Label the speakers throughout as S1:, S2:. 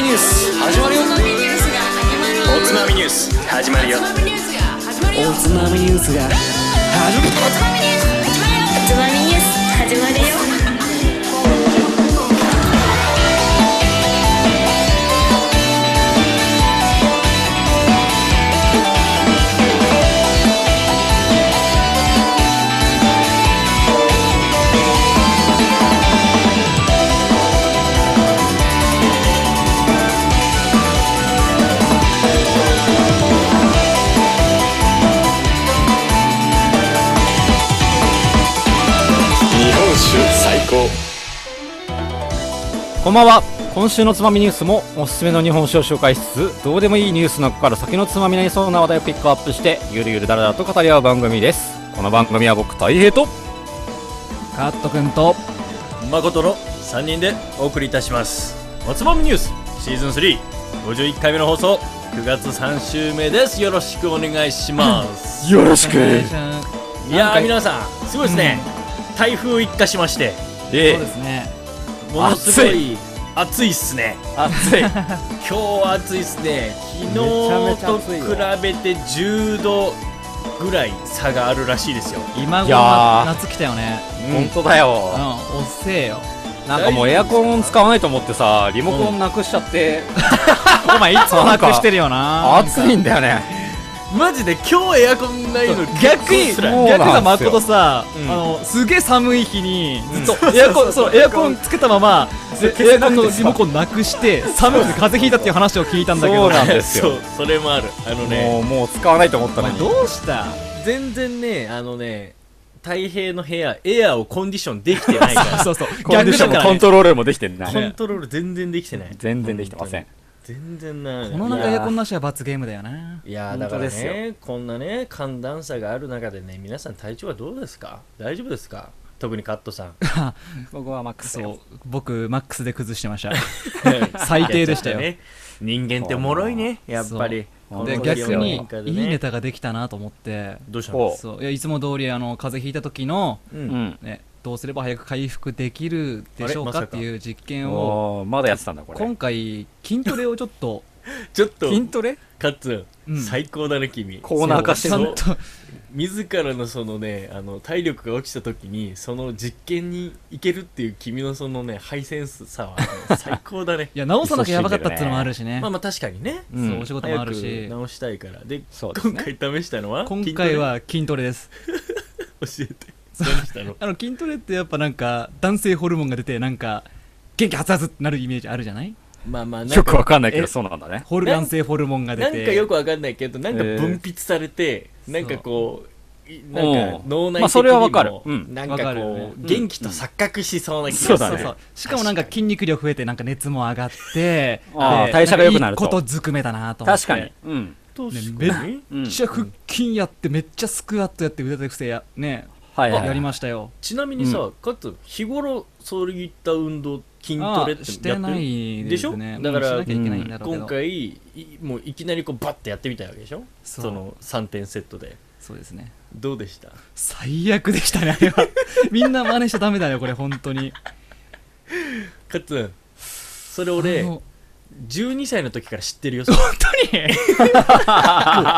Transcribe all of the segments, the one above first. S1: 始まるよ
S2: おつまみニュースが始まる
S1: おつまみニュース始まるよ
S2: おつまみニュースが始まる
S1: つまみニュ
S2: よお
S1: ースが始まる
S2: つまみニュース始まるよ
S3: つまみニュース始まるよ
S1: 日本酒最高
S4: こんばんは今週のつまみニュースもおすすめの日本酒を紹介しつつどうでもいいニュースの中から先のつまみになりそうな話題をピックアップしてゆるゆるだらだらと語り合う番組ですこの番組は僕大平と
S5: カット君と
S6: 誠の3人でお送りいたしますおつまみニュースシーズン351回目の放送9月3週目ですよろしくお願いします
S4: よろし
S6: い
S4: く
S6: や
S5: な
S6: ー
S5: んか
S6: 皆さんすごいですね、台風一過しまして
S5: そう
S4: え
S5: ですね
S6: ものすごい暑いっすね
S4: 暑い
S6: 今日は暑いっすね昨日
S5: めちゃ
S6: と
S5: めちゃ暑いよ
S6: 比べて10度ぐらい差があるらしいですよ
S5: 今
S4: いや
S5: 頃な
S4: ー
S5: 夏来たよね
S4: 本当だよ
S5: うんおっせえよ
S4: なんかもうエアコン使わないと思ってさリモコンなくしちゃって、お前いつもな
S5: な
S4: く
S5: く
S4: し
S5: して て
S4: る
S5: るよな
S4: 暑いんだよね
S6: マジで今日エアコンないの
S5: 逆に
S6: 結構
S5: 逆
S6: 辛い
S4: そう
S5: に
S4: なんですよ
S5: さ誠さ、
S6: うん
S5: あのすげえ寒い日に
S6: うん
S5: ずっとエアコン、そうエアコンつけたままで
S4: 消
S5: エ
S4: せ
S5: ア
S4: な
S5: コ
S4: く
S5: ン
S4: てさ
S5: のリモコンなくして寒くて風邪ひいたっていう話を聞いたんだけど
S4: そうなんですよ
S6: そうそれもあるあのね
S4: もうもう使わないと思った
S5: お
S4: の
S5: 前
S4: に
S5: どうした
S6: 全然ねあのね太平の部屋エアーをコンディションできてない から
S5: そうそう
S4: コンディ
S5: 逆
S4: ショ
S5: だ
S4: ンも
S5: から、
S4: コン
S5: ね、
S4: トロールもできてんな
S6: コントロール全然できてない
S4: 全然できてません
S6: 全然ない
S5: この中エアコンなしは罰ゲームだよない
S6: やーだか
S4: 本当
S6: ら
S4: ですよ
S6: ねこんなね寒暖差がある中でね皆さん体調はどうですか大丈夫ですか特にカットさん
S4: 僕はマック
S5: そう僕マックスで崩してました
S6: 最
S5: 最低でし たよ
S6: ね、人間って脆いねやっぱり
S4: そう 本当
S5: で
S4: に
S5: 逆に
S6: この気温の変化で
S5: い
S6: ね
S5: いネタができたなと思って
S6: どうした
S4: ほ
S6: の
S4: う
S5: そういやいつも通りあの風邪ひいた時の、
S6: う
S4: うんん
S5: ね、どうすれば早く回復できるでしょう
S6: あ
S5: か
S6: れまさ
S5: っ
S6: か
S5: ていう実験を
S4: おーまだやってたんだこれ
S5: 今回筋トレをちょっと、
S6: ちょっと
S4: 筋トレ
S6: カッツン、
S5: うん
S6: 最高だね君
S4: コーナー化して
S5: ちゃ
S4: る
S5: んと
S6: 自らのそのねあの体力が落ちた時にその実験に行けるっていう君のそのねハイセンスさは あの最高だね
S5: いや直さなきゃやばかったっていうのもあるしね
S6: まあまあ確かにね
S4: うん
S5: そうお仕事もあ
S6: 早
S5: る
S6: く
S5: し
S6: 直したいからで
S4: そうです
S6: 今
S4: ね
S6: 回試したのは
S5: 今回は筋トレです
S6: 筋トレ教えて何したの
S5: あの筋トレってやっぱなんか男性ホルモンが出てなんか元気はつはつってなるイメージあるじゃない
S6: まあまあなん
S4: よくわかんないけど
S6: え
S4: そうなんだね
S5: ホル
S6: なん
S5: 男性ホルモンが出
S6: な
S5: て
S6: んかよくわかんないけどなんか
S4: えー
S6: 分泌されて、なんかこういなんか
S4: うん
S6: 脳内的にも、
S4: まあそれはわかるうん
S6: なんかこ
S5: わかる
S6: う
S5: よね
S6: 元気と錯覚しそうな気がす
S4: そ
S6: る、
S4: うだね
S5: しかもなんか筋肉量増えてなんか熱も上がって
S4: あー
S5: で
S4: 代謝が良くなると
S5: んかいいことずくめだなと思って
S4: 確かに、うん
S5: ねめっめっちゃ腹筋やってめっちゃスクワットやって腕立て伏せやね
S4: はいはいはい
S5: やりましたよ
S6: ちなみにさ、
S4: う
S6: かつ日頃そういった運動筋トレってや
S5: あー
S6: ってる
S5: してない
S6: で
S5: で
S6: し
S5: す
S6: ょ
S5: ね
S6: だか
S5: うん
S6: ら
S5: しなきゃいけないんだろうけど
S6: 今回いもういきなりこうバッてやってみたわけでしょ
S5: そう
S6: その3点セットで
S5: そうですね
S6: どうでした
S5: 最悪でしたねあれはみんな真似しちゃダメだよこれ本当に
S6: かつんそれ
S5: あ
S6: 俺
S5: の
S6: 12歳の時から知ってるよ それ
S5: 本当に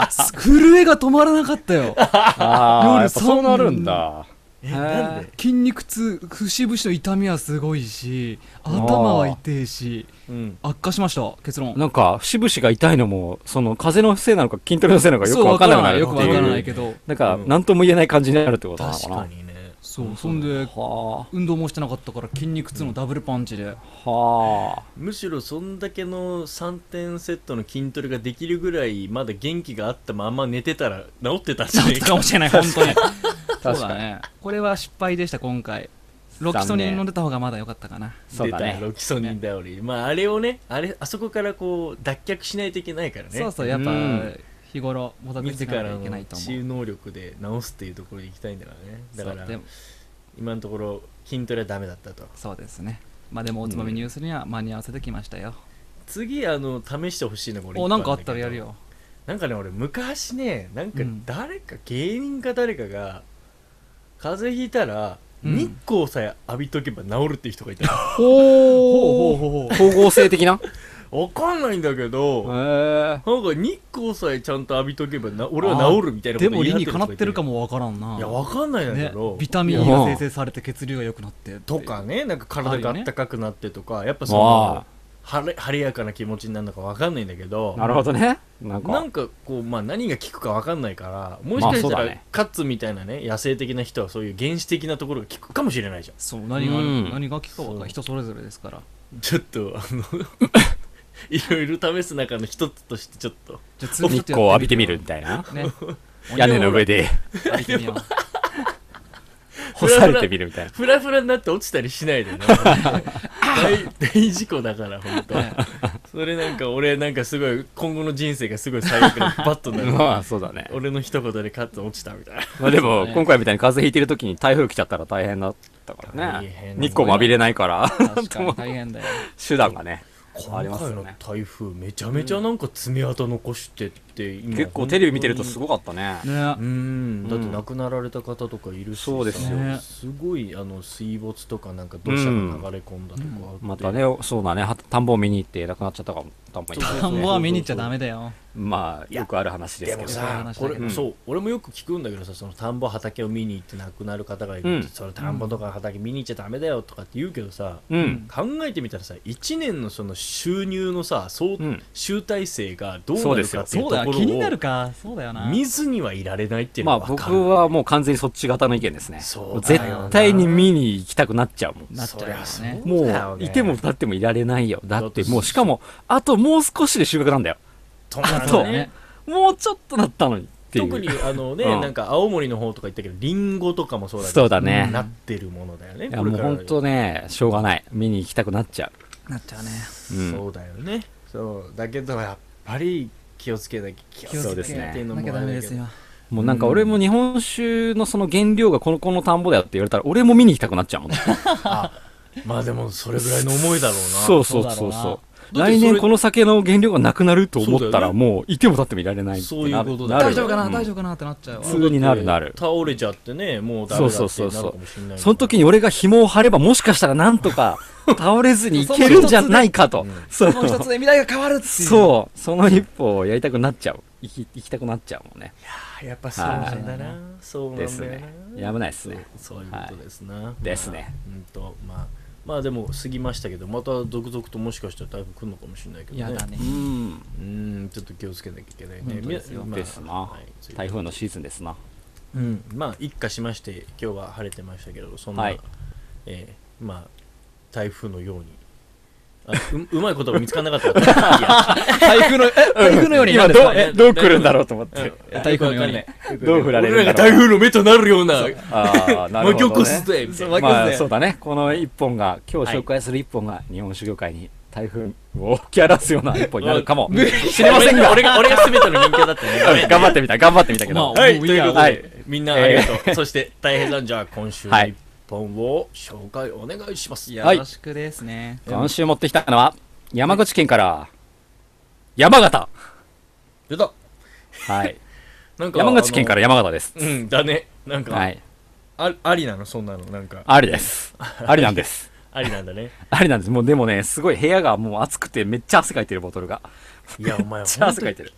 S5: 震えが止まらなかったよ
S4: ああ、
S5: 夜
S4: やっぱそうなるんだ。
S6: えなんで、
S5: 筋肉痛節々の痛みはすごいし頭は痛いし
S6: うん、
S5: 悪化しました結論
S4: なんか、節々が痛いのも、その、風邪のせいなのか、筋トレのせいなのか、よくわからない。
S5: よくわからない
S4: ど。
S5: けど
S4: なんか、
S6: うん
S4: なんとも言えない感じになるってことなの
S6: 確
S4: か
S6: か
S4: な。
S6: にね
S5: そうそんで
S4: は
S5: 運動もしてなかったから筋肉痛のダブルパンチで、
S4: あ、は
S6: むしろそんだけの3点セットの筋トレができるぐらいまだ元気があったまま寝てたら治ってたんじゃ
S5: な
S6: ね
S5: っ
S6: え
S5: た
S6: か
S5: かもしれない本当に
S4: あ。
S5: そう
S4: 確
S5: だ
S4: かに。
S5: ねこれは失敗でした今回ロキソニン飲んでた方がまだ良かったかな
S4: そうだ
S6: 出たよ
S4: ね。
S6: ロキソニン頼り、まああれをねあれあそこからこう脱却しないといけないからね
S5: そうそうやっ
S4: う
S5: ぱ
S4: ん
S5: 日頃もたつ
S6: 自
S5: きな
S6: ら
S5: きゃいけな
S6: の
S5: いと
S6: 治
S5: 思
S6: 癒
S5: う
S6: 能力で治すっていうところに行きたいんだからねだから
S5: そうでも
S6: 今のところ筋トレはダメだったと
S5: そうですねまあでもおつまみニュースには間に合わせてきましたよ、
S6: 次あの試してほしいのこれ
S5: おなんかあったらやるよ
S6: なんかね俺昔ねなんか
S5: うん
S6: 誰か、芸人か誰かが風邪ひいたら、
S5: うん
S6: 日光さえ浴びとけば治るっていう人がいたの
S5: ほうほうほうほう
S4: 光合成的な
S6: わかんないんだけど、
S4: へー
S6: なんか日光さえちゃんと浴びとけばな俺は治るみたいなこ
S5: で
S6: と
S5: も理にか
S6: な
S5: なってるかもわからんない
S6: やわかんないんだ
S5: ね
S6: けど、、
S5: ビタミン E が生成されて血流が良くなって
S6: とかねなんか体があったかくなってとか、やっぱそ
S4: あ
S6: の晴れ晴れやかな気持ちになるのかわかんないんだけど
S4: なるほどね。なんか。
S6: なんかこう、まあ、何が効くかわかんないからもしかした
S4: まあそうだ
S6: ら、
S4: ね
S6: カッツみたいなね野生的な人はそういう原始的なところが効くかもしれないじゃん
S5: そう何がある
S4: うん
S5: 何が効くかわかん
S6: そ
S5: な
S6: う
S5: い人それぞれですから
S6: ちょっとあの いろいろ試す中の一つとしてちょっと
S5: じゃ
S4: 日
S5: あ
S4: 光を浴びてみるみたいな。
S5: ね
S4: 屋根の上で
S5: 浴びてみよう
S4: 干されてみるみ たいな。
S6: フラフラになって落ちたりしないで ね大大事故だから本当
S5: ね
S6: それなんか俺なんかすごい今後の人生がすごい最悪 でバッとなる
S4: まあそうだね。
S6: 俺の一言でカッツン落ちたみたいな
S4: まあでも
S5: そう、ね
S4: 今回みたいに風邪ひいてる時に台風来ちゃったら大変だったから
S6: 大変
S4: ね
S6: だ。ね
S4: 日光も浴びれないから、
S5: 確かに大変だよ
S4: 手段がね。あ
S6: 今
S4: ります
S6: 回
S4: よ
S6: の
S4: ね。
S6: 台風めちゃめちゃなんか爪痕残してって今
S4: 結構テレビ見てるとすごかったね。
S6: う
S5: ね
S6: んだって亡くなられた方とかいるしさ
S4: そうです
S5: よね
S6: すごいあの水没とかなんか土砂が流れ込んだとかあって
S4: またね、そうだね、は田んぼを見に行って亡くなっちゃったかも、田んぼに。
S5: 田んぼは見に行っちゃダメだよ
S4: まあ、よくある話で
S6: です
S4: け
S6: も
S4: ど。
S6: さ
S5: そういう話だけ
S6: こ
S5: ど
S6: れ、
S4: うん
S6: そう俺もよく聞くんだけどさその田んぼ畑を見に行って亡くなる方がいるって、
S4: うん
S6: その田んぼとか畑見に行っちゃダメだよとかって言うけどさ、
S4: うん。
S6: 考えてみたらさ1年のその収入のさ総、
S4: うん
S6: 集大成がどう
S4: そ
S6: な
S4: うで
S6: る
S4: す
S6: か
S4: よ
S6: っていう
S5: そう
S6: と
S5: だ
S6: こ
S5: よ気にな
S6: ろ
S5: る
S6: を
S5: かそうだよな
S6: 見ずにはいられないっていう
S4: まあ
S6: のは分か
S4: 僕
S6: る、
S4: はもう完全にそっち型の意見ですね。
S6: そうだよな
S4: 絶対に見に行きたくなっちゃうもん。
S5: なっちゃうよ
S6: そりゃ
S5: ね
S6: そ
S4: も
S6: うだよ
S4: う、
S6: ね
S4: いても立ってもいられないよ。だっ
S6: だ
S4: て
S6: って
S4: もう、しかも、あともう少しで収穫なんだよ。
S6: となる
S4: そ
S6: と
S4: うだねもうちょっとだったのにっていう。
S6: 特にあのね、
S4: うん
S6: なんか青森の方とか行ったけどリンゴとかもそうだけど
S4: そうだね。
S6: なってるものだよね
S4: いや
S6: これ
S4: もう
S6: から
S4: 本当ね、しょうがない。見に行きたくなっちゃ
S5: なっちゃうね
S4: う。うん。
S6: そうだよねそうだけどやっぱり気をつけなきゃ気
S5: 気をつけ
S4: そうですね
S5: なきゃダメですよ
S4: もうなんか俺も日本酒のその原料がこのこの田んぼだよって言われたら、俺も見に行きたくなっちゃうもん。
S6: まあでもそれぐらいの思いだろうな
S4: そうそう
S5: そ
S4: そうう
S5: だ
S4: そ
S5: ろ
S4: う。
S6: だって
S4: 来
S6: それ
S4: 年この酒の原料がなくなると思った
S6: そうだ
S4: ら、
S6: よね
S4: もういても立ってもいられないって
S6: そ
S4: なる。
S6: ういうことだよ
S4: な
S5: 大
S4: る
S5: 丈夫かな
S4: うん
S5: 大丈夫かなってなっちゃうわ
S4: 普通になるなる
S6: 倒れちゃってねもうダメだってなるかもしれない
S4: その時に俺が紐を張ればもしかしたらなんとか倒れずにいけるんじゃないかと。そ
S5: もう一
S4: う
S5: つで未来が変わるっていう
S4: そう、その一歩をやりたくなっちゃう。行き行きたくなっちゃうもんね。
S6: あやっぱそうなんだなそうなんだ
S4: で
S6: よ
S4: す
S6: な、
S4: ね。やむないですね。
S6: そういうことですな、
S4: ですね
S6: まあうんとまあまあでも過ぎましたけどまた続々ともしかしたら台風来るのかもしれないけどね
S5: やだね
S4: うん。
S6: うんちょっと気をつけなきゃいけないね
S5: 本当ですよ
S6: みまあ
S4: ですな
S6: はいそういうことで。
S4: 台風のシーズンですな。
S6: うん、まあ一過しまして今日は晴れてましたけどそんな、
S4: はい
S6: えーまあ台風のようにあううまい言葉見つからなか ったからい
S5: 台風のえ 台風のように
S4: 今
S5: 今
S4: どう、
S5: ね
S4: えどう来るんだろうと思っ
S6: や
S4: て。
S6: うん
S5: 台風のようにね
S4: どう振られる
S6: 俺
S4: ん
S6: らが
S4: だろ
S6: 台
S4: う。
S6: 風の目となるような
S4: ああ、な
S6: 巻
S4: るほ
S6: き起
S4: ど、
S6: こ
S4: ね
S6: す。ぜみたいな
S5: わ
S4: ま
S5: かん
S4: あ
S5: ない
S4: そうだね、この一本が、今日紹介する一本が日本酒業界に台風を吹き荒らすような一本になるかもしれませ んが、
S6: 俺が俺が全ての人間だった ねごめん
S4: 頑張ってみた、頑張ってみたけ
S5: まあ
S4: ど、
S6: はい、
S5: も
S6: と
S5: う
S6: いうことで、
S4: はい
S6: みんなありがとう。そして、大平さん、じゃあ今週の一本を紹介お願いします。
S5: よ
S4: はい
S5: ろしくですね
S4: 今週持ってきたのは、山口県から、山形。
S6: やだ
S4: はい。
S6: なんか
S4: 山口県から
S6: ら。
S4: 山形です
S6: あ。のうん、だね。なんか、
S4: はい。
S6: あありなの、そんなの。なんか、
S4: ありです。ありなんです。
S6: ありなんだ ね。
S4: ありなんです。もうでもね、すごい部屋がもう暑くてめっちゃ汗かいてるボトルが。
S6: いや、お前、
S4: めっちゃ汗かいてる。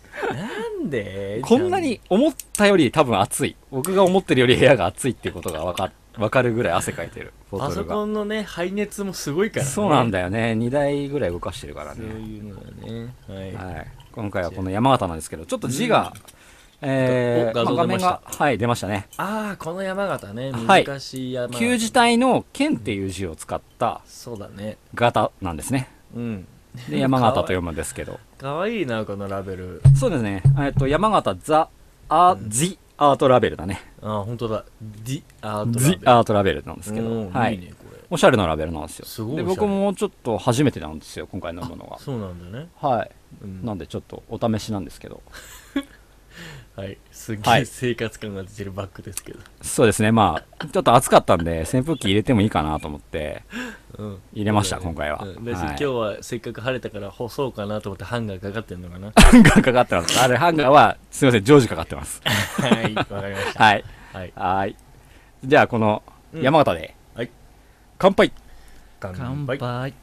S6: なんで
S4: こんなに思ったより多分暑い。僕が思ってるより部屋が暑いっていうことがわかわかるぐらい汗かいてる。ボ
S6: パ
S4: ト
S6: ソ
S4: ルが
S6: コ。ンのね、排熱もすごいから、ね。
S4: そうなん
S6: だ
S4: だよね。2台ぐらい動かしてるから
S6: そう
S4: ね。
S6: いうのだね。はい。
S4: はい。今回はこの山形なんですけど、ちょっと字が、え
S6: お画
S4: ー、
S6: 像
S4: まあ
S6: 出ました
S4: 画面が、はい、出ましたね。
S6: ああ、この山形ね、
S4: はい
S6: 難しい山。
S4: 旧字。体の県っていう字を使った
S6: そうだね。
S4: 型なんですね。
S6: うん。
S4: で、山形と読むんですけど。
S6: かわいいな、このラベル。
S4: そうですね。えっと、山形ザ、ア、ジ、アートラベルだね。
S6: ああ、本当だ。ディアートラベ
S4: ジ
S6: ル。、
S4: アートラベルなんですけ
S6: う
S4: ど。
S6: ん
S4: はい
S6: いね、これ。
S4: おしゃれなラベルなんですよ。
S6: すごい
S4: で、
S6: おしゃれ
S4: 僕もちょっと初めてなんですよ、今回飲むのが。
S6: そうなんだね。
S4: はい。
S6: うん
S4: なんで、ちょっとお試しなんですけど。
S6: はい。すっげ
S4: は
S6: え
S4: い
S6: 生活感が出てるバッグですけど。
S4: そうですね、まあ、ちょっと暑かったんで、扇風機入れてもいいかなと思って、
S6: うん。
S4: 入れました、
S6: そうだ
S4: 今
S6: ね
S4: 回は。
S6: うんだし今日
S4: は
S6: はせっかく晴れたから干そうかなと思ってハンガーかかってんのかな。
S4: い、ハンガーかかってます。あれ、ハンガーは、すいません、常時かかってます。
S6: はい。わかりました。
S4: はい。
S6: はい。
S4: はーい。じゃあ、この、
S6: うん
S4: 山形で、
S6: はい
S4: 乾杯
S6: 乾
S5: 乾杯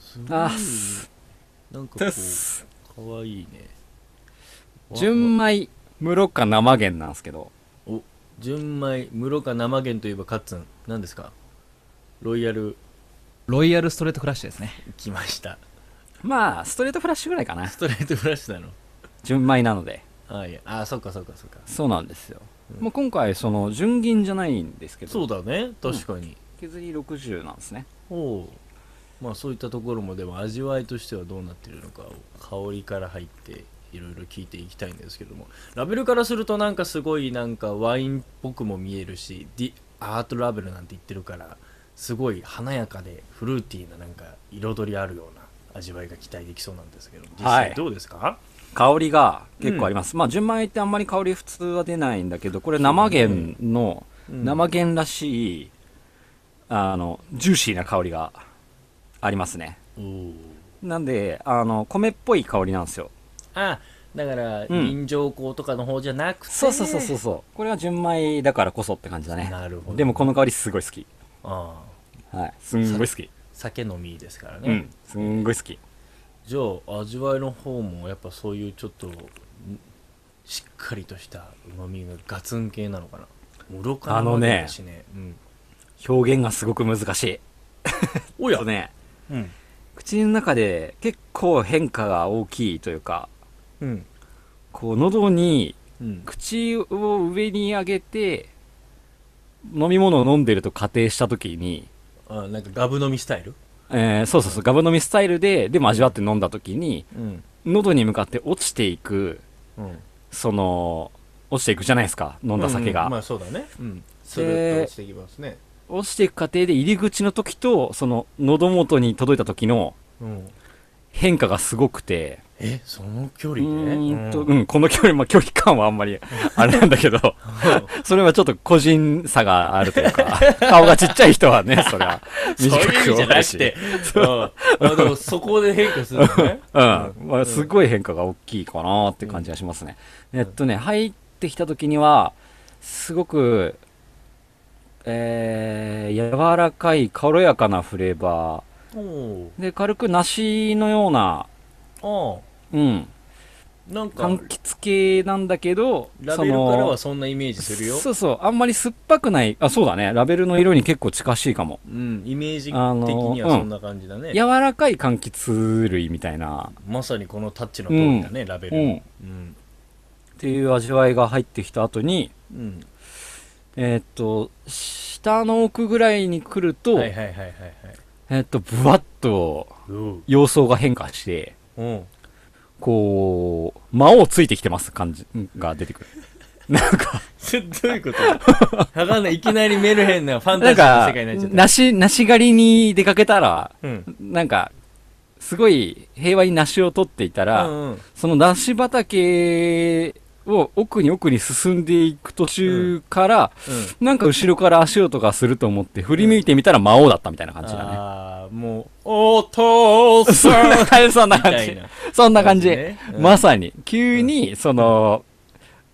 S6: すごい
S4: あっす
S6: なんか
S4: で
S6: こ
S4: す
S6: うかわいいね
S4: 純米室か生源なんですけど
S6: お純米室か生源といえばカッツン何ですかロイヤル
S5: ロイヤルストレートフラッシュです ね
S6: 来ました
S4: まあストレートフラッシュぐらいかな
S6: ストレートフラッシュなの
S4: 純米なので
S6: はいやあそっかそっかそっか
S4: そうなんですよ、もう今回その純銀じゃないんですけど
S6: そうだね確かに、
S4: 削り60なんですね
S6: おうまあそういったところもでも味わいとしてはどうなってるのかを香りから入っていろいろ聞いていきたいんですけどもラベルからするとなんかすごいなんかワインっぽくも見えるしディアートラベルなんて言ってるからすごい華やかでフルーティーななんか彩りあるような味わいが期待できそうなんですけども実
S4: はい
S6: 際どうですか、
S4: 香りが結構あります、まあ純米ってあんまり香り普通は出ないんだけどこれ生源の、
S6: うん
S4: 生源らしいあのジューシーな香りがありますね
S6: おお
S4: なんであの米っぽい香りなんですよ
S6: あだから
S4: うん
S6: 臨場港とかの方じゃなくて、
S4: そうそうそうそうそうこれは純米だからこそって感じだね
S6: なるほど
S4: でもこの香りすごい好き
S6: ああ
S4: はいすんごい好き
S6: 酒飲みですからね、
S4: うんすんごい好き
S6: じゃあ味わいの方もやっぱそういうちょっとんしっかりとしたうまみがガツン系なのかな室かな
S4: あのね
S6: だしね、うん、
S4: 表現がすごく難しい
S6: お
S4: ちょ
S6: や
S4: っとね
S6: うん、
S4: 口の中で結構変化が大きいというか
S6: うん
S4: こう喉に
S6: うん、
S4: 口を上に上げて飲み物を飲んでると仮定した時に、
S6: あなんかガブ飲みスタイル
S4: えーそうそうそうガブ飲みスタイルででも味わって飲んだ時に
S6: うん
S4: 喉に向かって落ちていく
S6: うん
S4: その落ちていくじゃないですか飲んだ酒が、
S6: うんまあそうだねうんスルッと落ちてきますね
S4: 落ちていく過程で入り口の時とその喉元に届いた時の
S6: うん
S4: 変化がすごくて
S6: えその距
S4: う
S6: 離で
S4: ーんと、
S6: う
S4: うんん、この距離、まあ、距離感はあんまりあれなんだけどそれはちょっと個人差があるというか 顔がちっちゃい人はねそりゃ
S6: そう
S4: 短
S6: いう意味
S4: く
S6: じゃ
S4: わか
S6: な
S4: る
S6: く、
S4: して、
S6: うんあでもそこで変化するのね
S4: うんまあ、すごい変化が大きいかなって感じがしますね、えっとね入ってきた時にはすごくえー、柔らかい軽やかなフレーバ
S6: おお
S4: ーで軽く梨のような
S6: あ
S4: うん
S6: あなんか
S4: 柑橘系なんだけど
S6: ラベルからは
S4: そ
S6: そんなイメージ
S4: の
S6: するよ
S4: そうそうあんまり酸っぱくないあそうだねラベルの色に結構近しいかも
S6: うん、イメージ的
S4: あの
S6: にはそんな感じだね、
S4: 柔らかい柑橘類みたいな
S6: まさにこのタッチの通りだね、ラベルのうん
S4: っていう味わいが入ってきた後に
S6: うん、
S4: えーっと下の奥ぐらいに来ると、
S6: はいはいはいはいはい
S4: えーっとぶわっと
S6: うん
S4: 様相が変化して
S6: うん
S4: こう魔王ついてきてます感じが出てくるなんか
S6: それどういうこと わかんないいきなりメルヘンなファン
S4: な
S6: タ
S4: ん
S6: ジーの世界に
S4: か
S6: なっちゃった
S4: 梨梨狩りに出かけたら
S6: うん
S4: なんかすごい平和に梨を取っていたら、
S6: うんうん
S4: その梨畑を奥に奥に進んでいく途中から、なんか後ろから足音がすると思って振り向いてみたら魔王だったみたいな感じだね。
S6: ああもうお父
S4: そん
S6: さん
S4: な感じ、そんな感
S6: みたい
S4: じ
S6: な。
S4: そんな感じ。
S6: 感じねうん
S4: まさに、急に、その、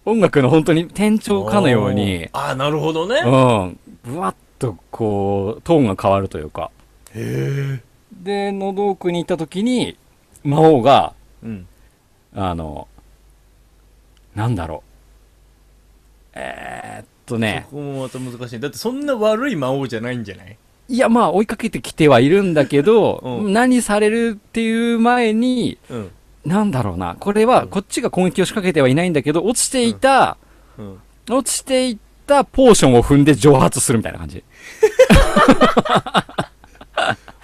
S4: 音楽の本当に転調かのように、
S6: ああなるほどね、
S4: うん、ぶわっとこう、トーンが変わるというか。
S6: へ
S4: で、喉奥に行った時に、魔王が、
S6: えうん
S4: あの、なんだろう。えーっとね
S6: そ、こもまた難しいだってそんな悪い魔王じゃないんじゃない
S4: いや、まあ、追いかけてきてはいるんだけど、
S6: うん
S4: 何されるっていう前に、
S6: うん
S4: なんだろうな、これは、こっちが攻撃を仕掛けてはいないんだけど、落ちていた、
S6: うん
S4: 落ちていったポーションを踏んで蒸発するみたいな感じ。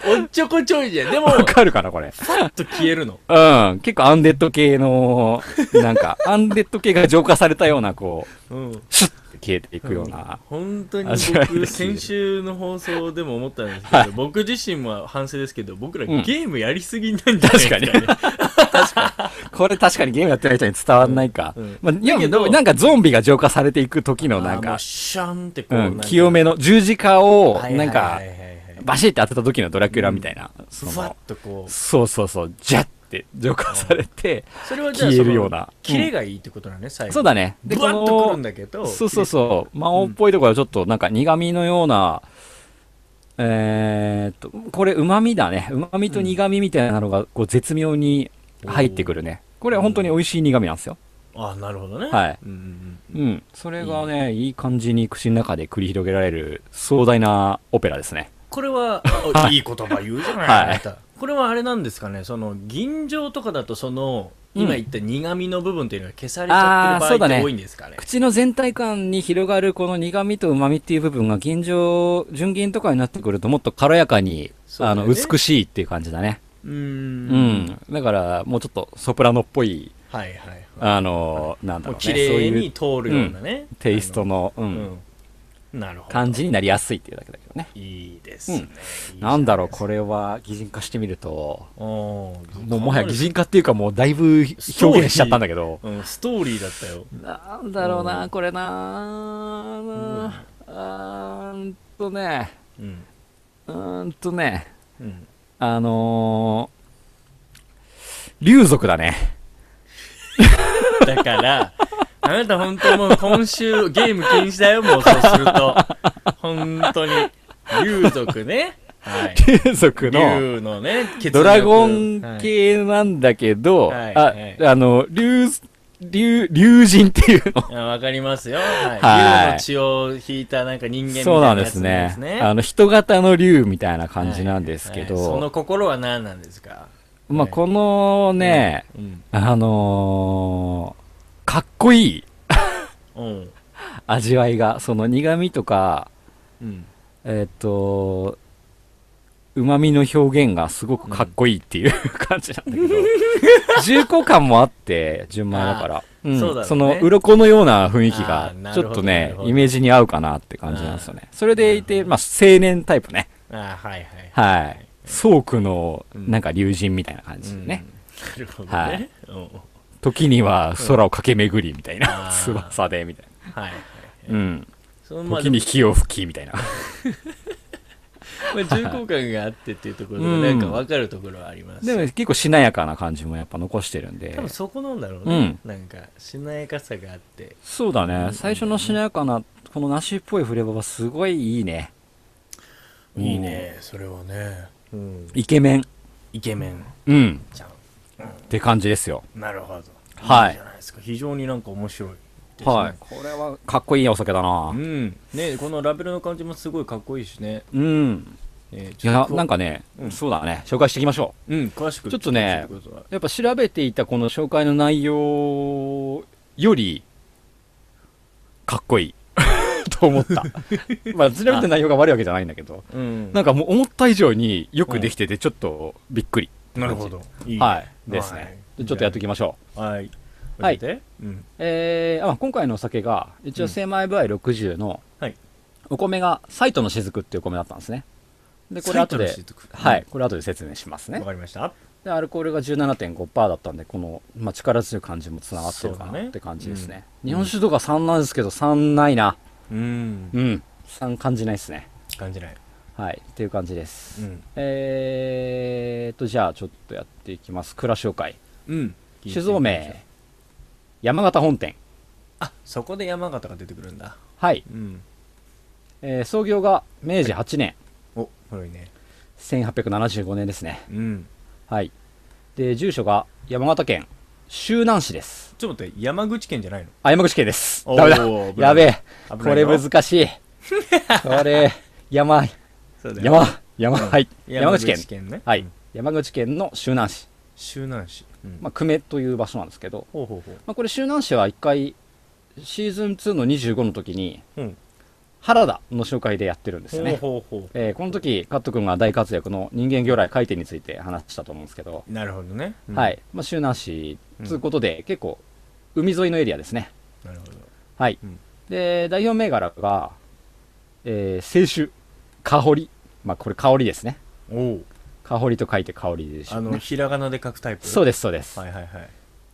S6: おっちょこちょいじゃんでも
S4: わかるかな、これ。
S6: パッと消えるの
S4: うん。結構アンデッド系の、な んか、アンデッド系が浄化されたような、こう、
S6: うん
S4: シュッて消えていくような。
S6: 本当に
S4: 味わい
S6: 僕
S4: です
S6: 先週の放送でも思ったんですけど、僕自身も反省ですけど僕らゲ
S4: ん
S6: ームやりすぎなんじゃないですかね、
S4: これ確かにゲームやってない人に伝わんないか。
S6: うんうん
S4: まあ、
S6: だけど
S4: なんかゾンビが浄化されていく時のな
S6: なんんか
S4: か、
S6: シャンってこ
S4: う
S6: う、
S4: ん、清めの十字架を、なんか
S6: はい、はいはいはい
S4: バシッて当てた時のドラキュラみたいな、そ
S6: ふわっ
S4: の
S6: とこう
S4: そうそうそう、ジャッて浄化されて、
S6: それはじゃあ
S4: 消えるような
S6: そのキレがいいってことなのね最後
S4: そうだね。で、
S6: ブワッとくるん
S4: こ
S6: だけど
S4: の、そうそうそう、魔王っぽいところはちょっとなんか苦味のような、えーっと、これ、旨味だね。旨味と苦味みたいなのが、こう、絶妙に入ってくるね。これ、本当に美味しい苦味なんですよ。
S6: あなるほどね
S4: はい
S6: うんうん
S4: うん。それがね、いい感じに口の中で繰り広げられる壮大なオペラですね。
S6: これは、あいい言葉言うじゃない、
S4: はい
S6: あなたこれはあれなんですかねその吟醸とかだとその今言った苦味の部分っていうのが消されちゃって
S4: あーそ
S6: る
S4: う
S6: 場合
S4: だ
S6: って
S4: ね
S6: 多いんですかね
S4: 口の全体感に広がるこの苦味と旨味っていう部分が、現状、純銀とかになってくると、もっと軽やかに、
S6: そうだ
S4: あ
S6: よね
S4: の、美しいっていう感じだね。
S6: う
S4: うんん。だから、もうちょっとソプラノっぽい、
S6: はいはいは
S4: あの、なん
S6: い
S4: だ
S6: もう
S4: ろ
S6: 綺
S4: うね。
S6: 麗に
S4: そう
S6: 通るようなね
S4: いうテイスト
S6: のう
S4: の、う、
S6: んんなるほど
S4: 感じになりやすいっていうだけだけどね。
S6: いいですね
S4: うん
S6: いいじゃい
S4: なんだろう、
S6: れ
S4: これは擬人化してみると、
S6: も
S4: もうもはや擬人化っていうかもうだいぶ表現しちゃったんだけど。
S6: うん、ストーリーだったよ。
S4: なんだろうな、これなあーんとね、
S6: うん。
S4: うーんとね、
S6: うん。
S4: あのー、竜族だね。
S6: だから、 あなた本当もう今週ゲーム禁止だよ、もうそうすると。本当に。竜族ね。はい。
S4: 竜族の
S6: 竜のね、血力
S4: ドラゴン系なんだけど、
S6: はい
S4: あ、
S6: はい
S4: あの、竜、竜、竜人っていうの。
S6: はいあわ、かりますよ。はい。
S4: は
S6: 竜の
S4: い
S6: 血を引いたなんか人間みたいな
S4: そうなんで
S6: やつな
S4: す
S6: んで
S4: ね
S6: すね。。
S4: あ
S6: の
S4: の、人型の竜みたいな感じなんですけど、
S6: その心は何なんですか
S4: まあ、
S6: ね
S4: このね、
S6: うん。
S4: あのー、かっこいい
S6: うん。
S4: 味わいが、その苦味とか、
S6: うん。
S4: えっ、と、旨味の表現がすごくかっこいいっていう感じなんだけど、重厚感もあって、純米だから、うん
S6: そうだろうね
S4: その鱗のような雰囲気
S6: あ
S4: が
S6: ーな、
S4: ち
S6: る
S4: ょ
S6: ほ
S4: っ
S6: ど
S4: と
S6: な
S4: ね
S6: るほ、ど
S4: イメージに合うかなって感じなんですよね。それでいて、まあ、青年タイプね。
S6: あーはいはい。
S4: はい。ソークの、
S6: うん
S4: なんか竜神みたいな感じでね。
S6: うん。なるほどね。
S4: はい
S6: うん
S4: 時には空を駆け巡りみたい
S6: うんあ
S4: な、
S6: ー
S4: 翼でみたい
S6: はい。
S4: な。うん。
S6: そのまあ
S4: 時に火を吹き みたいな。
S6: まあ、重厚感があってっていうところで、
S4: うん
S6: なんか分かるところはあります。
S4: でも結構しなやかな感じもやっぱ残してるんで
S6: 多。分そこなんだろうね、なんかしなやかさがあって
S4: そうだね。最初のしなやかな、この梨っぽいフレーバーはすごいいいね。いいね
S6: それはね、うん、
S4: イケメン。
S6: イケメン
S4: うん。
S6: ちゃ
S4: って感じですよ。
S6: んなるほど
S4: はい
S6: いじゃないですか非常になんか面白いですね
S4: はい。これはかっこいいお酒だ
S6: う
S4: な。
S6: んねこのラベルの感じもすごいかっこいいしね
S4: うん。
S6: ねち
S4: い
S6: ょっ
S4: や、
S6: と
S4: なんかね、
S6: うん
S4: そうだね。紹介していきましょう。
S6: うん詳しく
S4: ちょっとね
S6: 教えてくださ
S4: やっぱ調べていたこの紹介の内容より、かっ こいい。と思った。まあ、調べて内容が悪いわけじゃないんだけど。
S6: いうん
S4: なんかもう思った以上によくできてて、ちょっとびっくり。
S6: なるほどい
S4: はい。ですね。でちょっとやってい
S6: き
S4: きましょう。
S6: はい
S4: はい
S6: 教えてうん
S4: えーあ今回のお酒が、一
S6: う
S4: 応
S6: ん
S4: 精米部合60の、
S6: はい
S4: お米が、サイトの雫っていうお米だったんですね。で、これ後で
S6: サイトの雫、
S4: はい、これ後で説明しますね
S6: わ。かりました
S4: で、アルコールが17.5%だったんで、この、まあ、力強い感じもつながってるか
S6: そうだ
S4: な
S6: ね
S4: って感じですね。
S6: うん
S4: 日本酒とか3なんですけど、3ないな。
S6: うん
S4: うん。3感じないですね。
S6: 感じない
S4: はい、っていう感じです。
S6: うん
S4: えーっと、じゃあちょっとやっていきます。蔵紹介。
S6: うん
S4: 酒造名、山形本店。
S6: あそこで山形が出てくるんだ
S4: はい、
S6: うん
S4: えー創業が明治8年。
S6: お古いね
S4: 1875年ですね。
S6: うん
S4: はい。で、住所が山形県周南市です。
S6: ちょっと待って山口県じゃないの
S4: あ、山口県です。
S6: おー
S4: ダメだ
S6: 危。ない
S4: やべえ。
S6: 危
S4: こ
S6: ない
S4: れ
S6: よ
S4: 難しい。これ、山、
S6: そうだよ
S4: 山、山、はい。
S6: 山
S4: 山
S6: 口
S4: 口
S6: 県
S4: 県。
S6: ね
S4: は
S6: う
S4: い
S6: ん。
S4: 山口県の周南市。
S6: 周南市うん
S4: まあ、久米という場所なんですけど、
S6: ほうほうほう
S4: まあ、これ周南市は一回、シーズン2の25の時に、
S6: うん
S4: 原田の紹介でやってるんですよ
S6: ほう
S4: ね。
S6: ほうほ
S4: えーこの時、カット君が大活躍の人間魚雷回転について話したと思うんですけど、
S6: うなるほどねうん
S4: はい。まあ、周南市
S6: うん
S4: ということで、結構、海沿いのエリアですね。
S6: なるほど
S4: はい。
S6: うん
S4: で、代表銘柄が、えー、青春、香り。まあ、これ香りですね。
S6: おお
S4: 香りと書いて香りでしょ
S6: あ
S4: うね、
S6: のひらがなで書くタイプ
S4: そう
S6: で
S4: です、そうです。
S6: はいはいはい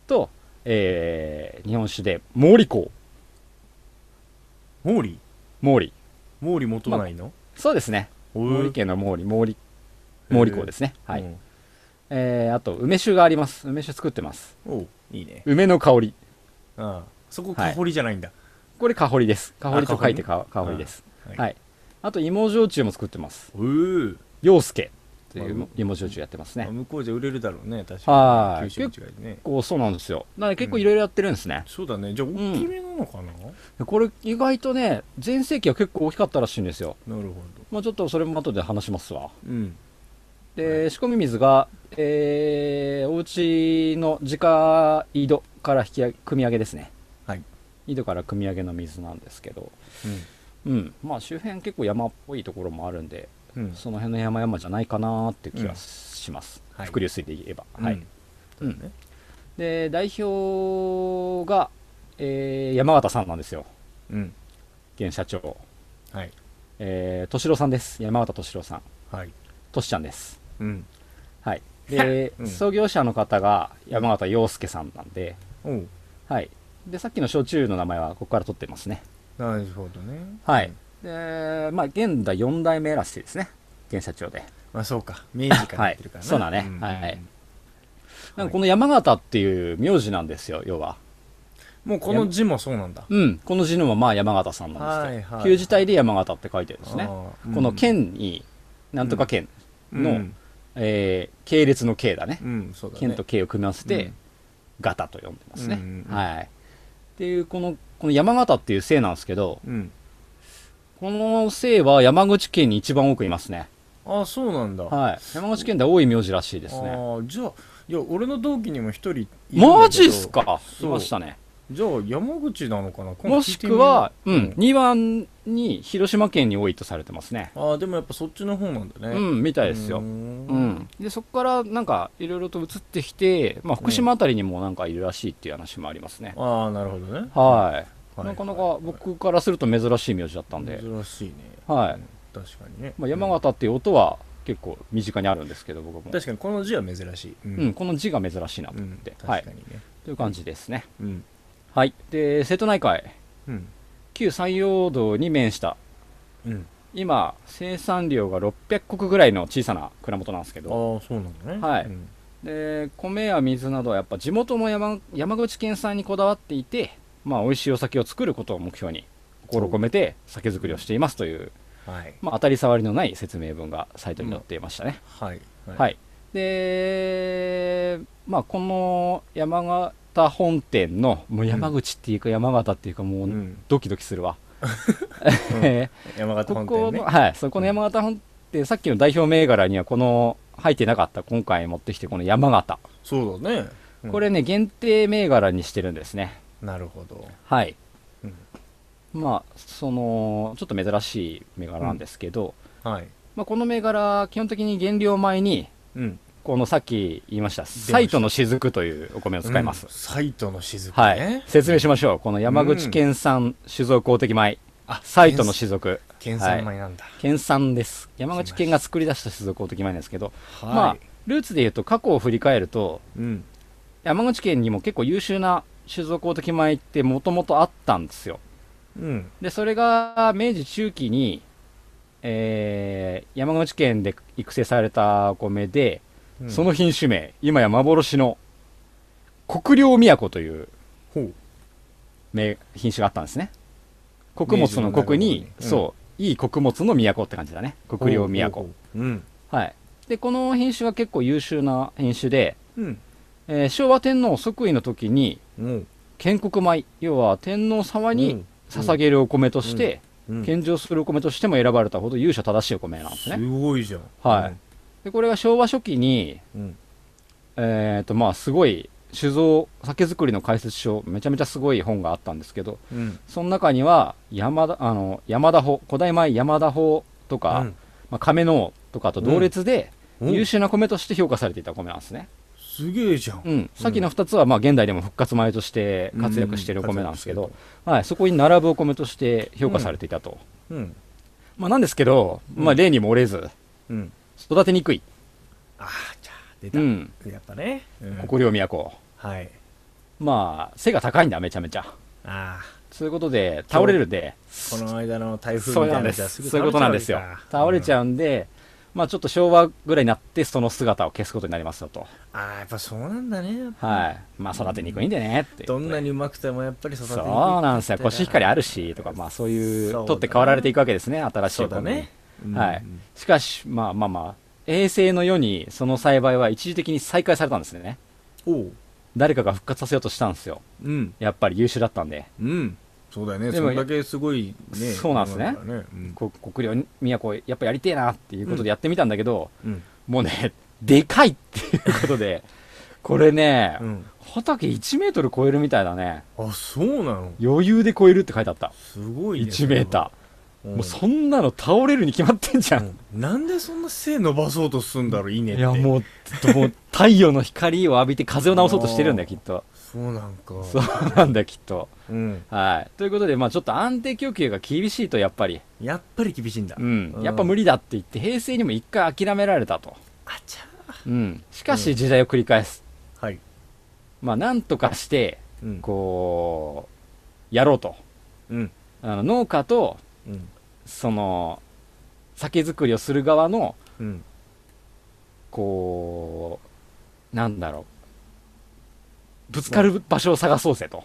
S4: と、えー、日本酒で、毛利香。
S6: 毛利
S4: 毛利。
S6: 毛利元ないの
S4: そうですね。毛利
S6: 毛
S4: 県の毛利、毛利、毛利港ですね。はい。
S6: うん
S4: えー、あと、梅酒があります。梅酒作ってます。
S6: おういいね
S4: 梅の香り。
S6: ああそこ香りじゃないんだ
S4: これ、香りです。香りと書いてか香
S6: 香り
S4: り
S6: ね
S4: です。
S6: は
S4: はいい。あと芋焼酎も作ってます
S6: うー
S4: 陽介ってい
S6: まあ
S4: う芋焼酎やってますね
S6: まあ向こうじゃ売れるだろうね確
S4: は
S6: か
S4: ー
S6: に
S4: い
S6: 九州の違いでね
S4: こうそうなんですよなので結構いろいろやってるんですね、
S6: そうだねじゃあ大きめなのかな、
S4: これ意外とね全盛期は結構大きかったらしいんですよ
S6: なるほ
S4: まあちょっとそれも後で話しますわ
S6: どうん
S4: で、仕込み水が、えー、お家の自家井戸から引き上げ、組み上げですね。
S6: はい
S4: 井戸から組み上げの水なんですけど、うん、まあ周辺結構山っぽいところもあるんで、
S6: うん、うん、
S4: その辺の山々じゃないかなーって気
S6: う
S4: が
S6: ん
S4: します。
S6: はい
S4: 伏流水で言えば。はい。
S6: うん
S4: うん
S6: そうだね
S4: で、代表が、えー、山形さんなんですよ。
S6: うん
S4: 現社長。
S6: はい
S4: えー、敏郎さんです。山形敏郎さん。
S6: はい
S4: としちゃんです。
S6: うん
S4: はい。で、
S6: うん
S4: 創業者の方が山形洋介さんなんで、
S6: おう
S4: はい。で、さっきの焼酎の名前はここから取ってますね。
S6: なるほどね
S4: はい。で、まあ、現代4代目らしいですね。現社長で。
S6: まあそうか明治からやってるから
S4: はいそうだね
S6: ん
S4: はいなんかこの山形っていう名字なんですよ、要は。
S6: もうこの字もそうなんだ
S4: うん。この字のはまあ山形さんなんですけ
S6: はいは
S4: ど、
S6: い
S4: 旧字体で山形って書いてるんですね。
S6: あー
S4: この県に、なんとか県の、
S6: うん
S4: えー系列の系だね。
S6: うんそうだね
S4: 県と県を組み合わせて、
S6: うん
S4: ガタと呼んでますね。
S6: うんうんうん
S4: はい。っていう、この、この山形っていう姓なんですけど、
S6: うん
S4: この姓は山口県に一番多くいますね。
S6: ああそうなんだ
S4: はい。山口県では多い名字らしいですね。
S6: ああじゃあいや俺の同期にも一人いるんだけど
S4: マジっすかい
S6: そう
S4: ましたね。
S6: じゃあ山口なのかな今度
S4: も
S6: 聞い
S4: して
S6: みよ
S4: く
S6: う
S4: は、うん、2番に広島県に多いとされてますね。
S6: ああでもやっぱそっちの方なんだねみ
S4: うん、みたいですよ。
S6: ん
S4: うん。で、そこからなんか、いろいろと移ってきて、まあ、福島あたりにもなんかいるらしいっていう話もありますね。
S6: ああなるほどね
S4: はい。
S6: はい
S4: なかなか僕からすると珍しい名字だったんで、
S6: 珍しいね
S4: はい
S6: うん確かにね
S4: まあ、山形っていう音は結構身近にあるんですけど、僕
S6: うん
S4: も。
S6: 確かにこの字は珍しいう
S4: うん、この字が珍しいなと
S6: う
S4: 思っ
S6: ん
S4: て。
S6: 確
S4: は
S6: か
S4: い
S6: に。ね
S4: という感じですね。
S6: うん
S4: はい。で、瀬戸内海、
S6: うん
S4: 旧山陽道に面した
S6: うん
S4: 今生産量が600石ぐらいの小さな蔵元なんですけ
S6: ああ
S4: ど
S6: そうなんだね
S4: はい
S6: うん
S4: で米や水などはやっぱ地元の山山口県産にこだわっていてまあ美味しいお酒を作ることを目標に心を込めて酒造りをしていますという、
S6: はい
S4: まあ、当たり障りのない説明文がサイトに載っていましたね、
S6: はい
S4: はいいでまあこの山形本店のもう山口っていうか山形っていうかも
S6: う
S4: うんドキドキするわ、
S6: うん
S4: えー
S6: 山形
S4: こ
S6: 本
S4: こ
S6: 店
S4: の、
S6: ね
S4: はい、そうこの山形本店、さっきの代表銘柄には、この入ってなかった、今回持ってきて、この山形、
S6: そうだねうん
S4: これね、限定銘柄にしてるんですね。
S6: なるほど
S4: はい。
S6: うん
S4: まあ、その、ちょっと珍しい銘柄なんですけど、
S6: はい
S4: まあ、この銘柄、基本的に原料米に、
S6: うん
S4: このさっき言いました、サイトの雫というお米を使います
S6: うん。サイトの雫
S4: は
S6: ね
S4: い。説明しましょう。この山口県産酒造公的米、サイトの雫。
S6: 県産米なんだ
S4: 県産です山口県が作り出した静岡的米なんですけど、
S6: はい
S4: まあルーツでいうと過去を振り返ると
S6: うん
S4: 山口県にも結構優秀な酒造公的米ってもともとあったんですよ
S6: うん
S4: でそれが明治中期に、えー山口県で育成されたお米で、
S6: うん
S4: その品種名今や幻の国領都という
S6: ほう
S4: 名品種があったんですね穀物の国
S6: 明治の
S4: に、
S6: 名残にうん
S4: そういい穀物の都って感じだね国領都
S6: ほうほうほううん
S4: はい。で、この品種は結構優秀な品種で、
S6: うん
S4: えー昭和天皇即位の時に、
S6: うん
S4: 建国米、要は天皇様
S6: う
S4: に
S6: ん
S4: 捧げるお米として、
S6: うん
S4: 献上するお米としても選ばれたほど勇者正しいお米なんです
S6: す
S4: ね。
S6: ごいじゃん
S4: はいで、これが昭和初期に、
S6: うん
S4: えっ、と、まあ、すごい、酒造、酒造りの解説書、めちゃめちゃすごい本があったんですけど、
S6: うん
S4: その中には、山田、あの、山田法、古代米山田法とか、
S6: うん
S4: まあ、亀のとかと同列で、
S6: うん
S4: 優秀な米として評価されていたお米なんですね。
S6: すげえじゃん
S4: うん、さっきの2つはまあ現代でも復活米として活躍しているお米なんですけど、はい、そこに並ぶお米として評価されていたと、
S6: うん
S4: まあ、なんですけど、まあ、例にも折れず
S6: うん
S4: 育てにくい、
S6: ああじゃあ出
S4: う
S6: た
S4: ん、
S6: やっぱねうん
S4: 国領都
S6: はい
S4: まあ背が高いんだめちゃめちゃ
S6: ああ
S4: そういうことで倒れるで
S6: この間の台風
S4: そう
S6: みた
S4: ないん
S6: な
S4: で
S6: じゃ
S4: す
S6: すぐ
S4: そういうことなんですよ倒れちゃ
S6: う
S4: うんで、まあちょっと昭和ぐらいになってその姿を消すことになりますよと。
S6: あーやっぱそうなんだねやっぱ
S4: はい。まあ育てにくいんでねっていう
S6: ど
S4: ことで
S6: んなにうまくてもやっぱり育てにくい
S4: そうなんですよ。コシヒカリあるし、とか、まあそういう、取って代わられていくわけですね、新しい
S6: そうだね、
S4: 方に。はい。しかし、まあまあまあ、衛星の世にその栽培は一時的に再開されたんですね。
S6: おう
S4: 誰かが復活させようとしたんですよ。
S6: うん
S4: やっぱり優秀だったんで。
S6: うんそうだよね
S4: で
S6: そ
S4: も
S6: れだけすごいね
S4: そうなんです
S6: も
S4: ね
S6: のだからうん
S4: こ国領都、やっぱやりてえなっていうことでやってみたんだけど、
S6: うん
S4: もうね、でかいっていうことで、これね、
S6: うん
S4: 畑1メートル超えるみたいだね。
S6: あそうなの
S4: 余裕で超えるって書いてあった。
S6: すごいね
S4: 1メータ
S6: ー
S4: ー。もうそんなの倒れるに決まってんじゃん。
S6: なんでそんな背伸ばそうとすんだろ稲って
S4: いやもうどう太陽の光を浴びて風邪を治そうとしてるんだよきっと
S6: そうなんか
S4: そうなんだよきっと
S6: うん
S4: はいということでまあちょっと安定供給が厳しいとやっぱり
S6: やっぱり厳しいんだ
S4: うんやっぱ無理だって言って平成にも一回諦められたと
S6: あちゃ
S4: うんしかし時代を繰り返す
S6: ーはい
S4: まあなんとかして
S6: うん
S4: こうやろうと
S6: うん
S4: あの農家と
S6: うん
S4: その酒造りをする側の
S6: うん
S4: こうなんだろうぶつかる場所を探そうぜと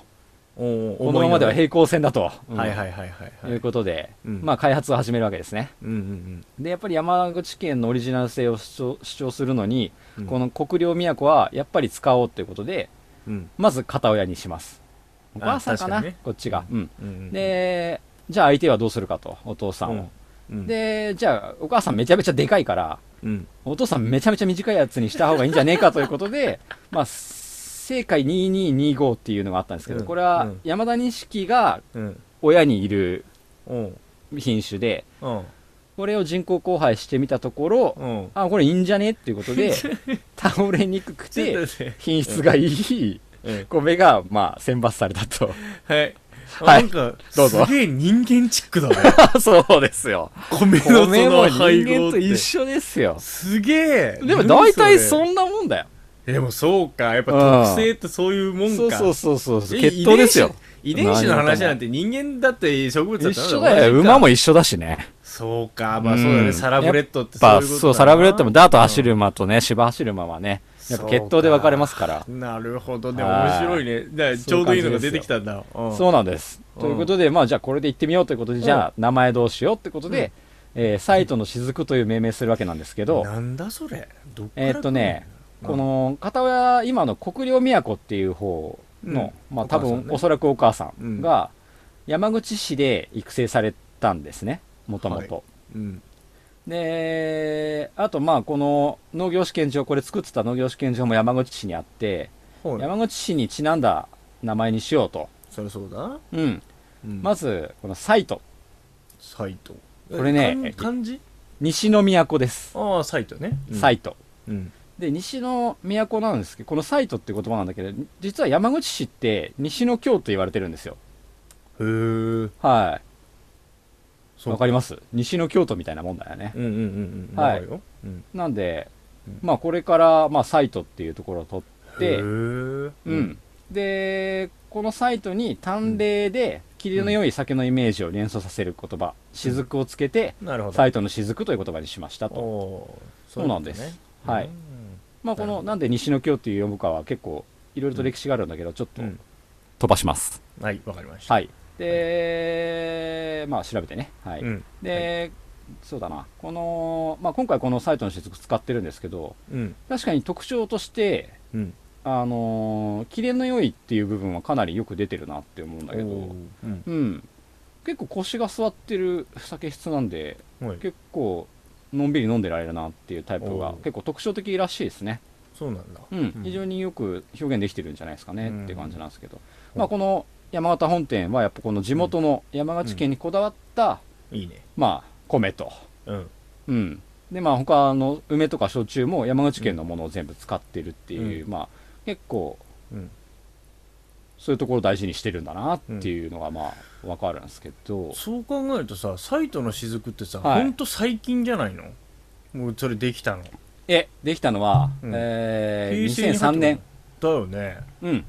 S6: おー
S4: このままでは平行線だと、うん
S6: はいはいはいはいはい
S4: いうことで、
S6: うん
S4: まあ、開発を始めるわけですね
S6: うんうん
S4: でやっぱり山口県のオリジナル性を主張主張するのに、
S6: うん
S4: この国領都はやっぱり使おうということで
S6: うんうん
S4: まず片親にしますお
S6: あ
S4: 母さんかな
S6: 確かにね
S4: こっちが、うん
S6: うんうん
S4: でじゃあ相手はどうするかとお父さんを、
S6: うん
S4: でじゃあお母さんめちゃめちゃでかいから
S6: うん
S4: お父さんめちゃめちゃ短いやつにした方がいいんじゃねえかということ でまあ正解2225っていうのがあったんですけど、
S6: うん
S4: これは
S6: うん
S4: 山田錦が
S6: うん
S4: 親にいる
S6: うん
S4: 品種で、
S6: うん
S4: これを人工交配してみたところ、
S6: うん
S4: あ、これいいんじゃねっていうこと で、倒れにくく
S6: ちょっと
S4: て、
S6: 待って
S4: 品質がいい
S6: うん
S4: 米が、まあ、選抜されたと。
S6: はいあ
S4: はい
S6: なんか
S4: どうぞ
S6: すげえ人間チックだ ね
S4: そうですよ。
S6: 米のそ
S4: 米も
S6: の
S4: 人
S6: 配合
S4: 間
S6: っ
S4: と一
S6: て
S4: 緒ですよ。
S6: すげえ
S4: でも大体そ
S6: ん
S4: んなもんだよ。
S6: でもそうかやっぱ
S4: うん
S6: 特性ってそういうもんか
S4: そうそうそうそう。
S6: え
S4: 血統ですよ。
S6: 遺伝子遺伝子の話なんて人間だって植物だっ
S4: 一
S6: たら
S4: 緒だよ。
S6: 同じか
S4: 馬も一緒だしね。
S6: そうかまあそうだ
S4: う
S6: ね
S4: ん
S6: サラブレッドってそ
S4: やっぱ
S6: ういうことだな
S4: そう、サラブレッドもダート走る馬とね、芝走る馬はね、やっぱ血統で分かれますから。
S6: なるほどね面
S4: はい
S6: 白いねだからちょうどいいのが出てきたんだうん
S4: そうなんです。
S6: うん
S4: ということで、まあ、じゃあこれで行ってみようということで、じゃあ名前どうしようってことで、えーサイトの雫という命名するわけなんですけど、
S6: なんだそれどっから
S4: えーっとね、
S6: うん
S4: この片親、今の国領都っていう方の、まあ
S6: お
S4: 多
S6: 母さんね
S4: 分、おそらくお母さんが、山口市で育成されたんですね、もともと。
S6: うん
S4: で、あと、まあ、この農業試験場、これ作ってた農業試験場も山口市にあって、
S6: ほら
S4: 山口市にちなんだ名前にしようと。
S6: そりゃそうだ
S4: うん。ま
S6: ず
S4: ず、このサイト。
S6: サイト
S4: これね
S6: えかん漢字
S4: 西の都です。
S6: ああサイトね
S4: サ
S6: イ
S4: イト。
S6: トうん
S4: で、西の都なんですけど、このサイトって言葉なんだけど、実は山口市って西の京と言われてるんですよ。
S6: へえ
S4: は
S6: そう
S4: い。わかります西の京都みたいなもんだよね。
S6: うんうんうんうん
S4: はい
S6: わかるようん
S4: なんで
S6: うん、
S4: まあこれから、まあサイトっていうところを取って、
S6: へえうん
S4: うん。で、このサイトに淡麗で、霧の良い酒のイメージを連想させる言葉、雫をつけて、
S6: なるほど
S4: サイトの雫という言葉にしましたと。
S6: おー
S4: そうなんです
S6: いことね
S4: はい
S6: うん
S4: まあこ
S6: なる
S4: の、
S6: ほ
S4: なんで西の京っていう読むかは結構、いろいろと歴史があるんだけど、ちょっと
S6: うん
S4: 飛ばします。
S6: はいわかりました
S4: はい。で、まあ調べてね。はい。
S6: うん
S4: で、そうだな。この、まあ今回このサイトの雫使ってるんですけど、
S6: うん
S4: 確かに特徴として、
S6: うん
S4: あのー、キレの良いっていう部分はかなりよく出てるなって思うんだけど、
S6: うん
S4: うん。結構腰が座ってる酒質なんで、
S6: はい
S4: 結構のんびり飲んでられるなっていうタイプが
S6: おー
S4: 結構特徴的らしいですね。
S6: そうなんだ
S4: うん、非常によく表現できてるんじゃないですかね、
S6: うん
S4: って感じなんですけど、
S6: うん
S4: まあ、この山形本店はやっぱこの地元の山口県にこだわった、
S6: いいね
S4: まあ米と、
S6: うん
S4: うん、でまあ他の梅とか焼酎も山口県のものを全部使ってるっていう、まあ結構
S6: うん
S4: そういうところを大事にしてるんだなっていうのがまあわかるんですけど、
S6: そう考えるとさサイトの雫ってさ
S4: はい
S6: ほんと最近じゃないのもうそれできたの
S4: えできたのは、
S6: うん
S4: えー
S6: 平成に入って
S4: 2003年、
S6: だよ ね
S4: うん、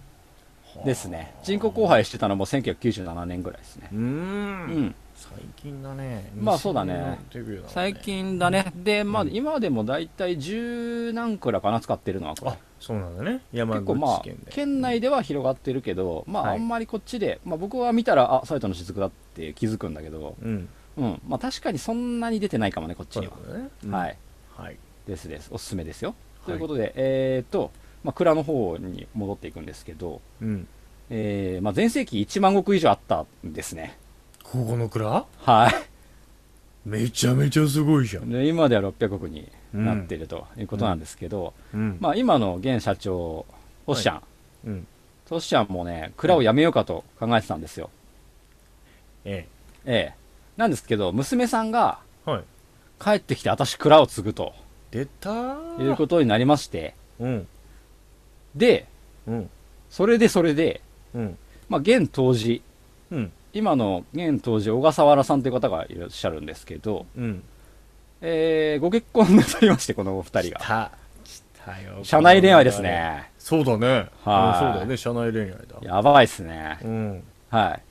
S4: ですね人工交配してたのも1997年ぐらいですね
S6: うーん
S4: うん、
S6: 最近だね
S4: まあそうだね
S6: 2000年のデビューだもんね
S4: 最近だね。で、まあ、今でも大体十何個らかな、使ってるのは、これ
S6: あ。そうなんだね山
S4: 結構
S6: 口
S4: まあ
S6: 県で、
S4: 県内では広がってるけど、まあ、
S6: は
S4: あ
S6: い
S4: んまりこっちで、まあ、僕は見たら、あ、埼玉の雫だって気づくんだけど、
S6: うん
S4: うん。まあ、確かにそんなに出てないかもね、こっち
S6: そう
S4: に
S6: だ
S4: は。
S6: ね
S4: はいい。
S6: はい
S4: ですです。おすすめですよ。
S6: い
S4: ということで、えっと、まあ、蔵の方に戻っていくんですけど、
S6: うん
S4: えー、まあ、全盛期1万石以上あったんですね。
S6: ここの蔵
S4: はい。
S6: めちゃめちゃすごいじゃん
S4: で今では600億になっているということなんですけど、
S6: うん
S4: まあ、今の現社長、トシちゃん、
S6: うん
S4: トシちゃんもね、蔵を辞めようかと考えてたんですよ。
S6: え
S4: ええ。なんですけど、娘さんが
S6: えはい
S4: 帰ってきて、私、蔵を継ぐと
S6: 出たー
S4: いうことになりまして、
S6: うん
S4: で、
S6: うん
S4: それでそれで、
S6: うん
S4: まあ、現当時、
S6: うん
S4: 今の現当時、小笠原さんという方がいらっしゃるんですけど、
S6: うん
S4: えー、ご結婚なさりまして、このお二
S6: 来
S4: 人が。
S6: た来たよ
S4: 社内恋愛ですね。
S6: そうだね
S4: は
S6: う
S4: い
S6: んそうだよね社内恋愛だ
S4: やばいっすね。
S6: うん
S4: はい。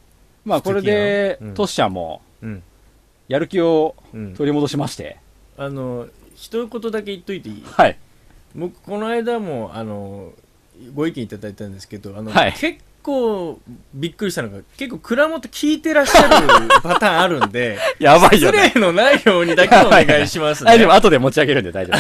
S4: まあ、
S6: 素敵
S4: こ
S6: な
S4: れで
S6: うん、
S4: トシちゃんも、
S6: うん
S4: やる気を
S6: うん
S4: 取り戻しまして、
S6: あの一言だけ言っといていい
S4: はい。
S6: 僕この間もあのご意見いただいたんですけどあの、
S4: はい
S6: 結構びっくりしたのが結構蔵元聞いてらっしゃ るパターンあるんで
S4: やばいよ
S6: 失
S4: ね。
S6: 礼のないようにだけお願いしますね。
S4: 大丈夫、後で持ち上げるんで大丈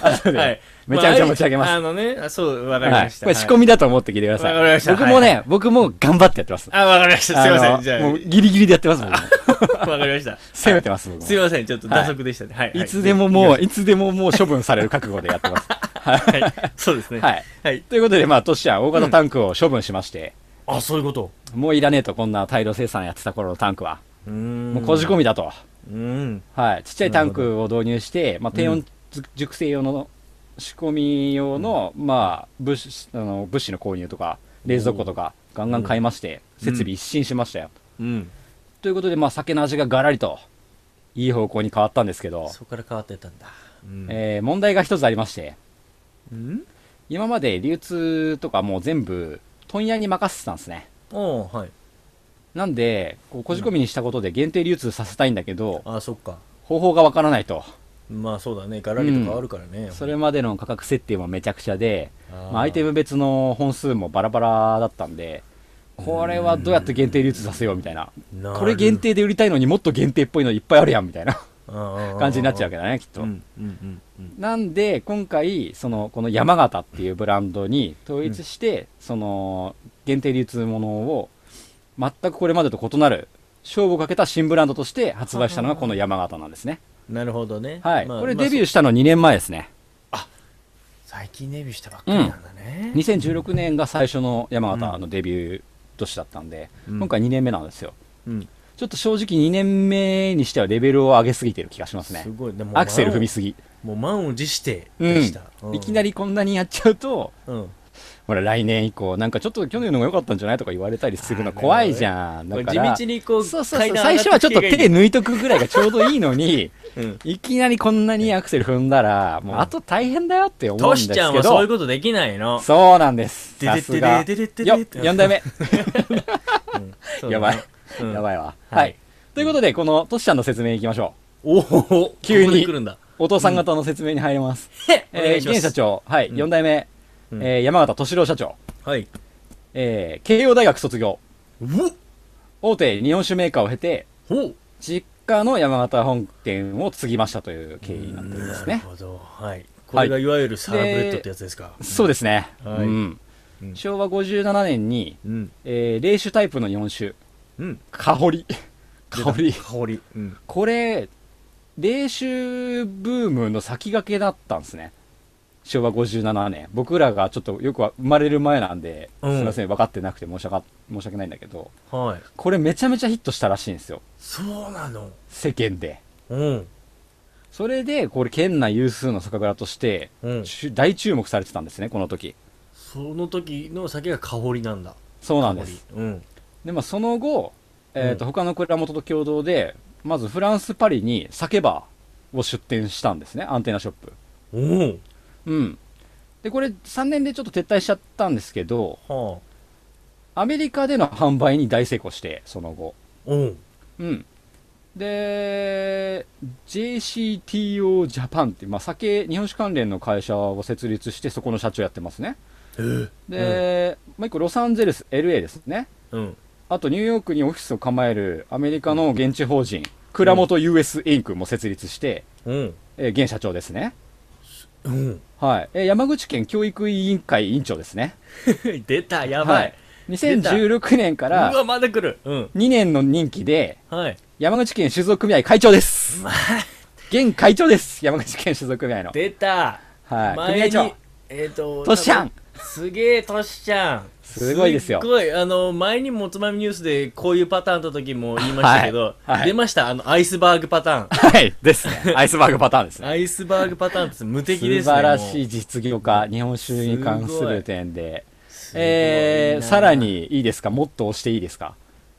S4: 夫。後で
S6: はい、
S4: めちゃめちゃ持ち上げます
S6: あ、あのねあそうわかり
S4: は
S6: ま
S4: い
S6: し。た、
S4: これ仕込
S6: み
S4: みだと思って聞いてください。
S6: わかりました
S4: 僕もね、僕も頑張ってやってます。
S6: あわかりましたすいま
S4: あ
S6: せ
S4: の
S6: んじゃあ
S4: もうギリギリでやってます、僕も。
S6: わかりま した
S4: 攻めてます、僕
S6: すい
S4: も。
S6: ませんちょっと打足でしたねはい、はい
S4: つでももう、いつでももう処分される覚悟でやってます。
S6: はい そうですね
S4: はい。
S6: はい、
S4: ということで、まあ、トシちゃん、大型タンクを処分しまして、
S6: あそういうこと
S4: もういらねえと、こんな大量生産やってた頃のタンクは。
S6: うーん
S4: もうこじ込みだと。
S6: うん
S4: はい。ちっちゃいタンクを導入して、まあ、低温熟成用の仕込み用の、まあ、物資、あの、物資の購入とか、冷蔵庫とか、ガンガン買いまして、設備一新しましたよ。
S6: うん
S4: ということで、まあ、酒の味がガラリと、いい方向に変わったんですけど、
S6: そこから変わってたんだうん
S4: えー問題が一つありまして、
S6: うん
S4: 今まで流通とかもう全部、問屋に任せてたんですね。
S6: おーはい
S4: なんで、こう、こじ込みにしたことで限定流通させたいんだけど、
S6: あそっか
S4: 方法がわからないと。
S6: まあそうだねガラリとかあるからね、
S4: それまでの価格設定もめちゃくちゃで、
S6: あー
S4: まあ、アイテム別の本数もバラバラだったんで、これはどうやって限定流通させようみたいな。
S6: なる
S4: これ限定で売りたいのにもっと限定っぽいのいっぱいあるやんみたいな感
S6: 感
S4: じになっちゃうわけだね、きっと
S6: う。んうんうん
S4: なんで、今回、その、この山形っていうブランドに統一して、その、限定流通ものを、全くこれまでと異なる、勝負をかけた新ブランドとして発売したのがこの山形なんですね。
S6: うんなるほどね
S4: はい。
S6: まあ
S4: これ
S6: まあ
S4: デビューしたの2年前ですね。
S6: そう最近デビューしたばっかりなんだね、
S4: 2016年が最初の山形のデビュー年だったんで、
S6: うん
S4: 今回2年目なんですよ
S6: うん
S4: ちょっと正直2年目にしてはレベルを上げすぎてる気がしますね
S6: すごいでも
S4: アクセル踏みすぎ、
S6: もう満を持して
S4: うん
S6: でした、
S4: いきな
S6: り、
S4: りこんなにやっちゃうと
S6: うん、
S4: ほら来年以降なんかちょっと去年の方が良かったんじゃないとか言われたりするの怖いじゃんだから
S6: 地道にこう
S4: そうそうそう
S6: 階段
S4: 最初はちょっと手
S6: 上が
S4: 抜いとくぐらいがちょうどいいのに
S6: っていけばいいうん
S4: いきなりこんなにアクセル踏んだらもうあと大変だよって思うん
S6: ト
S4: です
S6: シ
S4: け
S6: ち
S4: ど
S6: ゃんはそういうことできないの
S4: そうなんです
S6: でで
S4: さすがよ
S6: ででででででで
S4: 4代目
S6: そうだね
S4: やばい、
S6: うん
S4: やばいわ。
S6: はい
S4: はい。ということで、このトシちゃんの説明いきましょ
S6: おお
S4: 急に
S6: ここで来るんだ
S4: う。お父さん方の説明に入ります。
S6: お
S4: えー
S6: 願いしま
S4: 現
S6: す
S4: 社長、はい、
S6: うん
S4: 4代目、
S6: うん
S4: えー山形敏郎社長、
S6: はい
S4: えー慶応大学卒業、
S6: うお
S4: 大手日本酒メーカーを経て、
S6: ほう
S4: 実家の山形本店を継ぎましたという経緯になってるんで
S6: な
S4: す
S6: る
S4: ね。
S6: ほどはいこれがいわゆるサラブレッドってやつですか
S4: そうですね。
S6: はい
S4: うん
S6: うん
S4: 昭和57年に、
S6: うん
S4: えー、冷酒タイプの日本酒、
S6: うん
S4: 香り。香り。
S6: 香りうん
S4: これ、冷酒ブームの先駆けだったんですね。昭和57年。僕らがちょっとよくは生まれる前なんで、
S6: うん
S4: すいません、分かってなくて申し訳申し訳ないんだけど、
S6: はい
S4: これめちゃめちゃヒットしたらしいんですよ。
S6: そうなの
S4: 世間で。
S6: うん
S4: それで、これ県内有数の酒蔵として、
S6: うん
S4: ちゅ大注目されてたんですね、この時。
S6: その時の酒が香りなんだ
S4: そうなん
S6: 香
S4: で
S6: り
S4: す。
S6: うん
S4: で、まあその後、えっ、と、
S6: う
S4: 他の蔵元と共同で、まずフランス・パリに酒場を出店したんですね、アンテナショップ。
S6: お
S4: うん。で、これ3年でちょっと撤退しちゃったんですけど、
S6: おはあ
S4: アメリカでの販売に大成功して、その後。
S6: おう
S4: うん。で JCTO ジャパンって、まあ、酒日本酒関連の会社を設立してそこの社長やってますね
S6: え
S4: で、もう一個ロサンゼルス LA ですね
S6: うん
S4: あとニューヨークにオフィスを構えるアメリカの現地法人倉本 US インクも設立して、
S6: うん
S4: えー現社長ですね
S6: うん
S4: はい、えー山口県教育委員会委員長ですね
S6: 出たやばい、
S4: はい2016年から
S6: うわまだ来るうん
S4: 2年の任期で
S6: はい
S4: 山口県酒造組合会長です現会長です山口県酒造組合の
S6: 出た
S4: はい組合
S6: 前に
S4: 長
S6: えっ、と
S4: トシちゃ
S6: 多
S4: ん
S6: 分すげえトシちゃん
S4: すごいですよ
S6: すっごいあの前にもつまみニュースでこういうパターンの時も言いましたけど、
S4: はいはい
S6: 出ましたあのアイスバーグパターン
S4: はいです ねアイスバーグパターンですね
S6: アイスバーグパターンって無敵で
S4: 素
S6: すね
S4: 晴らし
S6: も
S4: い実業家日本酒に関する点で
S6: うすごいな
S4: えー、さらにいいですかもっと押していいですか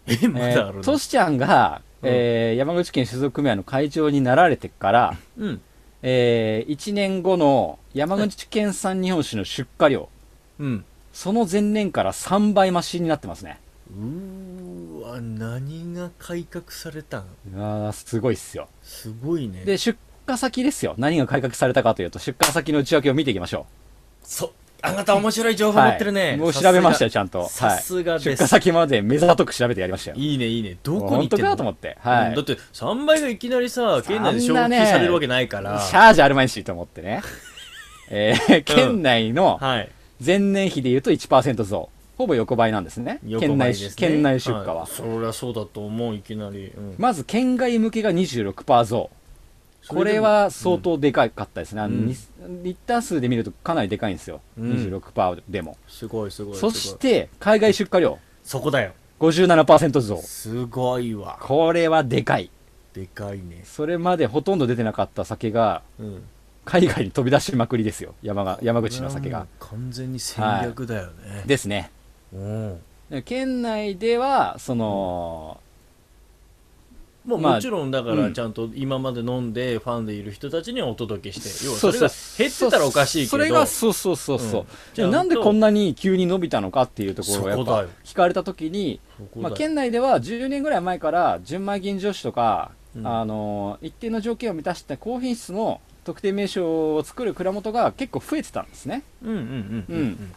S6: えま
S4: え
S6: だある
S4: ー
S6: の、
S4: トシちゃんが、えー山口県酒造組合の会長になられてから、
S6: うん
S4: え1年後の山口県産日本酒の出荷量
S6: うん
S4: その前年から3倍増しになってますね
S6: うーわ何が改革されたん
S4: うわーすごいっすよ
S6: すごいね
S4: で出荷先ですよ何が改革されたかというと出荷先の内訳を見ていきましょ
S6: そあなた面白い情
S4: う
S6: 報持ってるね、
S4: はい、もう調べましたよち
S6: ゃ
S4: ゃんと
S6: さすが
S4: はい、
S6: です
S4: 出荷先まで目ざとく調べてやりましたよ
S6: いいねいいねどこに行って
S4: 本当
S6: んの
S4: かと思っては
S6: う
S4: い
S6: んだって3倍がいきなりさ県内で消
S4: そんな
S6: 費
S4: ね
S6: されるわけないから
S4: シャージあるまいしと思ってね えー県内の
S6: はい
S4: 前年比でいうと1%増ほぼ横ばいなんですね
S6: 横
S4: 県
S6: ばい
S4: 内
S6: ですね
S4: 県内出荷は、
S6: いそりゃそうだと思ういきなり、うん
S4: まず県外向けが26%増これは相当でかかったですね、あの
S6: うん
S4: にリッター数で見るとかなりでかいんですよ、
S6: うん
S4: 26%でも、
S6: すごいすごいすご
S4: そ
S6: い
S4: して海外出荷量
S6: そこだよ
S4: 57%増
S6: すごいわ
S4: これはでかい
S6: でかいね
S4: それまでほとんど出てなかった酒が
S6: うん
S4: 海外に飛び出しまくりですよ山が山口の酒が
S6: 完全に戦略だよね、
S4: ですね
S6: うん
S4: 県内ではその、
S6: もう
S4: まあ
S6: もちろんだか
S4: う
S6: ら
S4: ん
S6: ちゃんと今まで飲んでファンでいる人たちにはお届けして、要は
S4: そ
S6: そうれ
S4: そう
S6: が減ってたらおかしいけど
S4: それがそうそうそうそう、
S6: うん
S4: じゃあなんでこんなに急に伸びたのかっていうところをや
S6: そ
S4: っ
S6: こだ
S4: ぱ
S6: よ
S4: 聞かれた時に
S6: そこだ
S4: まあ、県内では10年ぐらい前から純米吟醸酒とか、
S6: うん
S4: あの一定の条件を満たした高品質の特定名称を作る蔵元が結構増えてたんですね、
S6: うんうんうんうん、
S4: うん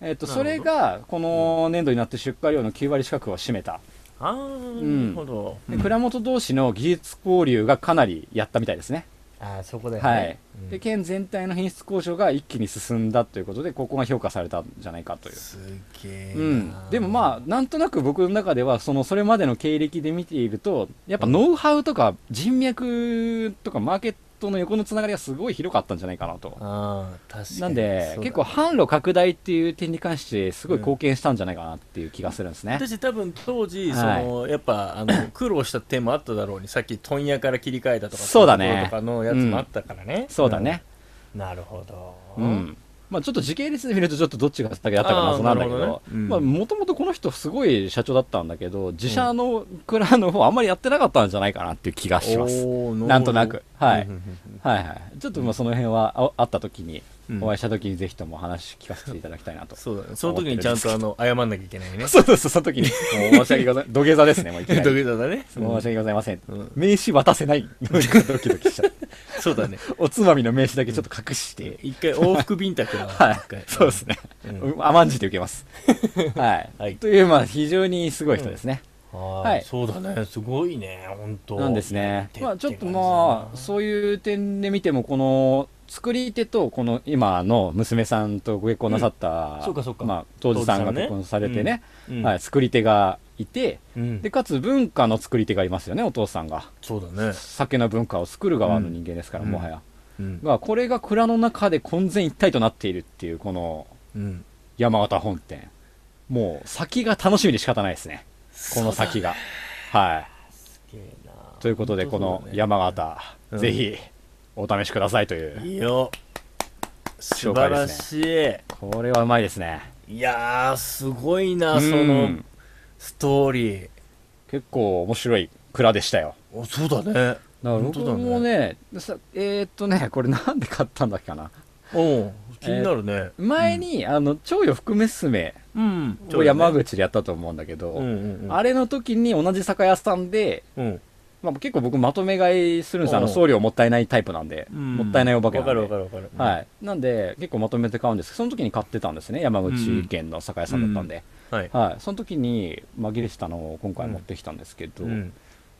S4: えっと
S6: なるほ
S4: そ
S6: ど
S4: れがこの年度になって出荷量の9割近くを占めた、
S6: あーなるほど、
S4: で蔵元同士の技術交流がかなりやったみたいですね、
S6: ああそこだ
S4: はい
S6: うん
S4: で県全体の品質向上が一気に進んだということでここが評価されたんじゃないかという
S6: すげえな、
S4: うん、でもまあなんとなく僕の中ではそのそれまでの経歴で見ているとやっぱノウハウとか人脈とかマーケットの横のつながりがすごい広かったんじゃないかなと
S6: ああ確かに
S4: なんで、
S6: そうだ
S4: 結構販路拡大っていう点に関してすごい貢献したんじゃないかなっていう気がするんですね、
S6: 私多分当時、
S4: はい
S6: そのやっぱあ の苦労した点もあっただろうにさっき問屋から切り替えたとか
S4: そうだね
S6: いところとかのやつもあったからね、
S4: そうだね
S6: うんなるほど、
S4: うん、まあ、ちょっと時系列で見るとちょっとどっちが先だったか謎なんだけ
S6: あーなるほど
S4: ど
S6: ねうん
S4: まあもともとこの人すごい社長だったんだけど自社の蔵の方あんまりやってなかったんじゃないかなっていう気がします、
S6: おー
S4: なんとなくはい、
S6: うんうん
S4: はいはい、ちょっとまあその辺はあ会った時に、
S6: うん
S4: お会いした時にぜひともお話聞かせていただきたい なと
S6: そうだねその時にちゃんとあの謝んなきゃいけないね
S4: そうそうそうその時にもう申し訳 ございません土下座ですねもういきなり
S6: 土下座だね
S4: 申し訳ございません、
S6: うん
S4: 名刺渡せないドキドキしちゃって
S6: そうだね
S4: おつまみの名刺だけちょっと隠して、
S6: 一回往復ビンタくら
S4: はい
S6: 一回
S4: そうですね、うん甘んじて受けます はい、
S6: はい
S4: というまあ非常にすごい人ですね、
S6: は
S4: はいい
S6: そうだねすごいね本当
S4: なんですね
S6: て。
S4: まあちょっと
S6: って感
S4: まあ
S6: じだな
S4: そういう点で見てもこの作り手とこの今の娘さんとご結婚なさった、
S6: そうかそうか
S4: まあ当時さん
S6: 杜氏さ
S4: が
S6: んね
S4: 結婚されてね、
S6: うん
S4: はい、作り手がいて、
S6: うん
S4: でかつ文化の作り手がいますよねお父さんが
S6: そうだね
S4: 酒の文化を作る側の人間ですから、
S6: うん
S4: もはや、
S6: うん
S4: がこれが蔵の中で混然一体となっているっていうこの
S6: うん
S4: 山形本店もう先が楽しみで仕方ないですねこの先が、はい
S6: すげえな
S4: ということで、こ
S6: 本当
S4: の
S6: そうだね
S4: 山形、
S6: うん
S4: ぜひお試しくださいという、
S6: いいよ素晴らしい、
S4: これはうまいですね。
S6: いやーすごいな、
S4: うん
S6: そのストーリー
S4: 結構面白い蔵でしたよ。
S6: おそうだね
S4: だから僕
S6: 本当だ
S4: もね、さえーっとね、これなんで買ったんだっけかな。
S6: お気になるね、
S4: 前に、あの、徴よ含めすめ
S6: うん
S4: を山
S6: 口
S4: 口でやったと思うんだけど、
S6: うんうんうん
S4: あれの時に同じ酒屋さんで、
S6: うん
S4: まあ、結構僕まとめ買いするんですよあの
S6: おう
S4: 送料もったいないタイプなんで、
S5: うん
S4: もったいないお化け
S6: わ
S4: なんで
S6: かるわかるわかる。。
S4: はいい、なんで結構まとめて買うんですけどその時に買ってたんですね山口県の酒屋さんだったんで、
S6: はい。
S4: はい、その時に紛れしたのを今回持ってきたんですけど、
S6: うん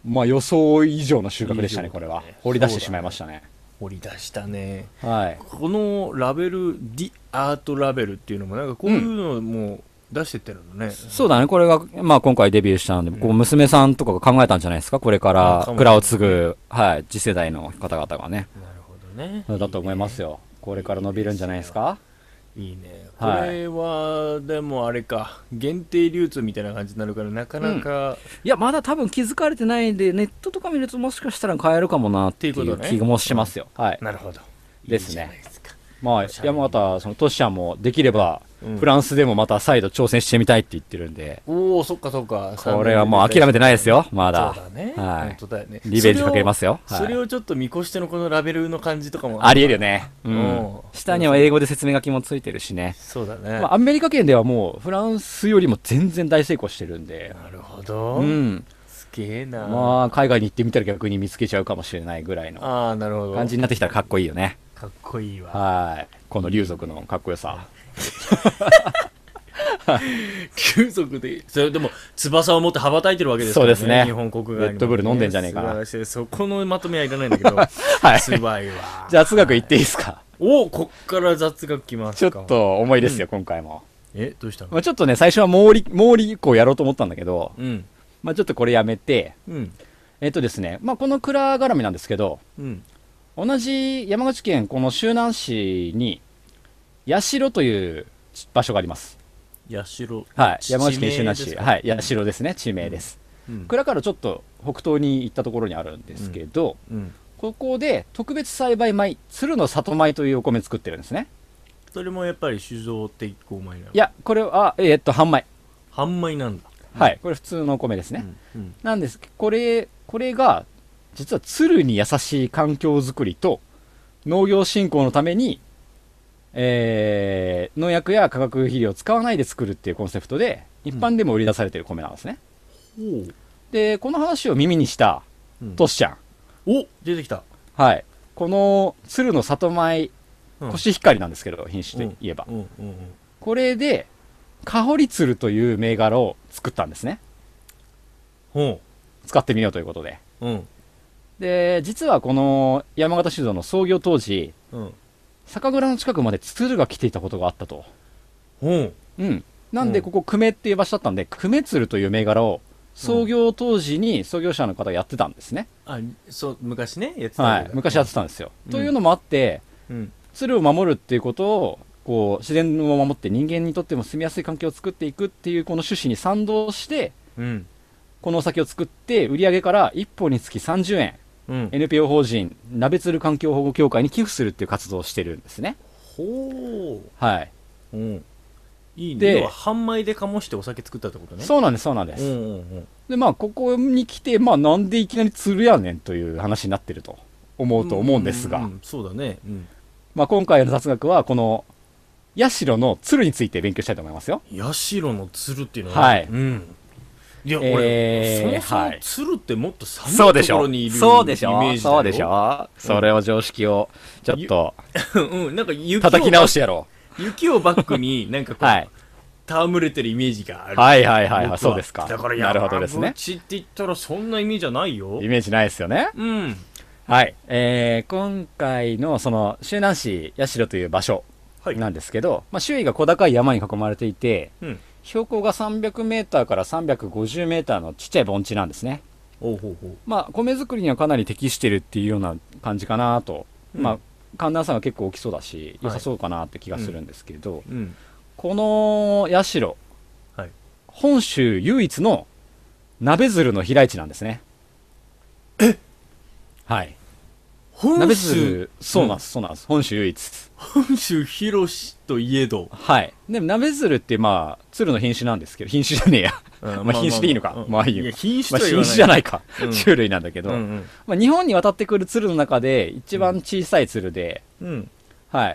S4: まあ予想以上の収穫でした
S6: 以上だ
S4: ね
S6: ね
S4: これは掘り出してしまいましたね
S6: 掘り出したね。
S4: はい
S6: このラベル、ディアートラベルっていうのも、なんかこういうのも出してってるのね。
S4: そうだねこれが、まあ、今回デビューしたので、こう娘さんとかが考えたんじゃないですかこれか
S6: あからも
S4: 蔵を継ぐ、はい、次世代の方々がね
S6: なるほどね。
S4: だと思いますよこれから伸びるんじゃないですか
S6: いいね。こ
S4: はい
S6: れは、でもあれか、限定流通みたいな感じになるから、なかなか、
S4: いやまだ多分気づかれてないんでネットとか見るともしかしたら買えるかもなってい
S6: っていううこと
S4: 気
S6: ね
S4: もしますよ、はい
S6: なるほど。
S4: で
S6: い
S4: すね
S6: いじゃないですか
S4: まあ
S6: しゃ、れに
S4: 山形、そのトシちゃんもできれば、
S6: うん
S4: フランスでもまた再度挑戦してみたいって言ってるんで、
S6: おお、そっかそっか。
S4: これはもう諦めてないですよ、まだ。
S6: そうだね。
S4: はい
S6: 本当だよね。
S4: リベンジかけますよ。
S6: それを。それ
S4: はい
S6: をちょっと見越してのこのラベルの感じとかも。
S4: ありえるよね。う
S6: うん
S4: ん。下には英語で説明書きもついてるしね。
S6: そうだね。
S4: まあ、アメリカ圏ではもう、フランスよりも全然大成功してるんで、
S6: なるほど。
S4: うん。
S6: すげえな。
S4: まあ、海外に行ってみたら逆に見つけちゃうかもしれないぐらいの
S6: ああ、なるほど。
S4: 感じになってきたらかっこいいよね。
S6: かっこいいわ。
S4: はい。この龍族のかっこよさ。
S6: 急速で、それでも翼を持って羽ばたいてるわけですからね。
S4: そうですね
S6: 日本国外にもね
S4: レッドブル飲んでんじゃねえかな
S6: 素晴らしいですそこのまとめはいらないんだけど。
S4: はい。
S6: すごいわ。
S4: じゃあ、雑学行っていいですか
S6: おこっから雑学きます
S4: ちょ
S6: か。
S4: っ。と重いですよ、今回も。
S6: え、どうしたの
S4: まあ、ちょっとね、最初は毛利、毛利以降やろうと思ったんだけど、
S6: うん。
S4: まあ、ちょっとこれやめて、
S6: うん。
S4: えっ、とですね、まあ、この蔵絡みなんですけど、
S6: うん。
S4: 同じ山口県この周南市に、社という場所があります。
S6: 社。
S4: はい。
S6: 地
S4: 山口県周南
S6: 地名で
S4: 市。
S6: すか
S4: はい。社ですね。地名です。
S6: うん。
S4: 蔵からちょっと北東に行ったところにあるんですけど、
S6: うん。
S4: ここで特別栽培米、鶴の里米というお米作ってるんですね。
S6: それもやっぱり酒造的お米なの
S4: いや、これは、えーっと、半米。
S6: 半米なんだ。
S4: はい。これ普通のお米ですね。
S6: うん。うん
S4: なんですけどこれこれが実は鶴に優しい環境づくりと農業振興のために、えー農薬や化学肥料を使わないで作るっていうコンセプトで一般でも売り出されてる米なんですね、でこの話を耳にした
S6: うん
S4: トシちゃん、
S6: お出てきた。
S4: はいこの鶴の里米
S6: うん
S4: コシヒカリなんですけど、品種で言えば、
S6: うんうんうん。
S4: これで香り鶴という銘柄を作ったんですね
S6: ほ
S4: 使ってみようということで
S6: う。うん。
S4: で実はこの山形酒造の創業当時
S6: うん。
S4: 酒蔵の近くまで鶴が来ていたことがあったと、
S6: ほう。
S4: うん、なんで
S6: うん
S4: ここ久米っていう場所だったんで久米鶴という銘柄を創業当時に創業者の方がやってたんですね、
S6: あ、そう、昔ね、やってたんだ
S4: はい、昔やってたんですよ、
S6: うん
S4: というのもあって
S6: うん。
S4: 鶴を守るっていうことをこう自然を守って人間にとっても住みやすい環境を作っていくっていうこの趣旨に賛同して
S6: うん。
S4: このお酒を作って売り上げから1本につき30円
S6: うん。
S4: NPO 法人鍋鶴環境保護協会に寄付するっていう活動をしてるんですね
S6: ほ
S4: はい、
S6: う。うん。いいね。
S4: で
S6: 要は半米で醸してお酒作ったってことね。
S4: そうなんですそうなんです、
S6: うんうんうん。
S4: でまあここに来て、まあ、なんでいきなり鶴やねんという話になってると思うと思うんですが、
S6: ううそうだね。うん。
S4: まあ、今回の雑学はこの社の鶴について勉強したいと思いますよ
S6: 社の鶴っていうの
S4: はい
S6: うん。いや、
S4: えー
S6: 俺、そもそ
S4: は
S6: も
S4: い
S6: 鶴ってもっと寒いところにいるイメージだよ。
S4: そうでしょそうでしょそれを常識をちょっと
S6: うん、なんか雪を
S4: 叩き直してやろ
S6: 雪をバックに、なんか
S4: う
S6: こう、
S4: はい
S6: 戯れてるイメージがある。
S4: はいはいはいはい
S6: 僕は
S4: そうですか
S6: だから
S4: なるほどですね
S6: 山口って言ったらそんなイメージはないよ
S4: イ。メージないですよね
S6: うん。
S4: はいえー、今回のその周南市社という場所
S6: はい。
S4: なんですけど、まあ、周囲が小高い山に囲まれていて、
S6: うん。
S4: 標高が300メーターから350メーターのちっちゃい盆地なんですね。
S6: おうほうほう。
S4: まあ、米作りにはかなり適してるっていうような感じかなと。
S6: うん
S4: まあ、寒暖差が結構起きそうだし、
S6: はい
S4: 良さそうかなって気がするんですけど、
S6: うん。
S4: この社、
S6: はい
S4: 本州唯一の鍋鶴の飛来地なんですね。えはい。
S6: 本
S4: 鍋
S6: 州
S4: 鶴、、そうなんです、そうなんです。本州唯一。
S6: 本州広しといえど。
S4: はい。で、鍋鶴ってまあ、鶴の品種なんですけど、品種じゃねえや。
S6: ま
S4: まあ品種でいいのかまあいいよ
S6: や、品種
S4: まあ、
S6: とは言わ
S4: 品種じゃ
S6: ない。
S4: ないか。
S6: うん
S4: 種類なんだけど。
S6: うん
S4: まあ、日本に渡ってくる鶴の中で一番小さい鶴で、
S6: うん。うん。
S4: はい。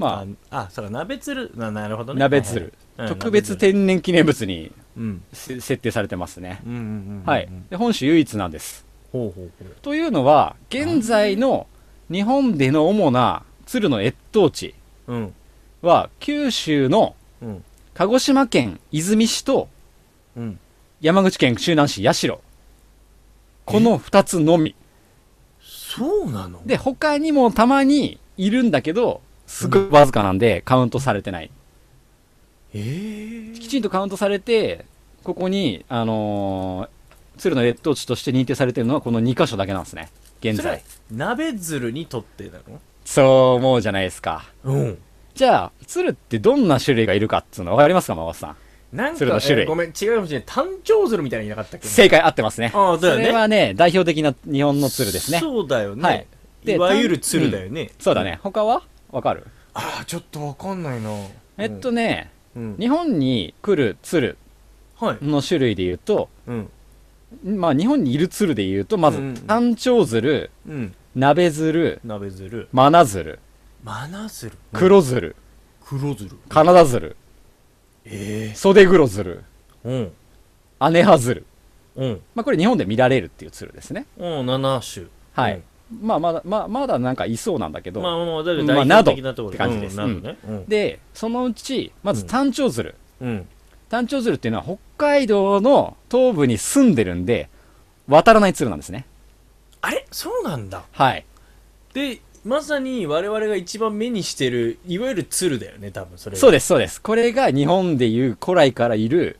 S6: あ
S4: ま、
S6: あ、そうか、鍋鶴。ななるほ
S4: あ、
S6: どね。
S4: 鍋鶴、
S6: はいはい。うん
S4: 特別。天然記念物に
S6: 鍋鶴うん。
S4: せ設定されてますね。
S6: うんうんうんうん。
S4: はい。で、本州唯一なんです。
S6: ほうほうほう
S4: というのは現在の日本での主な鶴の越冬地
S6: うん
S4: は九州の
S6: うん
S4: 鹿児島県出水市と
S6: うん
S4: 山口県周南市八代この2つのみ
S6: そうなの
S4: で他にもたまにいるんだけどすごいわずかなんでカウントされてない
S6: えー
S4: きちんとカウントされてここにあのー鶴の越冬地として認定されてるのはこの2箇所だけなんですね現
S6: それは
S4: 在
S6: 鍋鶴にとってなの
S4: そう思うじゃないですか
S6: うん
S4: じゃあ鶴ってどんな種類がいるかっつうの分かりますかマワさん
S6: なんか、
S4: 鶴の種類
S6: えーごめん違うかもしれない単調鶴みたいなのいなかったっけ
S4: 正解合ってますね
S6: ああだよね
S4: それはね代表的な日本の鶴ですね
S6: そうだよね、
S4: はい
S6: い
S4: で
S6: わゆる鶴だよね、
S4: そうだね他は分かる
S6: ああちょっとわかんないな
S4: えっとね、
S6: うん、
S4: 日本に来る鶴
S6: はい
S4: の種類で言うと、
S6: うん
S4: まあ日本にいる鶴で言うと、ま
S6: うん
S4: ず、単調鶴、
S6: うん
S4: 鍋鶴、
S6: 鍋鶴
S4: マナ鶴、
S6: マナ鶴
S4: 黒鶴、
S6: 黒鶴
S4: カナダ鶴、
S6: え
S4: 袖黒鶴、
S6: えうん
S4: アネハ鶴。
S6: うん
S4: まあこれ日本で見られるっていう鶴ですね。
S6: うん7種う
S4: はい
S6: ん。
S4: まあまだ、まあまだなんかいそうなんだけ
S6: まあ
S4: ど、
S6: まあだけど
S4: まあ
S6: 代表的なところ
S4: などって感じです
S6: うんなどねうん
S4: で、そのうち、まず単調鶴。
S6: うん
S4: 単調鶴っていうのは北海道の東部に住んでるんで、渡らない鶴なんですね。
S6: あれそうなんだ
S4: はい。
S6: でまさに我々が一番目にしてるいわゆる鶴だよね多分それ
S4: そう
S6: で
S4: です、そうです。これが日本でいう古来からいる、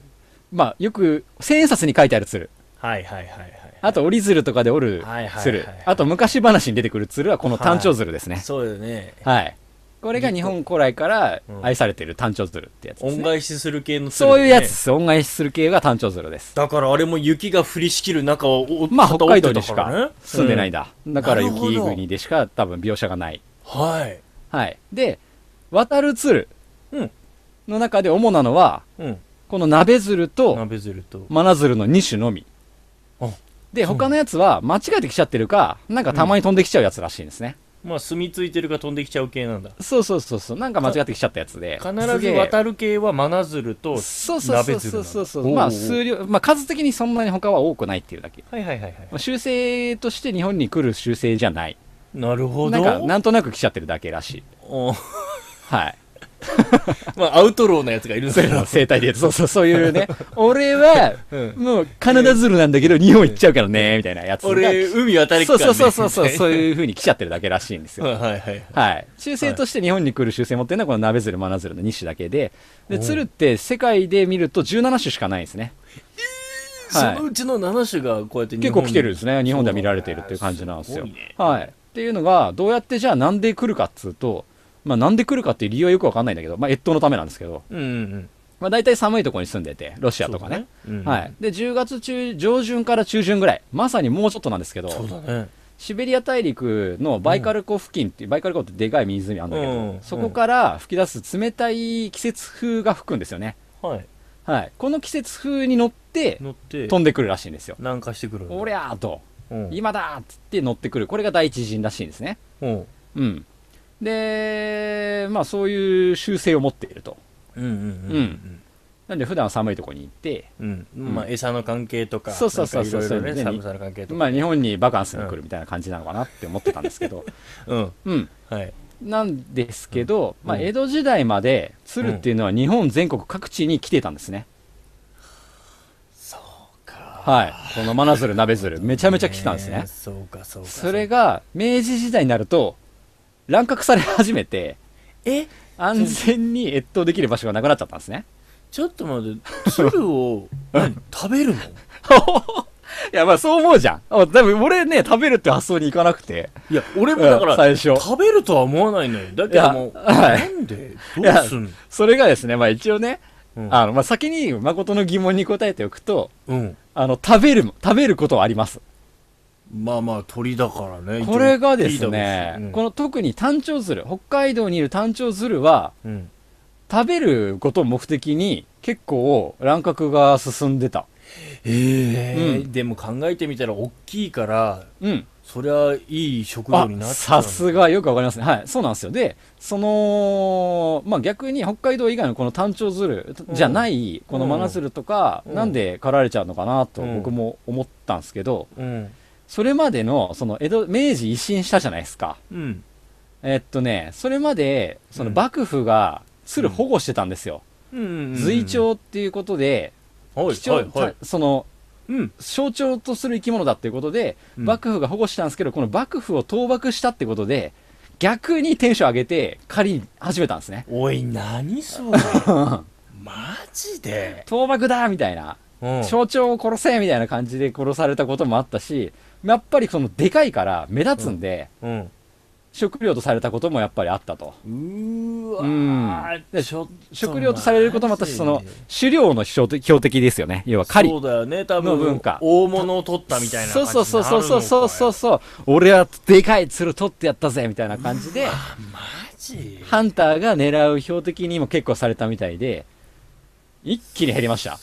S4: まあよく千円札に書いてある鶴。
S6: はいはいはいはい
S4: あと折り鶴とかで折る
S6: はいはいはいはい
S4: 鶴。あと昔話に出てくる鶴はこの単調鶴ですね。
S6: そうだよね
S4: はい。これが日本古来から愛されている単調鶴ってやつです
S6: 恩
S4: ね。
S6: 返しする系の鶴だ
S4: そ
S6: よ
S4: う
S6: ね
S4: いうやつです。恩返しする系が単調鶴です。
S6: だからあれも雪が降りしきる中をお
S4: まあ
S6: 片
S4: 北
S6: 折
S4: 海
S6: って
S4: 道
S6: た
S4: でし
S6: ら
S4: か
S6: ね
S4: 住んでないん
S6: う
S4: だ。だか
S6: な
S4: ら
S6: るほど
S4: 雪国でしか多分描写がない。
S6: はい
S4: はい。で、渡る鶴
S6: うん
S4: の中で主なのは、
S6: うん
S4: この鍋鶴と、
S6: 鍋鶴と
S4: マナズルの2種のみ
S6: あ。
S4: で、他のやつは間違えてきちゃってるか、なんかたまに飛んできちゃうやつらしいんですね。
S6: まあ住み着いてるか飛んできちゃう系なんだ
S4: そうそうそうそう、なんか間違ってきちゃったやつで。
S6: 必
S4: す
S6: ず
S4: げえ
S6: 渡る系は真鶴と
S4: そうそうそうそうそうそう
S6: 鍋鶴なんだおう
S4: ま
S6: おう
S4: あ数量、まあ数的にそんなに他は多くないっていうだけ。
S6: はいはいはいはい
S4: まあ修正として日本に来る修正じゃない。
S6: なるほど
S4: なんか、なんとなく来ちゃってるだけらしい。
S6: お
S4: はい。
S6: まあアウトローなやつがいるん
S4: そ
S6: だ
S4: れ
S6: け
S4: の
S6: ど
S4: 生態で言うと、そうそう、そうい うね。俺は、
S6: うん
S4: もうカナダズルなんだけど日本行っちゃうからね、みたいなやつが。
S6: 俺海渡りっか
S4: そう
S6: ら
S4: そう
S6: ね
S4: そうそうそう、 そう
S6: う
S4: いう風に来ちゃってるだけらしいんですよ
S6: は。いはいはい
S4: はい、習性として日本に来る習性持ってるのはこのナベズルマナズルの2種だけでで鶴って世界で見ると17種しかないんですね
S6: そのうちの7種がこうやって日
S4: 結
S6: 本
S4: 構
S6: に
S4: 来てるんですね日本では見られているっていう感じなんです
S6: そ
S4: よ
S6: うだね
S4: はい、っていうのがどうやってじゃあなんで来るかっつうと、まあ、なんで来るかっていう理由はよくわかんないんだけど、まあ、越冬のためなんですけど、
S6: うんうんうん
S4: まあ、大体寒いところに住んでてロシアとかね
S6: そうだねうん
S4: はい、で10月中上旬から中旬ぐらいまさにもうちょっとなんですけど
S6: そうだね
S4: シベリア大陸のバイカル湖付近っていう、バイカル湖ってでかい湖あるんだけど、
S6: うん
S4: そこから吹き出す冷たい季節風が吹くんですよね。
S6: はい
S4: はい。この季節風に乗って
S6: 乗って
S4: 飛んでくるらしいんですよ。
S6: 南下してくるんだ
S4: おりゃーと、
S6: うん
S4: 今だーっつって乗ってくる。これが第一陣らしいんですね。
S6: うん
S4: うん。で、まあそういう習性を持っていると。
S6: うんうんうんうん
S4: なんで普段は寒いとこに行って、
S6: うん、まあ餌の関係とか、
S4: そうそうそうそう
S6: なんかいろいろね、
S4: そういう
S6: 寒
S4: の
S6: さの関係とか、
S4: まあ日本にバカンスに来るみたいな感じなのかなって思ってたんですけど、
S6: うん、
S4: うん。
S6: はい、
S4: なんですけど、
S6: ん
S4: まあ、
S6: うん
S4: 江戸時代まで鶴っていうのは日本全国各地に来てたんですね、
S6: そうか、
S4: はいこの真鶴鍋鶴めちゃめちゃ来てたんですね
S6: そうか、そうか、
S4: それが明治時代になると乱獲され始めて
S6: え、
S4: 安全に越冬できる場所がなくなっちゃったんですね
S6: ちょっと待って、鶴 を何食べるの？
S4: いやまあそう思うじゃんあでも俺ね食べるって発想にいかなくて
S6: いや、俺もだか
S4: う
S6: ら
S4: ん最初
S6: 食べるとは思わないのよ。だけどもう、
S4: いやはい
S6: なんでど
S4: いや
S6: うすんの？
S4: それがですねまあ一応ね、
S6: うん
S4: あのまあ、先に誠の疑問に答えておくと
S6: うん、
S4: あの食べるも食べることはあります
S6: まあまあ鳥だからね。
S4: これがで
S6: 一応
S4: す
S6: 聞いた
S4: ね、
S6: こと
S4: この特に単調鶴、北海道にいる単調鶴は、
S6: うん、うん
S4: 食べることを目的に結構乱獲が進んでた。
S6: ええ
S4: う
S6: でも考えてみたら大きいから、
S4: うん。
S6: そりゃいい食料
S4: あ
S6: になっ、ちゃう。
S4: さす。がよくわかりますね。はい、そうなんですよ。で、その、まあ、逆に北海道以外のこの単調鶴
S6: うん
S4: じゃない、このマナ鶴とか、
S6: うん
S4: なんで狩られちゃうのかなと
S6: うん
S4: 僕も思ったんですけど、
S6: うん。
S4: それまでの、その、江戸、明治一新したじゃないですか。
S6: うん
S4: えっとね、それまで、その
S6: うん
S4: 幕府が鶴保護してたんですよ。
S6: うん
S4: 随鳥っていうことで、
S6: はい
S4: 貴重、
S6: はいはい
S4: たその、
S6: うん
S4: 象徴とする生き物だっていうことで、
S6: うん
S4: 幕府が保護したんですけど、この幕府を倒幕したってことで、逆にテンション上げて、狩り始めたんですね。
S6: おい何 それマジで、
S4: 倒幕だみたい
S6: う
S4: な、
S6: ん
S4: 象徴を殺せみたいな感じで殺されたこともあったし、やっぱりその、でかいから目立つんで、
S6: うん、
S4: 食料とされたこともやっぱりあったと。
S6: うーわー
S4: うんで
S6: ちょっと
S4: 食料とされることもあったし、その、狩猟の標的標的ですよね。要は狩り
S6: そ。うだよね多
S4: の
S6: 分
S4: 文化
S6: 大物を取ったみたいな感
S4: そう
S6: じ
S4: そうそうそうそうそうそう
S6: う
S4: そう俺はでかい鶴取ってやったぜみたいな感じで
S6: マジ
S4: ハンターが狙う標的にも結構されたみたいで一気に減りました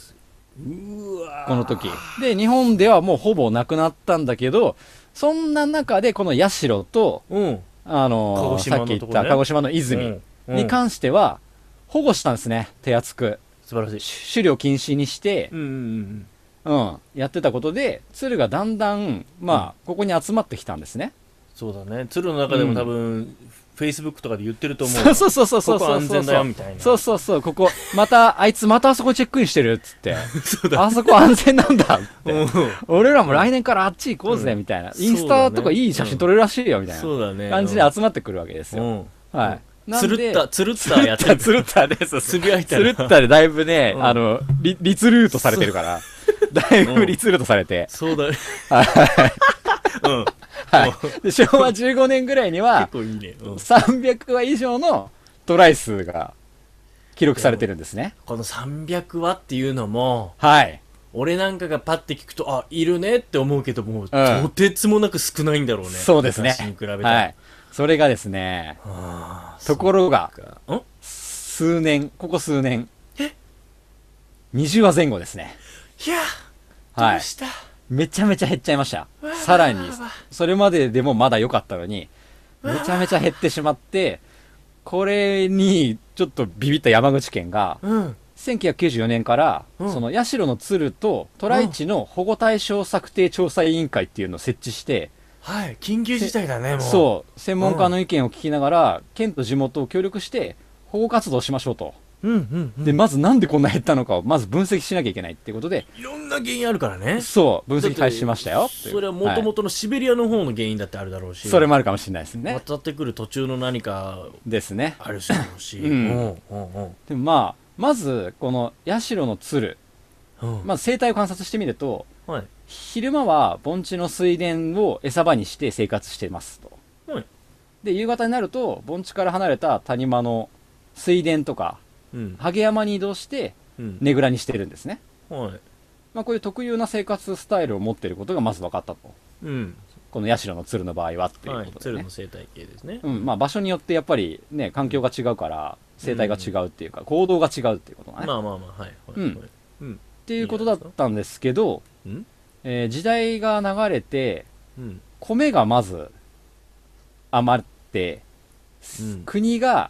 S6: うわ
S4: この時で日本ではもうほぼなくなったんだけどそんな中でこの社と
S6: うん
S4: あの
S6: 鹿児
S4: ー
S6: 島
S4: さ
S6: の
S4: っき
S6: と
S4: 言
S6: こ
S4: っ
S6: ね
S4: た鹿児島の泉
S6: うん
S4: に関しては保護したんですね手厚く
S6: 素晴らしい
S4: 狩猟禁止にして
S6: うんうん
S4: うんやってたことで鶴がだんだんまあここに集まってきたんですね
S6: そうだね鶴の中でも多分フェイスブックとかで言ってると思う
S4: そうそうそうそうそ
S6: こ
S4: うそ
S6: こ
S4: う
S6: 安全だよみたいな
S4: そうそうそうここまたあいつまたあそこチェックインしてるっつって
S6: そう
S4: あそこ安全なんだって、
S6: うん
S4: 俺らも来年からあっち行こうぜみたいな、インスタとかいい写真撮れるらしいよみたい
S6: そうだね
S4: な感じで集まってくるわけです
S6: う
S4: よ、
S6: ん
S4: はいなん
S6: つ
S4: で
S6: るったつるったやってる
S4: つるったです
S6: つぶやいた
S4: つる
S6: ら
S4: ったでだいぶね、
S6: うん
S4: あのリリツルートされてるからだいぶリツルートされて、
S6: そうだねうん
S4: はい、で昭和15年ぐらいには
S6: 結構いいねうん
S4: 300話以上のトライ数が記録されてるんですね
S6: この300話っていうのも
S4: はい
S6: 俺なんかがパッて聞くとあいるねって思うけどもう
S4: うん
S6: とてつもなく少ないんだろうね
S4: そうですね
S6: 昔に比べた
S4: は
S6: ら
S4: いそれがですね
S6: あー
S4: ところが
S6: そっかん
S4: 数年ここ数年20話前後ですね
S6: いや
S4: は
S6: ど
S4: いう
S6: した
S4: めちゃめちゃ減っちゃいましたさらにそれまででもまだ良かったのにめちゃめちゃ減ってしまってこれにちょっとビビった山口県が
S6: うん
S4: 1994年から、
S6: うん
S4: その社の鶴とトライチの保護対象策定調査委員会っていうのを設置して、
S6: はい緊急事態だねもう
S4: そう専門家の意見を聞きながら、県と地元を協力して保護活動をしましょうと、
S6: うんうんうん
S4: でまずなんでこんな減ったのかをまず分析しなきゃいけないっていうことで
S6: いろんな原因あるからね
S4: そう分析開始しましたよっていう
S6: それはもとも
S4: い
S6: とのシベリアの方の原因だってあるだろうし、
S4: それもあるかもしれないですね
S6: 渡ってくる途中の何か
S4: ですね
S6: あるしだろうし、
S4: うん
S6: うんうんうん
S4: でもまあまずこの社の鶴
S6: うん
S4: まず生態を観察してみると
S6: はい
S4: 昼間は盆地の水田を餌場にして生活してますと
S6: はい
S4: で夕方になると盆地から離れた谷間の水田とか
S6: うん
S4: ハゲ山に移動して
S6: うん
S4: ねぐらにしてるんですね、
S6: はい
S4: まあ、こういう特有な生活スタイルを持っていることがまず分かったと
S6: うん
S4: この社の鶴の場合はっていう
S6: は
S4: こ
S6: い
S4: とで、ね
S6: 鶴の生態系ですね
S4: うんまあ、場所によってやっぱりね環境が違うから生態が違うっていうか、行動が違うっていうことだね、
S6: まあまあまあはいはい、
S4: うん
S6: はいうん
S4: っていうことだったんですけど
S6: うん
S4: えー時代が流れて
S6: うん
S4: 米がまず余って、
S6: うん
S4: 国が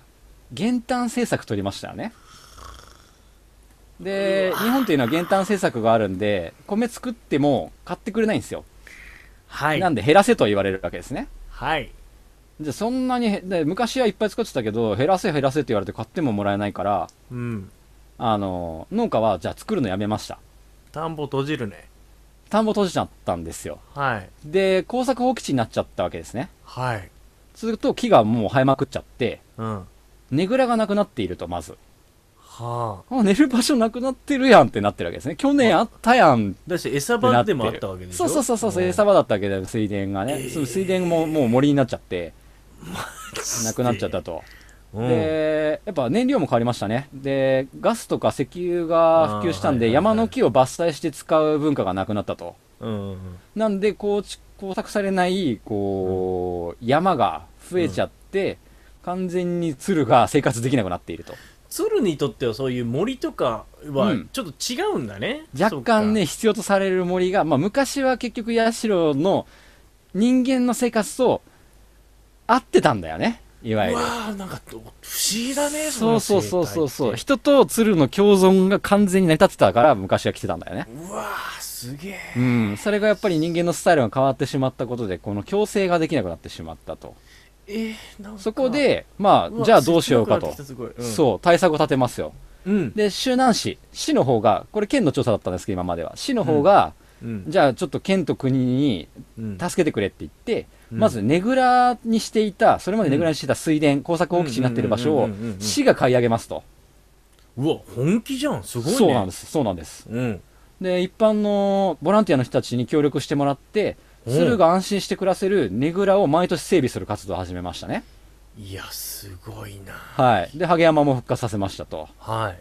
S4: 減反政策取りましたよねで日本っていうのは減反政策があるんで米作っても買ってくれないんですよ、
S6: はい
S4: なんで減らせと言われるわけですね
S6: はい
S4: じゃあそんなにへで昔はいっぱい作ってたけど減らせ減らせって言われて買ってももらえないから
S6: うん
S4: あの農家はじゃあ作るのやめました
S6: 田んぼ閉じるね
S4: 田んぼ閉じちゃったんですよ
S6: はい
S4: で耕作放棄地になっちゃったわけですね
S6: はい
S4: すると木がもう生えまくっちゃって
S6: うんは
S4: ねぐらがなくなっているとまず
S6: あ
S4: あ寝る場所なくなってるやんってなってるわけですね去年あったやんって
S6: だし餌
S4: な
S6: 場
S4: っ
S6: で
S4: て
S6: もあっ
S4: る
S6: たわけでし
S4: そ
S6: ょ
S4: うそうそうそう、
S6: ん
S4: 餌場だったわけで水田がね、その水田ももう森になっちゃってなくなっちゃったと、
S6: うん
S4: でやっぱ燃料も変わりましたねでガスとか石油が普及したん
S6: あーはいは
S4: で
S6: いはい
S4: 山の木を伐採して使う文化がなくなったと
S6: うんうん
S4: なんでこうち耕作されないこう、山が増えちゃって、完全に鶴が生活できなくなっていると
S6: 鶴にとってはそういう森とかは
S4: うん
S6: ちょっと違うんだね、
S4: 若干ね必要とされる森が、まあ、昔は結局社の人間の生活と合ってたんだよねいわ
S6: そう
S4: ゆる
S6: かうわあなんか不思議だね
S4: そうそうそうそうそ
S6: の生
S4: う
S6: 態っ
S4: 人と鶴の共存が完全に成り立ってたから昔は来てたんだよね
S6: てうわあすすげえ
S4: うん、それがやっぱり人間のスタイルが変わってしまったことでこの強制ができなくなってしまったと
S6: えーなんか
S4: そこでま
S6: う
S4: あ
S6: わ
S4: じゃあどうしようかと
S6: 切なくなってきたすごいうん
S4: そう対策を立てますよ
S6: うん
S4: で周南市市の方がこれ県の調査だったんですけど今までは市の方が、
S6: うん
S4: じゃあちょっと県と国に
S6: うん
S4: 助けてくれって言って、
S6: うん
S4: まずねぐらにしていたそれまでねぐらにしていた水田耕作放棄地になっている場所
S6: う
S4: を
S6: んうんうんうんうんうん
S4: 市が買い上げますと
S6: うわ本気じゃんすごいね
S4: そうなんですすそうなんです
S6: うん
S4: で一般のボランティアの人たちに協力してもらって
S6: うん
S4: 鶴が安心して暮らせるねぐらを毎年整備する活動を始めましたね
S6: いやすごいな
S4: はいでハゲ山も復活させましたと
S6: は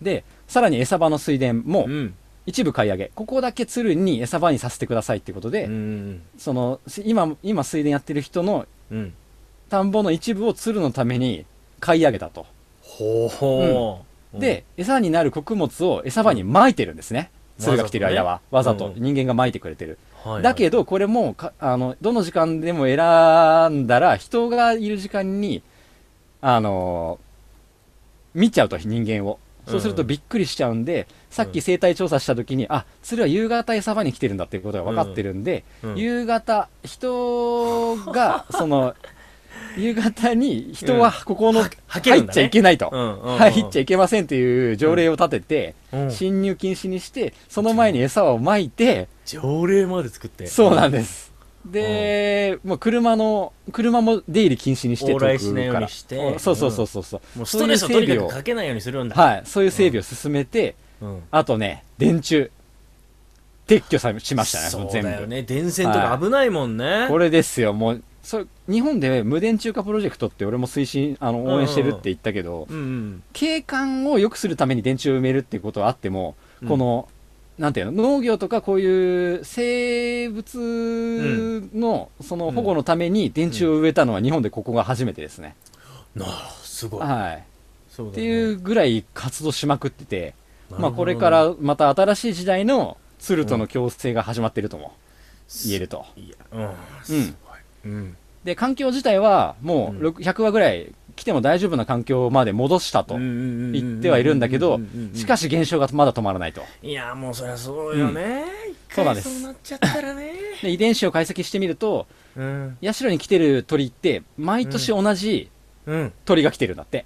S6: い
S4: でさらに餌場の水田も
S6: うん
S4: 一部買い上げここだけ鶴に餌場にさせてくださいってことで、
S6: うん
S4: そのす今今水田やってる人の
S6: うん
S4: 田んぼの一部を鶴のために買い上げたと、
S6: ほうほう、うん、
S4: で餌になる穀物を餌場に撒いてるんですね、
S6: うん
S4: 鶴が来てる間はわ
S6: わざ
S4: ざ
S6: とね
S4: と人間が撒いてくれてる、
S6: はいはい
S4: だけど、これもかあの、どの時間でも選んだら、人がいる時間に、あのー見ちゃうと、人間を。そうすると
S6: うん
S4: びっくりしちゃうんで、さっき生態調査した時に、あ、鶴は夕方餌場に来てるんだっていうことが分かってるんで、
S6: うん
S4: 夕方、人 が、その、夕方に人はここの、
S6: ははける
S4: 入
S6: ん
S4: っ
S6: だね
S4: ちゃいけないと。
S6: うんうんうん
S4: 入っちゃいけませんっていう条例を立てて、
S6: うん
S4: 侵入禁止にして、その前に餌をまいて、
S6: 条例まで作って
S4: そうなん
S6: で
S4: です。で、もう車の、車も出入り禁止にして、
S6: 往来
S4: 遠く
S6: しないよう
S4: から
S6: にして
S4: そうそうそうそうそう。
S6: もうストレスを
S4: そう
S6: と
S4: いう
S6: にか
S4: 整備を
S6: くかけないようにするんだ
S4: はい、そういう整備を進めて、
S6: うん
S4: あとね、電柱。撤去さしましたね、
S6: そう
S4: 全
S6: だよ
S4: 部。
S6: ね電線とか危ないもんね、
S4: これですよ、もう、それ日本で無電柱化プロジェクトって俺も推進、あの、応援してるって言ったけど、
S6: うんうん
S4: 景観を良くするために電柱を埋めるっていうことはあっても、この、なんていうの、農業とかこういう生物の、その保護のために電柱を植えたのは日本でここが初めてですね。
S6: なあすごい
S4: はい。
S6: そうだ
S4: っ
S6: ね
S4: ていうぐらい活動しまくって
S6: な
S4: て、
S6: るほど
S4: まあこれからまた新しい時代の鶴との共生が始まってるとも言えると。
S6: いやうんす
S4: うん。
S6: ごいうん
S4: で、環境自体はも
S6: うん
S4: う6 100話ぐらい来ても大丈夫な環境まで戻したと言
S6: 言
S4: ってはいるんだけど、しか
S6: し
S4: し現象がまだ止まらないと。
S6: いやもうそりゃそうよね一
S4: そうなん
S6: 回
S4: です
S6: そうなっちゃったらね
S4: で遺伝子を解析してみると、
S6: うん
S4: 社に来てる鳥って、毎年同じ
S6: うん
S4: 鳥が来てるんだって。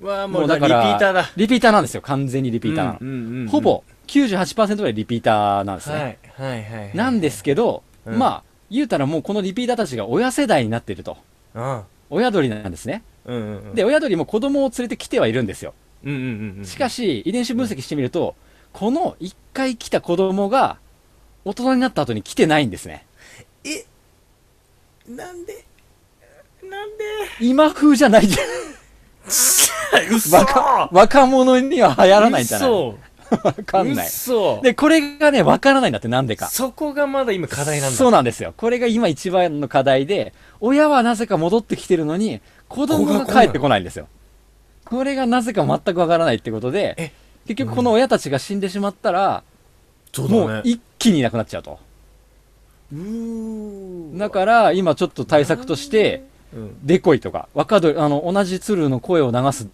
S6: わあもうだからリピーターだ
S4: リピーターなんですよ、完全にリピーターなの。
S6: うんうんうんうん
S4: ほぼ98%ぐらいリピーターなんです
S6: は
S4: ね。
S6: いはいはいはい
S4: なんですけど、
S6: うん
S4: まあ、言うたらもうこのリピーターたちが親世代になってると。
S6: ああ
S4: 親鳥なんですね。
S6: うんうんうん
S4: で、親鳥も子供を連れてきてはいるんですよ。
S6: うんうんうんうん
S4: しかし、遺伝子分析してみると、この1回来た子供が、大人になった後に来てないんですね。
S6: えなんでなんで
S4: 今風じゃないじゃん。
S6: うっそ
S4: 若若者には流行らないんじゃない
S6: そう
S4: わかんない。
S6: そ
S4: で、これがね、わからないんだって、なんでか。
S6: そこがまだ今課題なんだ
S4: そうなんですよ。これが今一番の課題で、親はなぜか戻ってきてるのに、子供が帰ってこないんですよ。これがなぜか全くわからないってこと
S6: え
S4: で、結局この親たちが死んでしまったら、
S6: そう
S4: もう一気にいなくなっちゃうと。だから、今ちょっと対策として、
S6: うん
S4: デコイとか、若鳥、あの、同じ鶴の声を流す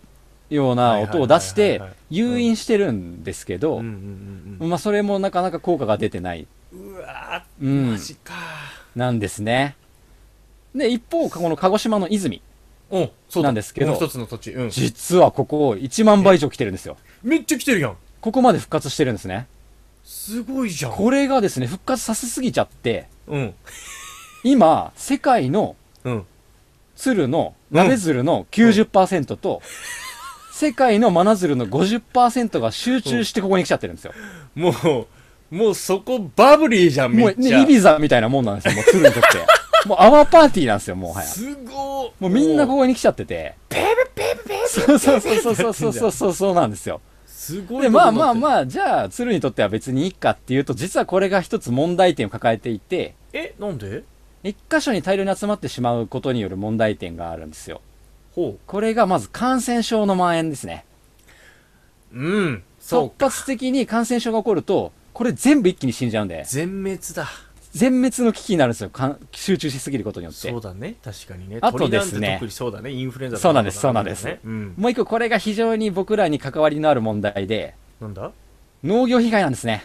S4: ような音を出し
S6: はいはい
S4: て
S6: はいはい、
S4: 誘引してるんですけど、
S6: うんうん
S4: まあ、それもなかなか効果が出てない。
S6: うんうわ
S4: う
S6: ー
S4: ん
S6: マ。ジか
S4: なんですね。で、一方、この鹿児島の泉。
S6: うんそうだ
S4: なんですけど
S6: もう一つの土地うん
S4: 実はここ、1万倍以上来てるんですよ。
S6: めっちゃ来てるやん
S4: ここまで復活してるんですね。
S6: すごいじゃん
S4: これがですね、復活させすぎちゃって、
S6: うん
S4: 今、世界の
S6: うん
S4: 鶴の、鍋鶴の90%と、世界の真鶴の50%が集中してここに来ちゃってるんですよ。
S6: もうもうそこバブリーじゃん
S4: も
S6: めっ、
S4: う
S6: ち
S4: ね、
S6: ゃ
S4: イビザみたいなもんなんですよ、もう鶴にとって。も うアワーパーティーなんですよ、もはや。
S6: すごー
S4: もうみんなこ
S6: おー
S4: こに来ちゃってて。ペーペーペーペーそうそうそうそうそうそうそうそうなんですよ。
S6: すごい
S4: でまあまあ
S6: あ
S4: まあじゃあ鶴にとっては別にいいかっていうと実はこれが一つ問題点を抱えていて
S6: えなんで
S4: 一箇所に大量に集まってしまうことによる問題点があるんですよ
S6: ほ
S4: これがまず感染症の蔓延ですね
S6: ううん
S4: 突
S6: そう
S4: 発的に感染症が起こるとこれ全部一気に死んじゃうんで
S6: 全滅だ
S4: 全滅の危機になるんですよかん集中しすぎることによって
S6: そうだね確かにね
S4: あとですね
S6: 鳥なんて特にそうだねインフルエンザとか
S4: そうなんです
S6: もだね
S4: そうなんで
S6: うん
S4: もう一個これが非常に僕らに関わりのある問題で
S6: なんだ
S4: 農業被害なんですね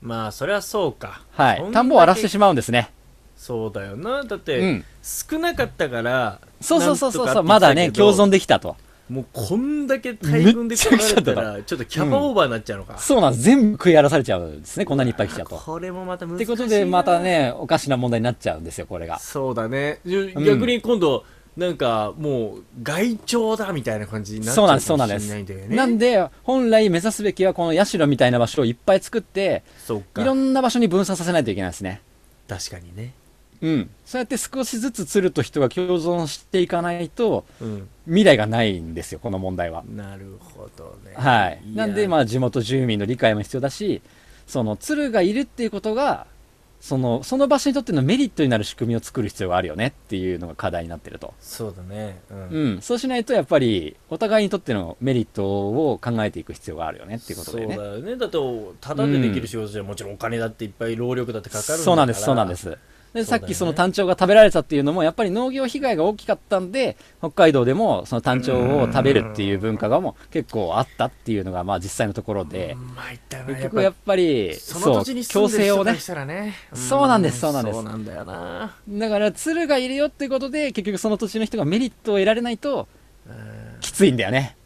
S6: まあそりゃそうか
S4: は
S6: そんだ
S4: い
S6: け
S4: 田んぼを荒らしてしまうんですね
S6: そうだよなだっ
S4: う
S6: て
S4: ん
S6: 少なかったから
S4: そうそうそうそう
S6: なん
S4: そ
S6: と
S4: う
S6: か
S4: ま
S6: って
S4: だ
S6: 言
S4: ね
S6: ってたけど
S4: 共存できたと
S6: もうこんだけ大群で来られたらちょっとキャパオーバーになっちゃうのか、
S4: そうなんです全部食い荒らされちゃうんですねこんなにいっぱい来ちゃうと
S6: これもまた難
S4: っ
S6: しい
S4: て
S6: な
S4: ことでまたねおかしな問題になっちゃうんですよこれが
S6: そうだねじゅ
S4: うん
S6: 逆に今度なんかもう外鳥だみたいな感じになっちゃ
S4: そうう
S6: か
S4: な
S6: も
S4: んですそうなんで
S6: しれないんだよ
S4: す
S6: ね
S4: なんで本来目指すべきはこの社みたいな場所をいっぱい作って
S6: そっか
S4: いろんな場所に分散させないといけないですね
S6: 確かにね
S4: うん、そうやって少しずつ鶴と人が共存していかないと
S6: うん
S4: 未来がないんですよこの問題は。
S6: なるほどね
S4: はい、なんで、ま
S6: あ
S4: あ、地元住民の理解も必要だしその鶴がいるっていうことがそのその場所にとってのメリットになる仕組みを作る必要があるよねっていうのが課題になってると、
S6: そうだねうん、
S4: うん、そうしないとやっぱりお互いにとってのメリットを考えていく必要があるよねっていうことでね
S6: そうだよねだとただでできる仕事じゃもちろんお金だっていっぱい労力だってかかるんだから
S4: そうなんですそうなんですで
S6: ね
S4: さっきその単調が食べられたっていうのもやっぱり農業被害が大きかったんで北海道でもその単調を食べるっていう文化がもう結構あったっていうのがまあ実際のところで
S6: 参ったな
S4: 結
S6: やっ
S4: 局や
S6: ぱ
S4: っぱり
S6: その
S4: そう
S6: 土地に住
S4: 共
S6: んでる
S4: 生
S6: 人か
S4: を
S6: ら
S4: ね
S6: したらね
S4: そうなんですそうなんです
S6: そうなんだよな
S4: だから鶴がいるよってことで結局その土地の人がメリットを得られないときついんだよね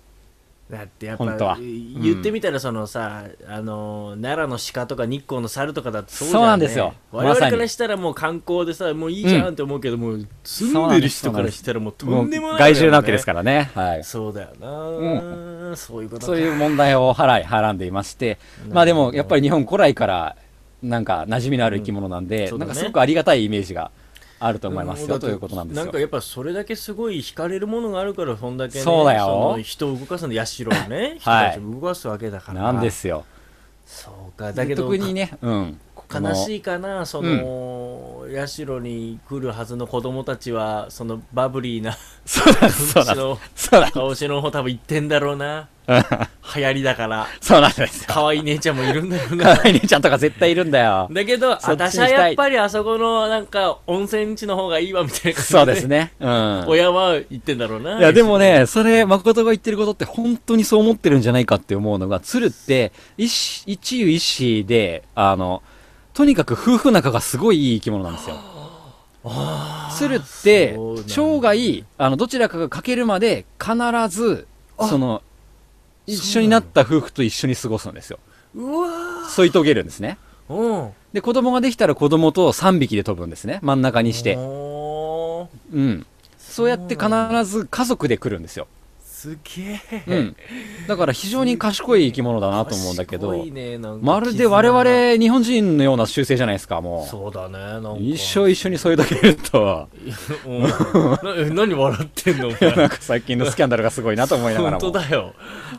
S6: だってやっぱ
S4: 本当は
S6: 言ってみたらそのさ、あの奈良の鹿とか日光の猿とかだってそうじゃ
S4: そうなん
S6: ね
S4: ですよ
S6: 我々
S4: まさに
S6: からしたらもう観光でさもういいじゃんって思うけど、もう住んでる人からしたらもうと
S4: もうん
S6: でもない、
S4: 害獣なわけですからねはい
S6: らそうだよな、そういうことか
S4: そういう問題を払いはらんでいましてまあでもやっぱり日本古来からなんか馴染みのある生き物なんで、
S6: んそう
S4: な
S6: だ
S4: ん
S6: ね
S4: かすごくありがたいイメージがあると思いますよ、
S6: うん
S4: ということなんです
S6: な
S4: よ
S6: んかやっぱそれだけすごい惹かれるものがあるからそんだけ、ね、
S4: そうだよ
S6: の人を動かすの社をね人
S4: はい
S6: たちを動かすわけだから
S4: なんですよ
S6: そうかだけど
S4: 特にね、うん、
S6: 悲しいかなその、社に来るはずの子供たちはそのバブリーな
S4: そうなんですそうなんです
S6: の
S4: そうなんです
S6: 顔しの方多分行ってんだろう な流行りだから
S4: そうなんですよ
S6: 可愛い姉ちゃんもいるんだろう
S4: か
S6: な
S4: わいい姉ちゃんとか絶対いるんだよ
S6: だけど
S4: そっちに
S6: 私
S4: した
S6: はいやっぱりあそこのなんか温泉地の方がいいわみたいな感じ
S4: そうで すねうん
S6: 親は行ってんだろうない
S4: いやでもね、それ、誠が言ってることって本当にそう思ってるんじゃないかって思うのが、鶴って、一種一遊一子で、あの、とにかく夫婦仲がすごいいい生き物なんですよ。鶴って
S6: そうなん、だ
S4: 生涯、あの、どちらかが欠けるまで、必ず、その、一緒になった夫婦と一緒に過ごすんですよ。
S6: うわ
S4: 添い遂げるんですね。
S6: ーうん
S4: で、子供ができたら子供と3匹で飛ぶんですね。真ん中にして。
S6: おー
S4: うん。そうやって必ず家族で来るんですよ。
S6: すげえ
S4: うん、だから非常に賢い生き物だなと思うんだけど
S6: 賢い、ねなんか
S4: まるで我々日本人のような習性じゃないですか、も
S6: そうだねなんか
S4: う。一生一緒に添い遂げると、
S6: うんなえ何笑ってんのお前
S4: なんか最近のスキャンダルがすごいなと思いながら
S6: 本当
S4: も。
S6: だよ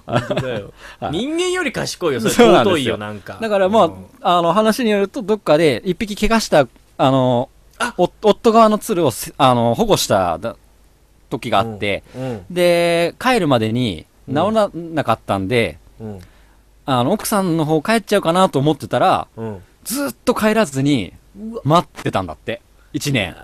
S6: 本当だよ
S4: はい
S6: 人間より賢いよそれ
S4: そうなんですよ
S6: 尊いよなんか
S4: だから
S6: う
S4: ま
S6: ん
S4: あ、あの話によると、どっかで一匹怪我した、あの
S6: あ、
S4: お夫側の鶴をせあの保護しただ時があって、
S6: うん
S4: で、帰るまでに治らなかったんで、
S6: うん
S4: あの奥さんの方帰っちゃうかなと思ってたら、
S6: うん
S4: ずっと帰らずに待ってたんだって1年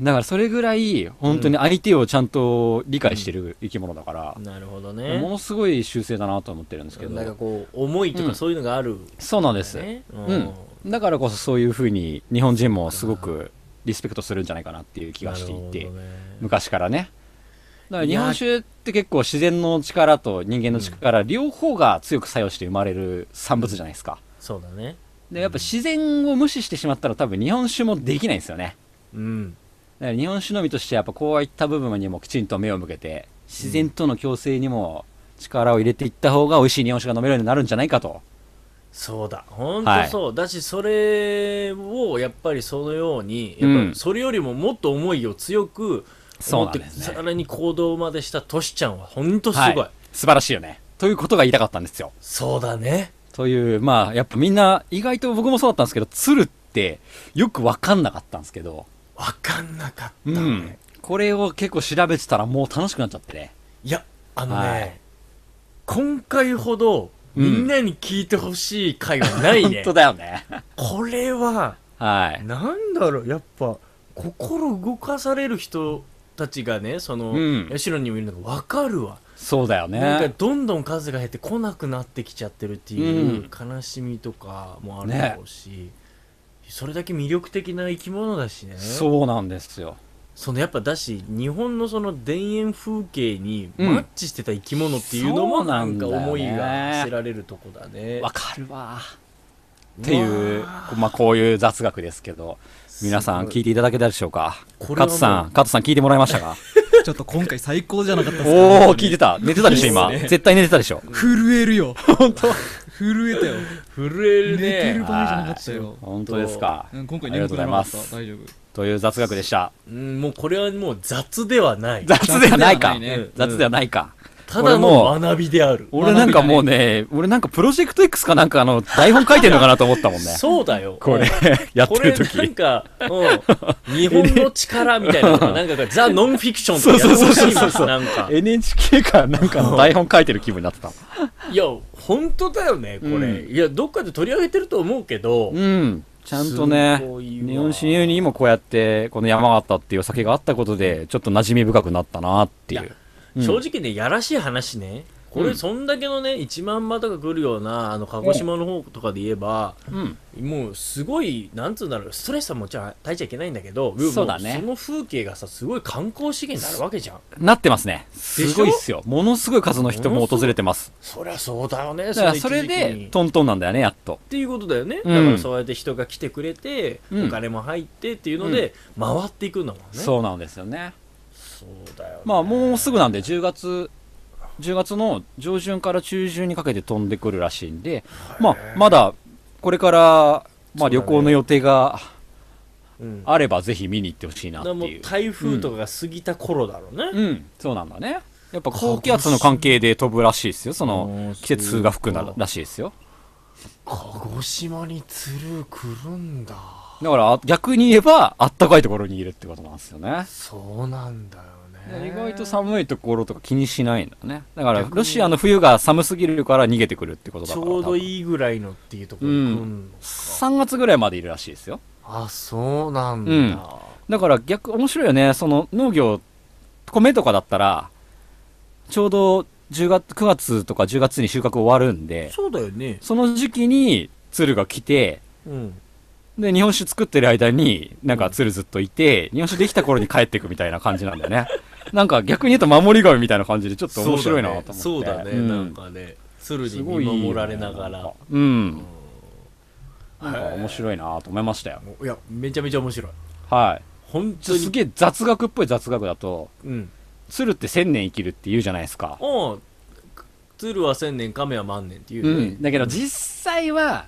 S4: だからそれぐらい本当に相手をちゃんと理解してる生き物だから、
S6: なるほど
S4: も
S6: ね
S4: のすごい修正だなと思ってるんですけ
S6: なんか
S4: ど
S6: こう思いと
S4: う
S6: か
S4: ん
S6: そういうのがある
S4: そうなんです、
S6: ねう
S4: うんだからこそそういうふうに日本人もすごくリスペクトするんじゃないかなっていう気がしていて、
S6: なるほどね
S4: 昔からねだから日本酒って結構自然の力と人間の力、両方が強く作用して生まれる産物じゃないですか
S6: そうだね
S4: でやっぱ自然を無視してしまったら多分日本酒もできないんですよね
S6: うん
S4: だから日本酒のみとしてやっぱこういった部分にもきちんと目を向けて自然との共生にも力を入れていった方が美味しい日本酒が飲めるようになるんじゃないかと
S6: そうだ本当そう、だしそれをやっぱりそのように
S4: うん
S6: やっぱりそれよりももっと思いを強く
S4: そう
S6: 思っ
S4: なん
S6: て、
S4: ですね
S6: さらに行動までしたトシちゃんは本当すごい、
S4: はい素晴らしいよねということが言いたかったんですよ
S6: そうだね
S4: というまあやっぱみんな意外と僕もそうだったんですけど鶴ってよく分かんなかったんですけど
S6: わかんなかった
S4: う
S6: ね、
S4: んこれを結構調べてたらもう楽しくなっちゃってね
S6: いやあのね、
S4: はい
S6: 今回ほど
S4: うん
S6: みんなに聞いてほしい回はないね
S4: 本、当だよね
S6: これは
S4: はい
S6: なんだろうやっぱ心動かされる人たちがねその、
S4: うん
S6: 社にもいるのが分かるわ
S4: そうだよ
S6: なんか
S4: ね。
S6: どんどん数が減って来なくなってきちゃってるっていう悲しみとかもあるだろうし、それだけ魅力的な生き物だしね
S4: そうなんですよ。
S6: そのやっぱだし日本のその田園風景にマッチしてた生き物っていうの
S4: う
S6: も
S4: ん
S6: なんか思い
S4: そうなんだよ
S6: が
S4: ね
S6: 馳せられるとこだね
S4: わかるわ。っていう
S6: うわ、
S4: まあこういう雑学ですけど、皆さん
S6: すごい
S4: 聞いていただけたでしょうか。
S6: これはもう
S4: 勝さん、勝さん聞いてもらいましたか
S5: ちょっと今回最高じゃなかったですか
S4: おー、聞いてた。寝てたでしょ、
S5: い
S4: 今。
S5: いっすね
S4: 絶対寝てたでしょ。
S5: 震える よ
S4: 本当
S5: 震えたよ
S6: 震え
S5: 寝
S6: る
S5: てる
S6: ね
S5: 場合じゃなかったよ
S4: 本当ですか。
S5: うん今回
S4: ありが
S5: 眠
S4: と
S5: く
S4: うご
S5: な
S4: ざい
S5: りま
S4: ま
S5: し
S4: す
S5: た。大丈夫
S4: という雑学でした。
S6: うんもうこれはもう雑ではない
S4: 雑ではないか
S5: 雑ではないね。
S4: 雑ではないか。
S6: ただの学びである
S4: 俺なんかもうね、俺なんかプロジェクト X かなんかあの、台本書いてるのかなと思ったもんね。
S6: そうだよ
S4: こ
S6: う
S4: れ
S6: ん、
S4: やって
S6: これ
S4: る
S6: なん
S4: 時。
S6: か、うん、日本の力みたいなの が、なんかザ・ノンフィクションとかや
S4: そう
S6: って
S4: そう
S6: ほ
S4: そ
S6: し
S4: う
S6: いも
S4: そう
S6: んなんか。
S4: NHK かなんかの台本書いてる気分になってた。
S6: いや、本当だよね、これ。
S4: う
S6: いや、どっかで取り上げてると思うけど、
S4: うん。ちゃんとね
S6: すご、いわ
S4: 日本親友にもこうやって、この山形っていうお酒があったことで、ちょっと馴染み深くなったなっていう
S6: い。
S4: うん
S6: 正直ね、やらしい話ね。こ
S4: う
S6: れ、
S4: ん
S6: そんだけのね、1万羽とか来るような、あの、鹿児島の方とかで言えば、
S4: うん。
S6: もう、すごい、なんつうんだろう、ストレスはもちろん耐えちゃいけないんだけど、
S4: そうだね
S6: もその風景がさ、すごい観光資源になるわけじゃん。
S4: なってますね。すごい
S6: で
S4: っ
S6: しょ
S4: すよ。ものすごい数の人も訪れてます。
S6: そりゃそうだよね、
S4: だから
S6: の一
S4: それ
S6: 時期
S4: で
S6: に、
S4: トントンなんだよね、やっと。
S6: っていうことだよね、
S4: うん
S6: だからそうやって人が来てくれて、
S4: うん
S6: お金も入ってっていうので、回っていくんだもんね
S4: そうなんですよね。
S6: そうだよ、ね、
S4: まあもうすぐなんで10月10月の上旬から中旬にかけて飛んでくるらしいんで、まあ、まだこれから、
S6: そ
S4: ま
S6: うだ
S4: あ、
S6: ね
S4: 旅行の予定が
S6: うん、だか
S4: あればぜひ見に行ってほしいなって
S6: らもう
S4: いう
S6: 台風とかが過ぎた頃だろうね、
S4: うんそうなんだねやっぱ高気圧の関係で飛ぶらしいですよその季節風が吹くなららしいですよ
S6: 鹿児島にツルー来るんだ
S4: だからあ逆に言えばあったかいところにいるってことなんですよね
S6: そうなんだよね
S4: 意外と寒いところとか気にしないんだねだからロシアの冬が寒すぎるから逃げてくるってことだ
S6: ち
S4: から
S6: ょうど
S4: い
S6: いいぐらいのっていうところに来るの、
S4: うん3月ぐらいまでいるらしいですよ
S6: あそうなんだ、
S4: うんだから逆、面白いよね。その農業、米とかだったら、ちょうど10月、9月とか10月に収穫終わるんで、
S6: そうだよね
S4: その時期に鶴が来て、
S6: うん
S4: で、日本酒作ってる間に、なんか鶴ずっといて、日本酒できた頃に帰ってくみたいな感じなんだ よね。なんか逆に言うと守り神みたいな感じでちょっと面白いなと思って。
S6: そうだね、
S4: ん
S6: なんかね鶴
S4: す
S6: に
S4: ごい
S6: 見
S4: いいよね
S6: 守られながら。
S4: うん。なんか面白いなと思いましたよ。
S6: いやめちゃめちゃ面白い
S4: はい。
S6: 本
S4: ち
S6: 当
S4: ょ
S6: に
S4: すげえ雑学っぽい雑学だと、
S6: うん
S4: 鶴って千年生きるって言うじゃないですか。
S6: おう鶴は千年亀は万年っていう
S4: う
S6: ね、
S4: ん、だけど実際は、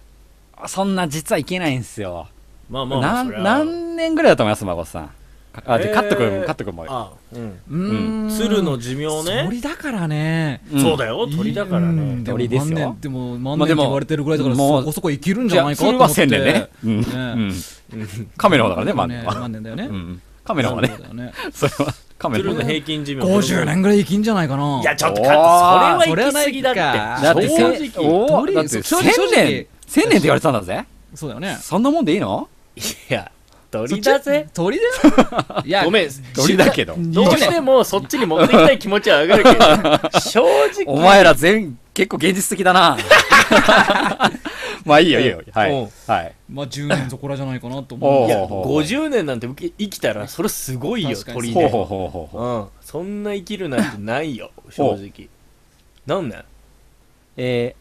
S4: そんな実はいけないんですよ。
S6: まあまあまあ
S4: な
S6: そりゃ
S4: ん何年ぐらいだと思います、孫さん。かあ、で、
S6: えー
S4: カットくん、カットくんも。
S6: あ、うん、
S5: うーん
S6: 鶴の寿命ね
S5: 鳥だからね
S4: ん
S6: そうだよ鳥だからね
S5: うんでも
S4: 鳥ですよ
S5: 万年でも万
S4: まあ
S5: 年
S4: で
S5: って
S4: も
S5: 言われてるぐらいだから
S4: もう
S5: そこそこ生きるん
S4: い
S5: じゃな
S4: や、
S5: いかと
S4: それ
S5: 思っ
S4: は
S5: て
S4: 千年ね。うん。う
S5: ね
S4: ん。カメの方だからね、万年は。
S5: 万年だよね
S4: うん。カメの方は
S5: そう
S4: ね。
S5: だ よね
S4: それは、カメの
S6: 鶴
S4: 方
S6: の
S4: ね。
S6: 平均寿命
S5: 50年ぐらい生きんじゃないかない
S6: やちょっと
S4: おー
S6: カットそれは行き過ぎだって
S4: だってせ
S5: 正
S4: ん、
S5: 直
S4: おー
S5: 鳥
S4: だって
S5: 正
S4: 千
S5: 直
S4: 年、千年って言われてたんだぜ。
S5: そうだよね
S4: そんなもんでいいの
S6: いや鳥だぜ
S5: 鳥だよいや
S6: ごめん
S4: 鳥だけど。
S6: どうしてもそっちに持っていきたい気持ちは上がるけど正直
S4: お前ら全、結構現実的だな。 まあいいよ、いいよ。は
S6: う
S4: い
S6: ん。
S4: はい。
S5: まあ10年そこらじゃないかなと
S4: お
S5: 思
S4: う
S5: う
S6: いや
S4: ほほ
S6: 50年なんて生き生きたらそれすごいよ
S5: 確か
S6: 鳥
S5: に
S4: ほう
S6: で
S4: ほうほうほうほう。
S6: うんそんな生きるなんてないよ正直なんね
S4: え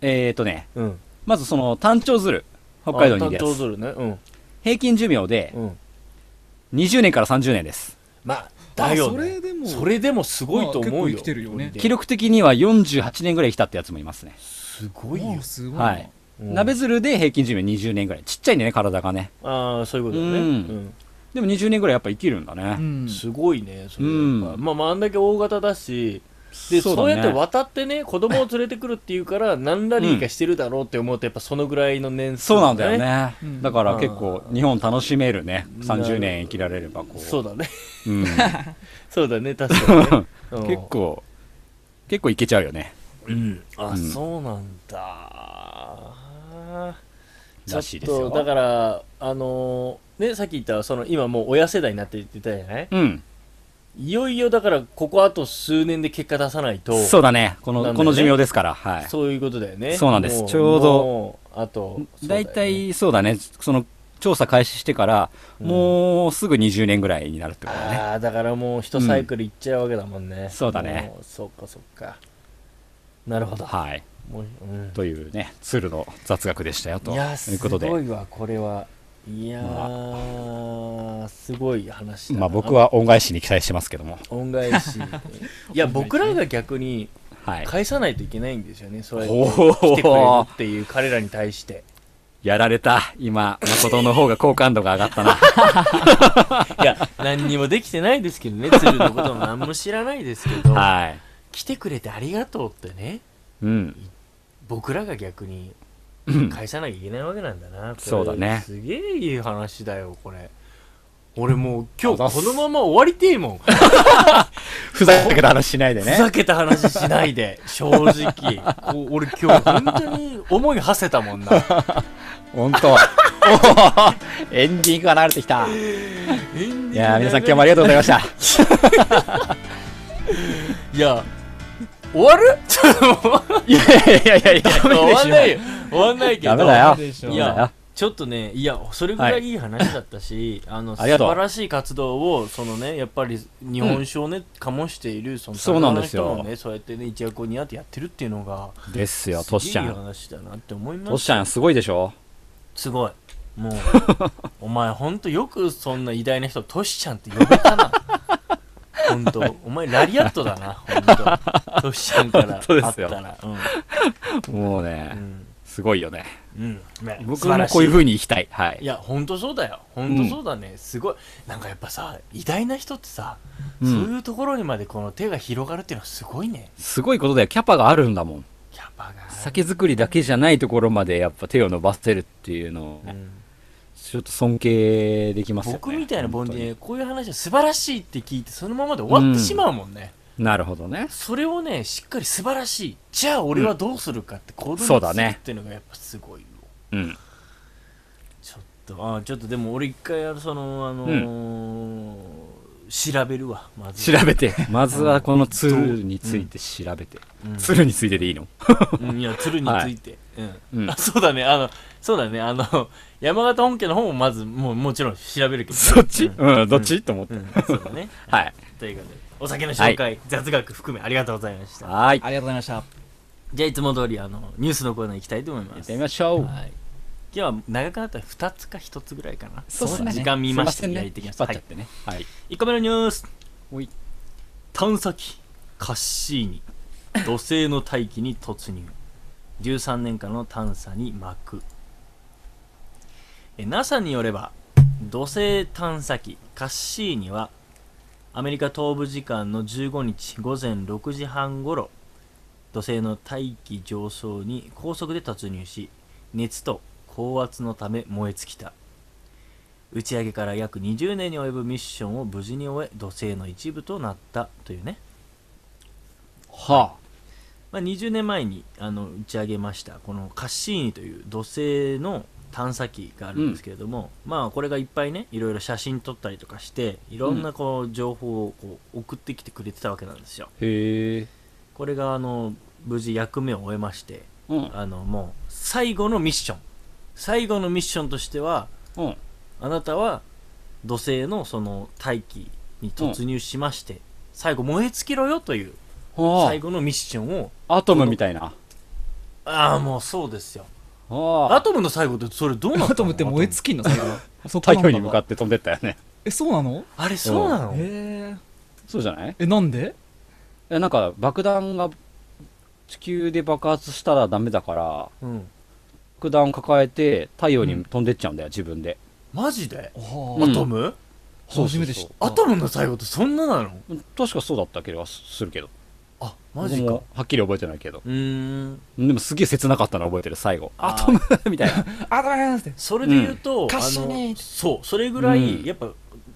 S4: ー、えーとね、
S6: うん
S4: まずその単調鶴、北海道にいるや
S6: あ担当
S4: つ。
S6: するねうん
S4: 平均寿命で
S6: うん
S4: 20年から30年です。
S6: まあだよ
S5: あそれ
S6: ね
S5: でも
S6: それでもすごいと思
S5: ま
S6: う
S5: あ結構生
S6: よ
S5: きてるよね
S6: で
S4: 記録的には48年ぐらい生きたってやつもいますね。
S6: すごい
S5: も
S6: よ
S5: うすごいな
S4: はい。
S6: うん
S4: 鍋鶴で平均寿命20年ぐらい。ちっちゃいんだよね、体がね。
S6: ああそういうことだね
S4: うんでも20年ぐらいやっぱ生きるんだ
S5: う
S4: ね。
S6: うんんすごいねそれやっぱ
S4: うん
S6: まあまああんだけ大型だしでそう,、
S4: だね
S6: やって渡ってね子供を連れてくるっていうから何ラリーかしてるだろうって思うとやっぱそのぐらいの年数
S4: そうなんだよね
S5: うん。
S4: だから結構日本楽しめるね。
S6: うん
S4: 30年生きられればこう。
S6: そうだね
S4: うん結
S6: そう だね確かにね、うん
S4: 構、結構いけちゃうよね。
S6: うん、あ、
S4: うん
S6: そうなんだ
S4: らしいですよ
S6: ちょっとだからあのーねさっき言ったその今もう親世代になって言ってたじゃない、
S4: うん。
S6: いよいよだからここあと数年で結果出さないと
S4: そうだねこの
S6: なんだよね
S4: この寿命ですからはい
S6: そういうことだよね
S4: そうなんです
S6: も
S4: ちょうど
S6: もうあとそうだ
S4: 大
S6: よね
S4: 体そうだねその調査開始してから、もうすぐ20年ぐらいになるってことだね
S6: ああだからもう一サイクルいっちゃうわけだもんね、
S4: そうだね
S6: もうそっかそっかなるほど
S4: はい
S6: もううん
S4: というね鶴の雑学でしたよと
S6: いや
S4: い
S6: す
S4: うことで
S6: ごいわこれはいやー、すごい話だな
S4: まあ僕は恩返しに期待してますけども
S6: 恩返 しいや僕らが逆に
S4: はい
S6: 返さないといけないんですよねそうやって
S4: お
S6: 来てくれる
S4: お
S6: っていう彼らに対して
S4: やられた今誠の方が好感度が上がった な
S6: いや何にもできてないですけどね鶴のことも何も知らないですけど、
S4: はい
S6: 来てくれてありがとうってね
S4: うん
S6: 僕らが逆に返さなきゃいけないわけなんだなこれ
S4: そうだね
S6: すげえいい話だよこれ俺もう今
S4: あざっ
S6: 日
S4: す
S6: このまま終わりてえもん
S4: ふざけた話しないで
S6: ふざけた話しないで正直こう俺今日本当に思い馳せたも んな
S4: 本 当おおエンディングが流れてきたいやー皆さん今日もありがとうございま した
S6: いや終わるちょっと終わ
S4: いやいやいやいや
S6: んないよ終わんないけど
S4: ダメだよ
S6: い
S4: ダメだよ
S6: やちょっとねいやそれぐらいいい話だったし、あの
S4: あ
S6: 素
S4: りがとう
S6: 晴らしい活動をそのねやっぱり日本酒をね、醸しているその
S4: そうなんですよ
S6: 酒蔵の人もねそうやってね一躍を担ってやってるっていうのが
S4: ですよ
S6: すげ
S4: トシちゃ
S6: えいい
S4: ん
S6: 話だなって思いま
S4: ト
S6: す
S4: シちゃんすごいでしょ
S6: すごいもう お前ほんとよくそんな偉大な人トシちゃんって呼べたな ほんとお前ラリアットだなほんとトシちゃんからあっ
S4: 本当で
S6: た
S4: すよ
S6: らうん
S4: もう
S6: う
S4: ね
S6: ん
S4: すごいよね
S6: うんね
S4: 僕
S6: 素晴
S4: も
S6: らし
S4: こういう風に行きたいはい
S6: いやほんとそうだよほんとそうだね、すごいなんかやっぱさ偉大な人ってさ、
S4: うん
S6: そういうところにまでこの手が広がるっていうのはすごいね
S4: すごいことだよキャパがあるんだもん
S6: キャパがある
S4: 酒造りだけじゃないところまでやっぱ手を伸ばせるっていうのを
S6: うん
S4: ちょっと尊敬できますよね
S6: 僕みたいなボンディ
S4: 本
S6: ねこういう話は素晴らしいって聞いてそのままで終わってしまうもんね、
S4: 当になるほどね
S6: それをねしっかり素晴らしいじゃあ俺はどうするかって行動に移す
S4: そうだね
S6: っていうのがやっぱすごいよ
S4: うん
S6: ちょっとあちょっとでも俺一回あのそのあのー調べるわまず
S4: 調べてまずはこの鶴について調べて、
S6: うん
S4: 鶴についてでいいの
S6: うんいや鶴について、うん
S4: うん
S6: あそうだねあのそうだねあの山形本家の方もまずもうもちろん調べるけどね、
S4: そっち
S6: うん
S4: うん、どっちと思っ
S6: う
S4: て。
S6: んそうだね
S4: はい。
S6: ということでお酒の紹介、雑学含めありがとうございました
S4: はい。
S5: ありがとうございました
S6: じゃあいつも通りあのニュースのコーナー行きたいと思います
S4: やってみましょう。
S6: はい、今日は長くなったら2つか1つぐらいかな
S4: そうっすね
S6: 時間見まし
S4: す
S6: て
S4: いませんね
S6: やりていきます
S4: 引っ張っちゃ
S6: は
S4: ってね。はい。
S6: い、1個目のニュース
S4: おい
S6: 探査機カッシーニ土星の大気に突入13年間の探査に幕え NASA によれば土星探査機カッシーニはアメリカ東部時間の15日午前6時半ごろ土星の大気上昇に高速で突入し熱と高圧のため燃え尽きた打ち上げから約20年に及ぶミッションを無事に終え土星の一部となったというね、
S4: は
S6: まあ、20年前にあの打ち上げましたこのカッシーニという土星の探査機があるんですけれども、まあこれがいっぱいねいろいろ写真撮ったりとかしていろんなこう情報をこう送ってきてくれてたわけなんですよ
S4: あ。へえ。
S6: これがあの無事役目を終えまして
S4: うん。
S6: あのもう最後のミッション最後のミッションとしては
S4: うん。
S6: あなたは土星のその大気に突入しまして、最後燃え尽きろよという最
S4: は
S6: 後のミッションを
S4: あ。アトムみたいな。
S6: ああもうそうですよア
S4: はあ。
S6: トムの最後ってそれどうなったの
S5: アトムって燃え尽きんの最後そ
S4: 太陽に向かってて飛んでったよね。
S5: えそうなの
S6: あれそうなの
S5: え
S4: そうじゃない
S5: えなんで
S4: え、なんか爆弾が地球で爆発したらダメだから、
S6: うん
S4: 爆弾を抱えて太陽に飛んでっちゃうんだよ、自分で。
S6: マジで
S5: あ
S4: う
S6: ア
S4: ん
S5: ー
S6: トム、
S4: そうそうそう
S5: 初めて知った
S6: アトムの最後ってそんななの
S4: 確かそうだった気がするけど。
S6: あマジ
S4: 僕
S6: か
S4: もはっきり覚えてないけど。
S6: うーん
S4: でもすげえ切なかったの覚えてる、最後。
S6: あ
S4: ア
S6: ー
S4: トム みたいな。
S5: あダメなんですって
S6: それで言うと、
S5: んカッシー
S6: あ
S5: ニ
S6: のそうそれぐらい、
S4: うん
S6: やっぱ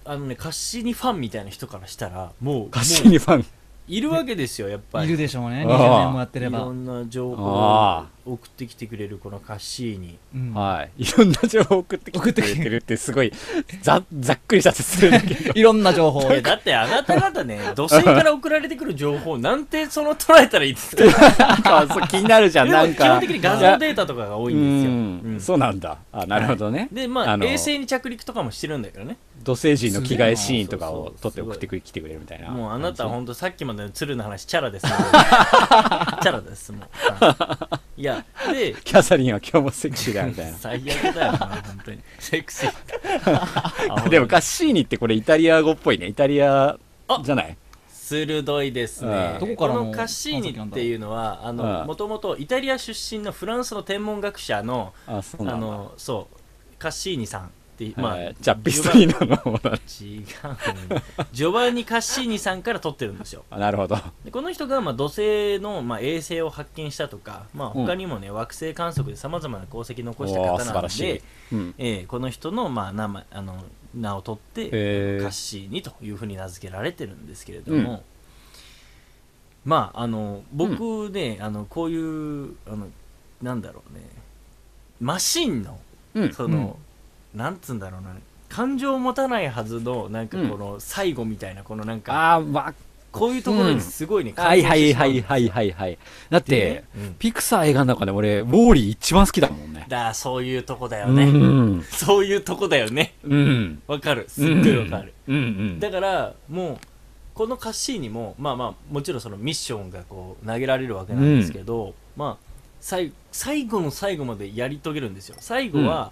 S6: あのねカッシーニファンみたいな人からしたらもう
S4: カッシーニファン。
S6: もいるわけですよやっぱ
S5: い
S6: り
S5: るでしょうね
S4: あー
S5: 20年もやって
S6: い
S5: れば
S6: ろんな情報を
S4: あ
S6: 送ってきてくれるこのカッシー ニ
S5: うん
S4: はい。いろんな情報を送ってきてくれてるってすごい、ざ、ざっくりした説するんだけ ど。
S5: いろんな情報を
S6: いやだってあなた方 ね土星から送られてくる情報なんてその捉えたらいいですか
S4: あそう気になるじゃん、
S6: で
S4: な
S6: も
S4: ん
S6: 基
S4: か。
S6: 本的に画像データとかが多いんですよ
S4: う
S6: うん
S4: んそうなんだ。あ、なるほどね。
S6: でまあ
S4: の
S6: 衛星に着陸とかもしてるんだけどね
S4: 土星人の着替えシーンとか
S6: そう
S4: を
S6: そう
S4: 撮って送ってきてくれるみたいな。
S6: もうあなたは
S4: 感
S6: 本当さっきまでの鶴の話チャラ ですもんチャラです もんはいいやで
S4: じキャサリンは今日もセクシーだみたい
S6: 最悪だよな本当にセクシ
S4: な。
S6: ー
S4: でもカッシーニってこれイタリア語っぽいね。イタリアじゃない
S6: 鋭いですね
S4: うん
S5: どこからの
S6: のカッシーニっていうのはあ
S4: う
S6: の
S4: ん
S6: もともとイタリア出身のフランスの天文学者の
S4: あ、そう
S6: あ
S4: なんだ。
S6: のそうカッシーニさんっていうま
S4: ま
S6: あ
S4: あ、チャッピストリーノの方だ。
S6: 違うジョバンニ・カッシーニさんから取ってるんですよ
S4: あなるほど。
S6: でこの人がまあ土星のまあ衛星を発見したとか、まあ、
S4: うん
S6: 他にもね、惑星観測でさまざまな功績を
S4: お
S6: 残した
S4: ー
S6: 方な
S4: 素晴
S6: の
S4: らしい
S6: で、。
S4: うん。
S6: えーこの人のまあ名前あの名を取って、
S4: え
S6: カッ
S4: ー、
S6: シーニというふうに名付けられてるんですけれども、まああの僕ね、あのこういうあのなんだろうねマシンの
S4: うん。
S6: その、なんつうんだろうな感情を持たないはずのなんかこの最後みたいなこのなんか、
S4: あー、まあ、
S6: こういうところにすごいね、
S4: は
S6: 感
S4: い
S6: 動し
S4: は
S6: て
S4: い
S6: しま
S4: は
S6: うんです
S4: い
S6: よ
S4: はいはいはい。だって、
S6: うん
S4: ピクサー映画の中で俺、ウォーリー一番好きだもんね。
S6: だからそういうとこだよ
S4: う
S6: ね、
S4: ん。
S6: そういうとこだよね
S4: うん。
S6: わかるすっごいわかる、
S4: うんうん。
S6: だからもうこのカッシーニもまあまあもちろんそのミッションがこう投げられるわけなんですけど、まあ最最後の最後までやり遂げるんですよ最後は、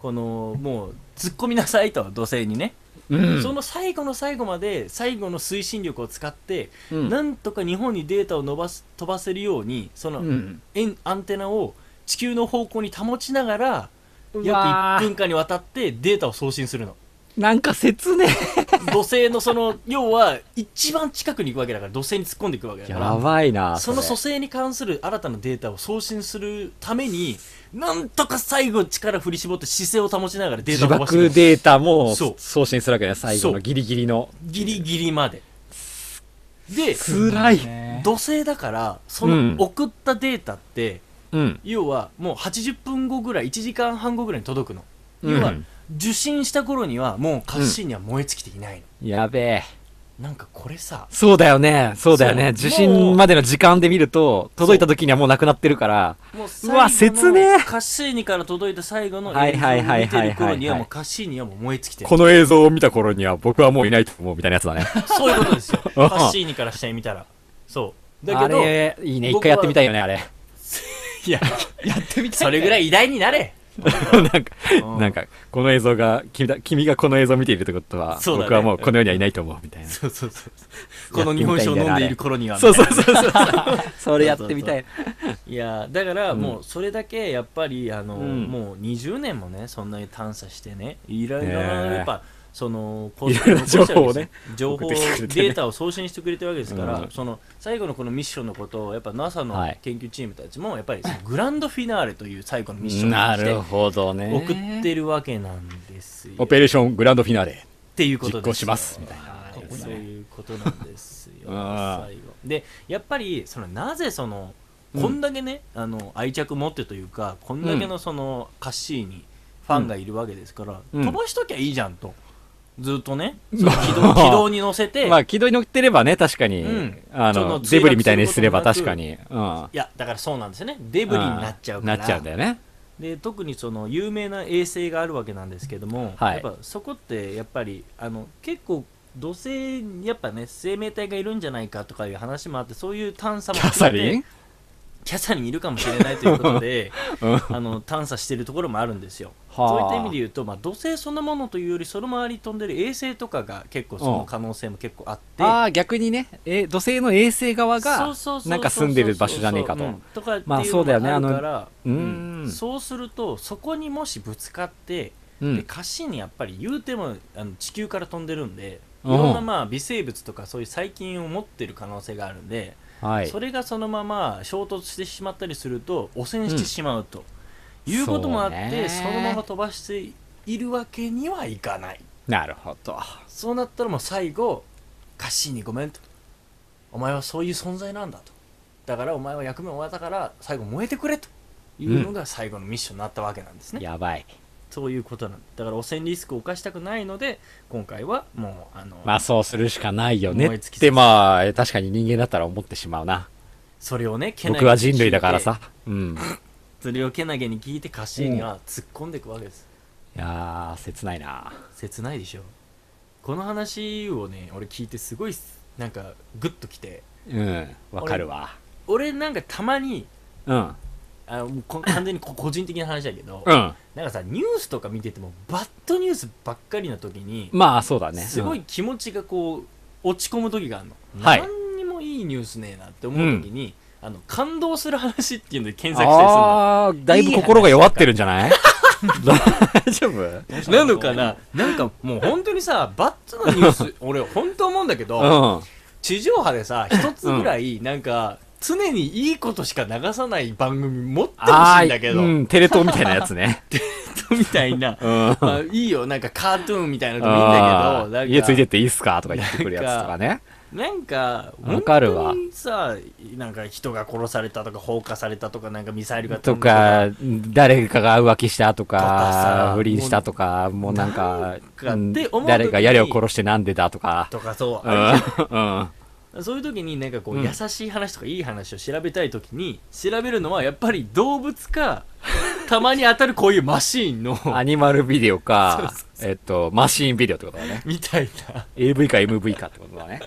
S6: このもう突っ込みなさいと土星にね、
S4: うん
S6: その最後の最後まで最後の推進力を使って、
S4: うん
S6: なんとか日本にデータを伸ばす飛ばせるようにその、
S4: うん
S6: エンアンテナを地球の方向に保ちながら約1
S4: わー
S6: 分間にわたってデータを送信するの
S4: なんか説明。
S6: 土星のその要は一番近くに行くわけだから土星に突っ込んでいくわけだか
S4: や
S6: ら
S4: ばいな。
S6: その
S4: れ
S6: 蘇生に関する新たなデータを送信するためになんとか最後力振り絞って姿勢を保ちながらデータ
S4: 自
S6: を飛ばして
S4: 爆
S6: くる
S4: データも
S6: そう
S4: 送信するわけね、最後
S6: そ
S4: の
S6: う
S4: ギリギリの。
S6: ギリギリまでで
S4: つらい。
S5: ね
S6: 土星だからそ
S4: うん
S6: の送ったデータって、
S4: うん。
S6: 要はもう80分後ぐらい1時間半後ぐらいに届くの
S4: うん
S6: 要は受信した頃にはもうカッシーには燃え尽きていないの、
S4: やべえ。
S6: なんかこれさ
S4: そうだよね。そうだよね。
S6: そう
S4: 受信までの時間で見ると、届いた時にはもうなくなってるから。
S6: もう最
S4: うわ切ねえ
S6: カッシーニから届いた最後の
S4: はい
S6: 映像
S4: は
S6: を
S4: いはい
S6: 見て
S4: はいはいはい
S6: る頃にはもうカッシーニはもう燃え尽きてる
S4: の映像を見た頃には僕はもういないと思うみたいなやつ だね。
S6: そういうことですよカッシーニからしてみたらそうだ
S4: あ
S6: けど
S4: れ、いいね。一回やってみたいよね、あれ。
S6: いややってみたいそれぐらい偉大に なれ
S4: なんか、 なんか、この映像が、君だ君がこの映像を見ているってことは、
S6: そうだね
S4: 僕はもうこの世にはいないと思うみたいな。
S6: そうそうそうこの日本酒を飲んでいる頃には
S4: そうそうそうそう。それやってみたい。
S6: いやーだからもうそれだけやっぱりあの、
S4: うん
S6: もう20年もねそんなに探査してねいろいろな
S4: ねえ
S6: やっぱそのこ
S4: いろいろな情報をね
S6: 情報
S4: 送ってきてくれてね
S6: データを送信してくれてるわけですから、
S4: うん
S6: その最後のこのミッションのことをやっぱ NASA の
S4: はい
S6: 研究チームたちもやっぱりそのグランドフィナーレという最後のミッションとして
S4: ほどね
S6: 送ってるわけなんですよ。
S4: オペレーショングランドフィナーレ。
S6: っていうことですよ
S4: 実行しますみたいな
S6: はい
S4: かっこいいね
S6: そういうことなんですよ最
S4: ああ
S6: 後でやっぱりそのなぜそのこんだけね、あの愛着持ってというかこんだけのそのカッシーにファンがいるわけですから、
S4: うん
S6: 飛ばしときゃいいじゃんとずっとねそ
S4: ま
S6: の
S4: あ
S6: 軌 道軌道に乗せて、
S4: ま
S6: い
S4: あ、軌道に乗ってればね、確かに、
S6: うん
S4: あ
S6: その
S4: の、デブリみたいに
S6: 墜落
S4: す
S6: す
S4: れ
S6: るこ
S4: ば
S6: となく
S4: 確かに、うん。
S6: やだからそうなんですよねデブリになっちゃうから
S4: なっちゃうんだよね。
S6: で特にその有名な衛星があるわけなんですけども、
S4: はい
S6: やっぱそこってやっぱりあの結構土星やっぱね生命体がいるんじゃないかとかいう話もあってそういう探査も
S4: キャサ
S6: 含め
S4: リ
S6: て
S4: ン
S6: キャサリンいるかもしれないということ で
S4: うん
S6: あの探査してるところもあるんですよ。
S4: はあ
S6: そういった意味で言うと、まあ、土星そのものというよりその周りに飛んでる衛星とかが結構その可能性も結構あって。
S4: ああ、逆にね、え、土星の衛星側
S6: そ
S4: が
S6: うそうそうそ、う
S4: なんか住んでる場所じゃねえかと。
S6: うんとかっていう
S4: まあそうだよ
S6: の
S4: ね
S6: もあるから、
S4: あのうん
S6: そうするとそこにもしぶつかって、
S4: うん
S6: でカシにやっぱり言うてもあの地球から飛んでるんでい
S4: うん
S6: ろんなまあ微生物とかそういう細菌を持ってる可能性があるんで、
S4: はい
S6: そ。れがそのまま衝突してしまったりすると汚染してしまうと、いうこともあって
S4: そうね
S6: そのまま飛ばしているわけにはいかない
S4: なるほど。
S6: そうなったらもう最後カシにごめんとお前はそういう存在なんだとだからお前は役目を終わったから最後燃えてくれというのが最後のミッションになったわけなんですね、
S4: やばい。
S6: そういうことなんだだから汚染リスクを犯したくないので今回はもうあの、
S4: まあそうするしかないよね
S6: 思い
S4: っ
S6: つき
S4: てまあ確かに人間だったら思ってしまうな。
S6: それをねけなげ
S4: 僕
S6: に
S4: は人類だからさ。 うん。
S6: 聞いてそれをけなげに聞いてカッシーニは突っ込んでいくわけです、
S4: いやー、切ないな。
S6: 切ないでしょこの話をね俺聞いてすごいなんかグッときて
S4: うん。わかるわ。
S6: 俺なんかたまに
S4: うん。
S6: あのもうこ完全にこ個人的な話だけど、
S4: うん。
S6: なんかさニュースとか見ててもバッドニュースばっかりの時に、
S4: まあそうだね。
S6: すご
S4: う
S6: い
S4: ん。
S6: 気持ちがこう落ち込む時があるの、
S4: はい
S6: 何にもいいニュースねえなって思う時に、あの感動する話っていうので検索したりするの
S4: あー、だいぶ心が弱ってるんじゃない大丈夫
S6: なのかななんかもう本当にさバッツのニュース 俺本当思うんだけど、
S4: うん。
S6: 地上波でさ一つぐらいなんか常にいいことしか流さない番組持ってほしいんだけど、
S4: あーうん、テレ東みたいなや つね。
S6: みたいな、
S4: うん。
S6: まあ、いいよなんかカートゥーンみたいなのでもいいんだけど
S4: あー
S6: なんか
S4: 家ついてっていいっすかとか言ってくるやつとかね。
S6: なんか
S4: わかるわ
S6: 本当にさなんか人が殺されたとか放火されたと かなんかミサイルが飛
S4: と
S6: んだ
S4: か、誰かが浮気した
S6: と
S4: と
S6: か
S4: か
S6: さ、
S4: 不倫したとか、もうなん
S6: な
S4: か
S6: ん、か
S4: うん
S6: って思う時に
S4: 誰がやれを殺してなんでだとか。
S6: とか そう、
S4: うん。うん
S6: そういう時になんかこう、
S4: うん
S6: 優しい話とかいい話を調べたい時に調べるのはやっぱり動物 かたまに当たるこういうマシーンの
S4: アニマルビデオか
S6: そう、
S4: えっと、マシーンビデオってことだね。
S6: みたい
S4: AV か MV かってこと だね。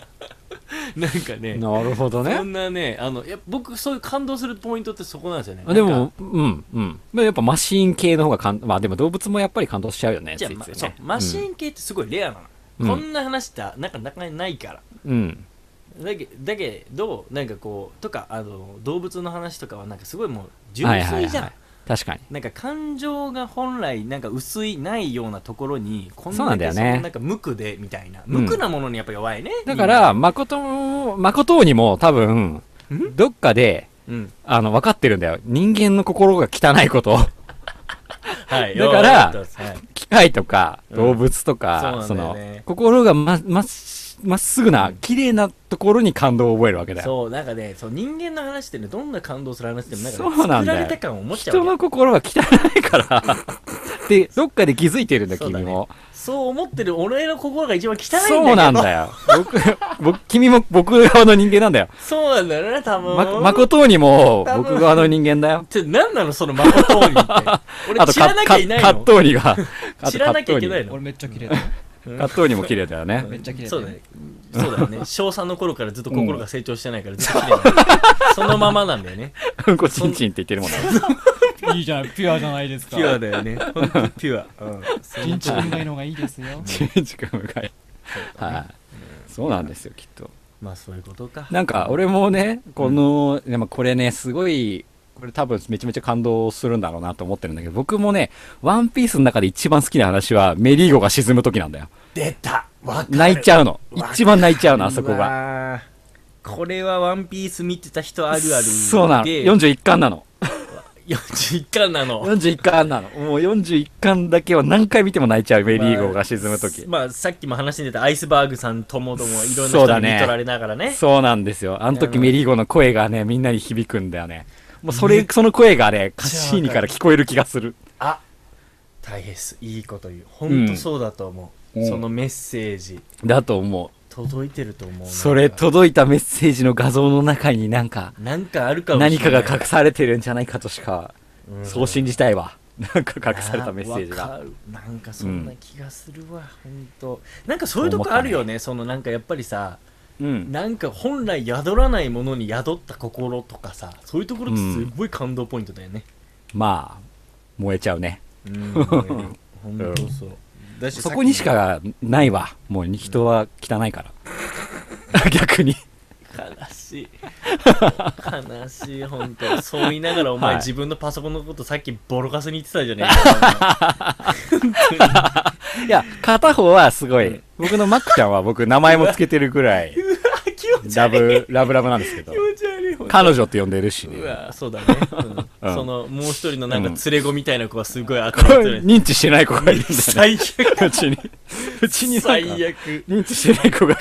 S6: ななんかね
S4: なるほど
S6: そ
S4: ね。
S6: んなねあのいや僕そういう感動するポイントってそこなんですよね
S4: で
S6: なん
S4: も
S6: か、
S4: うん、うん。まあやっぱマシーン系の方が感、まあでも動物もやっぱり感動しちゃうよね、
S6: じゃあ、
S4: つい
S6: ま
S4: ついね
S6: そうマシーン系ってすごいレアなの、
S4: うん
S6: こんな話ってなんかなかなかないから
S4: うんうん。
S6: だけだけどなんかこうとかあの動物の話とかはなんかすごいもう純
S4: はい
S6: 粋じゃん、
S4: はいはい。確かに。
S6: なんか感情が本来なんか薄いないようなところにこん
S4: そう
S6: だ
S4: なんだ
S6: け
S4: よ
S6: そ
S4: ね
S6: のなんか無垢でみたいな、無垢なものにやっぱ弱いね
S4: だから、、誠も、誠にも多分、
S6: ん
S4: どっかで、
S6: みんなうん、
S4: あの、分かってるんだよ。人間の心が汚いこと。
S6: はい
S4: だから
S6: よーったはい
S4: 機械とか、
S6: うん
S4: 動物とか、
S6: そ
S4: そう
S6: なん
S4: の
S6: だよね、
S4: 心がま、まっす、まっすぐな、綺麗なところに感動を覚えるわけだよ。
S6: そうなんかねそう人間の話ってねどんな感動する話でもなんか、ね、
S4: そうなんだ
S6: 作
S4: よ
S6: られた感を持っちゃう
S4: 人
S6: わけ
S4: の心は汚い から。で、どっかで気づいてるんだ、
S6: そうだ
S4: 君
S6: ね
S4: も。
S6: そう思ってる俺の心が一番汚いんだけど
S4: そうなんだよ。僕、僕、君も僕側の人間なんだよ。
S6: そうなんだよね多分
S4: ま、誠にも
S6: 多分
S4: 僕側の人間だよ。
S6: って何なのその誠にって 俺
S4: あと、
S6: 知
S4: か、
S6: らなきゃ
S4: か、
S6: いない
S4: 葛
S6: の
S4: 藤にが、あと
S6: 知らなきゃいけないの
S5: 俺めっちゃ綺麗だ
S4: 葛藤にも綺麗だよね。
S5: めっちゃ綺麗
S6: そう
S5: だ
S6: だ
S5: よ
S6: ね。そうだよ ね。小3の頃からずっと心が成長してないからずっと綺麗なんだよそのままなんだよね。
S4: うんこちんちんって言ってるもんね。
S5: いいじゃんピュアじゃないですか
S6: だよね。本当にピュア。うん。
S5: 人畜無害の方がいいですよ
S4: ちんちくん向かい。はい。そうなんですよ、きっと。
S6: まあそういうことか。
S4: なんか、俺もね、この、でもこれね、すごい、これ多分めちゃめちゃ感動するんだろうなと思ってるんだけど、僕もね、ワンピースの中で一番好きな話は、メリーゴが沈む時なんだよ。
S6: 出たわかる
S4: 泣いちゃうの。
S6: わかる
S4: 一番泣いちゃうの、あそこが。
S6: が。これはワンピース見てた人あるあるで。
S4: そうなの。41巻なの。
S6: 41巻なの。
S4: 41巻なの。もう41巻だけは何回見ても泣いちゃう、メリーゴが沈む時。
S6: まあさっきも話に出たアイスバーグさんともどもいろんな
S4: そう
S6: 人
S4: だ
S6: に
S4: ね
S6: 見とられながらね。
S4: そうなんですよ。あの時
S6: うん
S4: メリーゴの声がね、みんなに響くんだよね。もうそれ、その声がね、カッシーニから聞こえる気がする。
S6: あ大変です。いいこと言う。本当そうだと思う。
S4: うん
S6: そのメッセージ。
S4: だと思
S6: 届いてると思うな
S4: う。それ届いたメッセージの画像の中になんか、
S6: なんかあるかもしれない
S4: 何かが隠されてるんじゃないかとしか、
S6: うん
S4: そう信じたいわ。 なんか隠されたメッセージ
S6: あわ
S4: が。
S6: かるなんかそんな気がするわ、ほん、本当なんかそういうとこあるよねそのなんかやっぱりさ
S4: うん。
S6: なんか本来宿らないものに宿った心とかさそういうところってすごい感動ポイントだよね
S4: まあ、燃えちゃうね。
S6: うん本当そう、だし
S4: そこにしかないわ。もう人は汚いから。逆に。
S6: さっきの悲しい悲しい本当そう言いながらお前、
S4: はい
S6: 自分のパソコンのことさっきボロカスに言ってたじゃねえか
S4: いや、片方はすごい。僕のマックちゃんは僕名前もつけてるぐらい、
S6: 気持ち
S4: ラ
S6: 悪い
S4: ブ、ラブラブなんですけど
S6: 気。持ち悪い本当
S4: 彼女って呼んでるしね、
S6: うわそうだね、うん
S4: うん
S6: そのもう一人のなんか連れ子みたいな子はすごい
S4: こ
S6: 頭
S4: れ
S6: に
S4: 認知してない子がいるんだよね
S6: 最悪
S4: うちにうちになんか
S6: 最悪
S4: 認知してない子が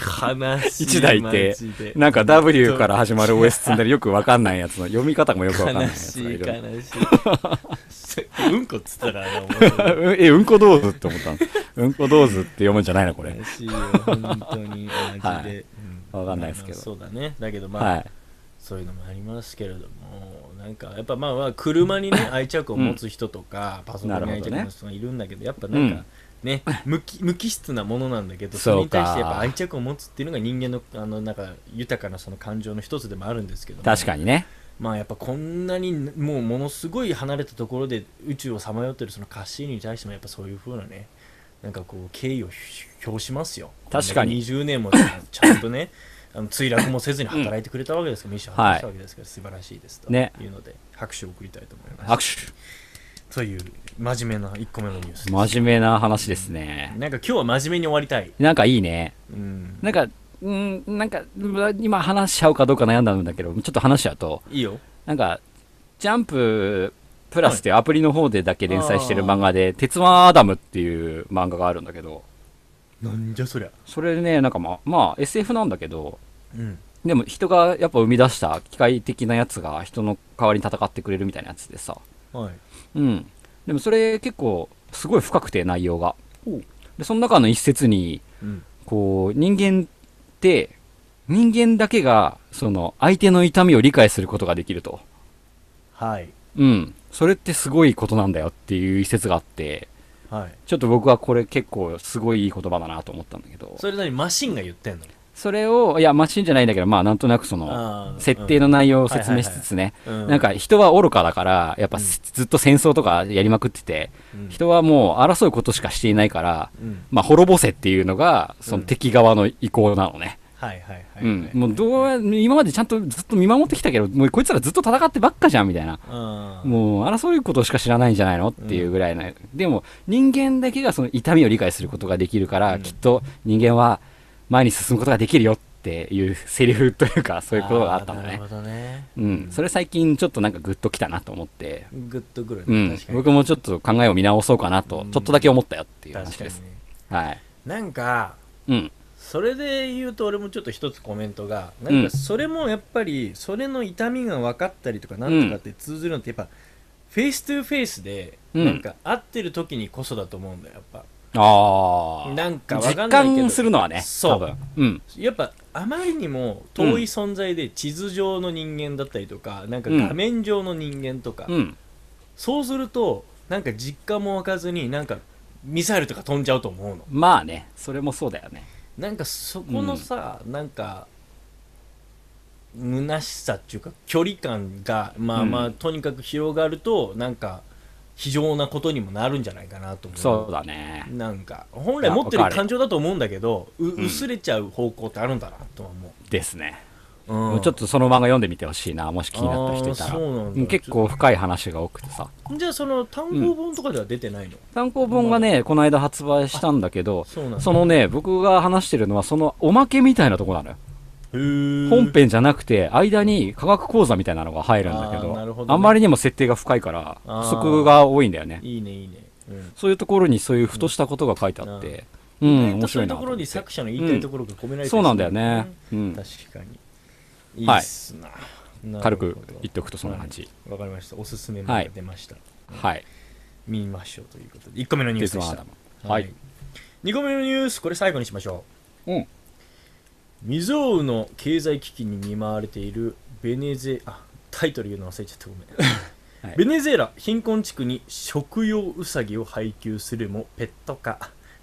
S6: 悲しい
S4: 一台って
S6: マジで
S4: なんか W から始まる OS 積んだりよくわかんないやつの読み方もよくわかんない
S6: 悲
S4: やつが
S6: しい
S4: い
S6: 悲
S4: る
S6: しいうんこっつったらなお前
S4: うんえうんこどうずって思ったのうんこどうずって読むんじゃないのこれ
S6: 悲しいよ本当にマジで、
S4: はい
S6: うん
S4: わかんないですけど
S6: まあそうだねだけどまあ、
S4: はい
S6: そういうのもありますけれどもなんかやっぱまあまあ車にね愛着を持つ人とか、パソコンに愛着を持つ人がいるんだけどやっぱなんか、
S4: うん
S6: ね、無機無機質なものなんだけどそ
S4: そうか
S6: れに対してやっぱ愛着を持つっていうのが人間のあのなんか豊かなその感情の一つでもあるんですけども
S4: 確かにね
S6: まあやっぱこんなにもうものすごい離れたところで宇宙をさまよってるそのカッシーニに対してもやっぱそういう風なねなんかこう敬意を表しますよ
S4: 確かに
S6: こんだけ20年もちゃんとねあの墜落もせずに働いてくれたわけですから、ミッションを果たしたわけですから、素晴らしいですと
S4: ね
S6: いうので、拍手を送りたいと思います。
S4: 拍手
S6: という真面目な1個目のニュースです
S4: 真面目な話ですね
S6: なんか今日は真面目に終わりたい。
S4: なんかいいね
S6: うん、
S4: なんかうんなんかうん今話しちゃうかどうか悩んだんだけどちょっと話しちゃうと
S6: いいよ。
S4: なんかジャンププラスっていうアプリの方でだけ連載してる漫画で「鉄腕アダム」っていう漫画があるんだけど
S6: なんじゃそりゃ。
S4: それねなんかまあまあ SF なんだけど
S6: うん。
S4: でも人がやっぱ生み出した機械的なやつが人の代わりに戦ってくれるみたいなやつでさ
S6: はい。
S4: うんでもそれ結構すごい深くて内容が
S6: おう
S4: でその中の一節に
S6: うん。
S4: こう人間って人間だけがその相手の痛みを理解することができると
S6: はい。
S4: うんそれってすごいことなんだよっていう一節があって
S6: はい。
S4: ちょっと僕はこれ結構すごいいい言葉だなと思ったんだけど
S6: それなりにマシンが言ってんの
S4: それをいやマシンじゃないんだけどまあなんとなくそ
S6: あ
S4: の
S6: ー
S4: 設定の内容を説明しつつね
S6: うん
S4: なんか人は愚かだからやっぱ
S6: うん
S4: ずっと戦争とかやりまくってて
S6: うん
S4: 人はもう争うことしかしていないから
S6: うん。
S4: まあ滅ぼせっていうのがその敵側の意向なのね
S6: はいはいはいはい。
S4: うん、もうどうや今までちゃんとずっと見守ってきたけどもうこいつらずっと戦ってばっかじゃんみたいな
S6: うん
S4: もう争うことしか知らないんじゃないのっていうぐらいの、でも人間だけがその痛みを理解することができるから、
S6: うん
S4: きっと人間は前に進むことができるよっていうセリフとい うかそういうことがあったんだ
S6: なる
S4: ね
S6: ほどね。
S4: うん、それ最近ちょっとなんかグッときたなと思って、
S6: グッとくる
S4: う
S6: ね。
S4: ん
S6: 確、かに。
S4: 僕もちょっと考えを見直そうかなと、
S6: うん
S4: ちょっとだけ思ったよっていう
S6: 確
S4: 話
S6: かに
S4: で
S6: ね
S4: す、はい
S6: なんか、
S4: うん、
S6: それで言うと俺もちょっと一つコメントが、なんかそれもやっぱり、それの痛みが分かったりとかなんとかって通ずるのって、やっぱ、フェイストゥフェイスで、
S4: うん
S6: なんか会ってる時にこそだと思うんだよ、やっぱ。
S4: ああ
S6: なんかわか
S4: 実
S6: んないけど
S4: 感するのはね
S6: そう
S4: 多分うん
S6: やっぱあまりにも遠い存在で地図上の人間だったりとか、なんか画面上の人間とか、
S4: うん
S6: そうするとなんか実感も湧かずになんかミサイルとか飛んじゃうと思うの
S4: まあね、それもそうだよね。
S6: なんかそこのさ、なんか虚しさっていうか距離感がまあまあ、
S4: うん
S6: とにかく広がるとなんか非常なことにもなるんじゃないかなと思う
S4: そうだね。
S6: なんか本来持ってる
S4: わかる
S6: 感情だと思うんだけどう、
S4: ん
S6: 薄れちゃう方向ってあるんだなとは
S4: ですね。
S6: 思う、うん、
S4: ちょっとその漫画読んでみてほしいな、もし気になった人いた
S6: あーそ
S4: ら。
S6: うなんだ
S4: うん結構深い話が多くてさ。
S6: じゃあその単行本とかでは出てないの、
S4: 単行本がね、この間発売したんだけど、
S6: そうなんだ
S4: そのね、僕が話してるのは、そのおまけみたいなとこなのよ。本
S6: 本
S4: 編じゃなくて、間に科学講座みたいなのが入るんだけ
S6: あーなるほ
S4: ど、
S6: どね
S4: あんまりにも設定が深いから、
S6: あー
S4: 不足が多いんだよね。
S6: いいねいいね、うん
S4: そういうところにそういうふとしたことが書いてあって、うん、
S6: 意外
S4: 面
S6: とそうい
S4: 白いう
S6: と
S4: なと
S6: こ
S4: 思
S6: ろ
S4: っ
S6: に
S4: て。
S6: 作者の言いたいところが込められてる
S4: そうなんだよね。うん。
S6: 確かにいい
S4: はい
S6: っすな,なるほど、
S4: 軽く言っておくとそんな感じ。
S6: わかりましたおすすめが出ました、
S4: はい。
S6: 見ましょうということで1個目のニュースでした
S4: 鉄腕アダムはい
S6: 2個目のニュースこれ最後にしましょう
S4: うん
S6: 未曾有の経済危機に見舞われているベネゼあタイトル言うの忘れちゃったごめん、
S4: はい
S6: ベネズエラ貧困地区に食用ウサギを配給するもペット化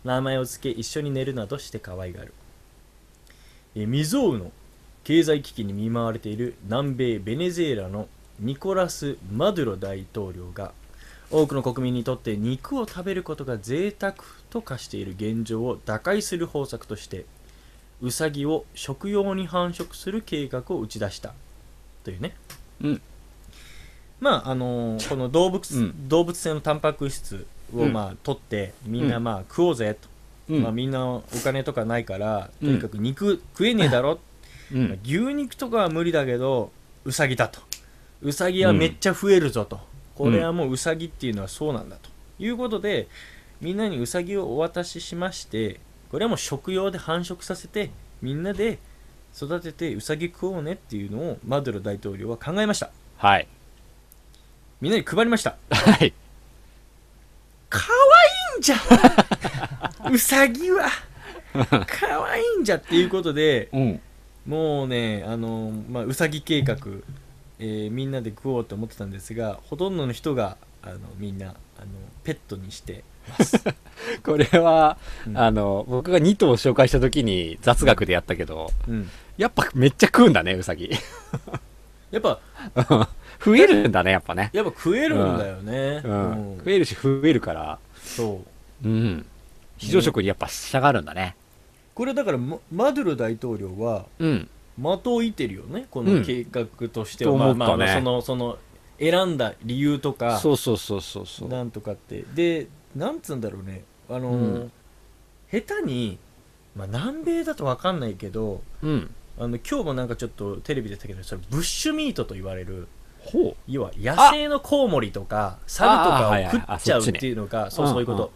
S6: 名前を付け一緒に寝るなどして可愛がるえ未曾有の経済危機に見舞われている南米ベネズエラのニコラス・マドゥロ大統領が多くの国民にとって肉を食べることが贅沢と化している現状を打開する方策としてウサギを食用に繁殖する計画を打ち出したというね、
S4: うん
S6: まああのーこの動物,、
S4: うん
S6: 動物性のタンパク質を、
S4: うん
S6: まあ、取ってみんな、まあ、食おうぜと、
S4: うん
S6: まあ、みんなお金とかないからと
S4: うん
S6: にかく肉食えねえだろ、
S4: う
S6: まあ
S4: ん。
S6: 牛肉とかは無理だけどウサギだとウサギはめっちゃ増えるぞと、これはもうウサギっていうのはそうなんだということでみんなにウサギをお渡ししましてこれはもう食用で繁殖させてみんなで育ててウサギ食おうねっていうのをマドゥロ大統領は考えました
S4: はい。
S6: みんなに配りました
S4: はい。
S6: 可愛いんじゃ ウサギは可愛いんじゃっていうことで
S4: うん。
S6: もうねあの、まあ、ウサギ計画、えーみんなで食おうと思ってたんですがほとんどの人があのみんなあのペットにして
S4: これは、
S6: うん
S4: あの、僕が2頭紹介した時に雑学でやったけど、
S6: うん
S4: やっぱめっちゃ食うんだね、ウサギ。
S6: やっぱ
S4: 増えるんだね、やっぱね。
S6: やっぱ食えるんだよね、
S4: うん。
S6: うん
S4: 増えるし、増えるから、
S6: そう
S4: うん。非常食にやっぱ下がるんだね。
S6: これだからママドゥロ大統領は
S4: うん。
S6: 的を射てるよねこ
S4: う
S6: の
S4: ん
S6: 計画としては、ま
S4: と
S6: あ
S4: 思
S6: ま
S4: った
S6: あ
S4: ね
S6: まあそのその選んだ理由とか
S4: そうそうそうそうそう。
S6: なんとかってでなんつうんだろうねあのー、
S4: うん
S6: 下手に、まあ、南米だとわかんないけど
S4: うん。
S6: あの今日もなんかちょっとテレビで言ってたけどそれブッシュミートと言われる
S4: ほ
S6: 要は野生のコウモリとか
S4: ああ
S6: サ
S4: はい
S6: ル
S4: はい
S6: とかを食っちゃうっていうのがそう
S4: そっちね
S6: そういうこ
S4: うんうん
S6: と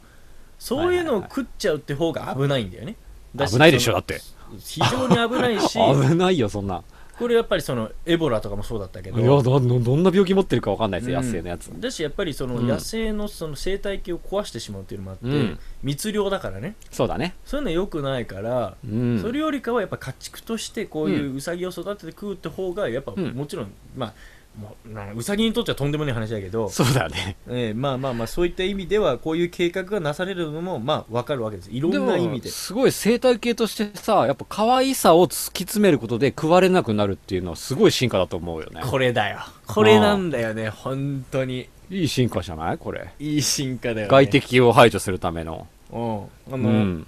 S6: そういうのを食っちゃうって方が危ないんだよねだし
S4: 危ないでし
S6: そ
S4: ょ
S6: の
S4: だって
S6: 非常に危ないし
S4: う。危ないよ、そんな。
S6: これやっぱりそのエボラとかもそうだったけ
S4: いや、ど
S6: ど
S4: どどんな病気持ってるかわかんないですよ、
S6: うん
S4: 野生のやつ。
S6: だしやっぱりその
S4: うん
S6: 野生のその生態系を壊してしまうっていうのもあって、
S4: うん
S6: 密漁だからね
S4: そうだね。
S6: そういうの良くないから、
S4: うん。
S6: それよりかはやっぱ家畜としてこういううさぎを育てて食うって方がやっぱ
S4: うん
S6: もちろん、まあもうなうさぎにとってはとんでもない話だけど、
S4: そうだね。
S6: ええまあまあまあそういった意味ではこういう計画がなされるのもまあ分かるわけですいろ
S4: で
S6: んな意
S4: も
S6: 味で、
S4: すごい生態系としてさ、やっぱ可愛さを突き詰めることで食われなくなるっていうのはすごい進化だと思うよね。
S6: これだよこれなんだよね本当に
S4: いい進化じゃないこれ。
S6: いい進化だよ、ね、
S4: 外敵を排除するための。
S6: うんあの、
S4: うん。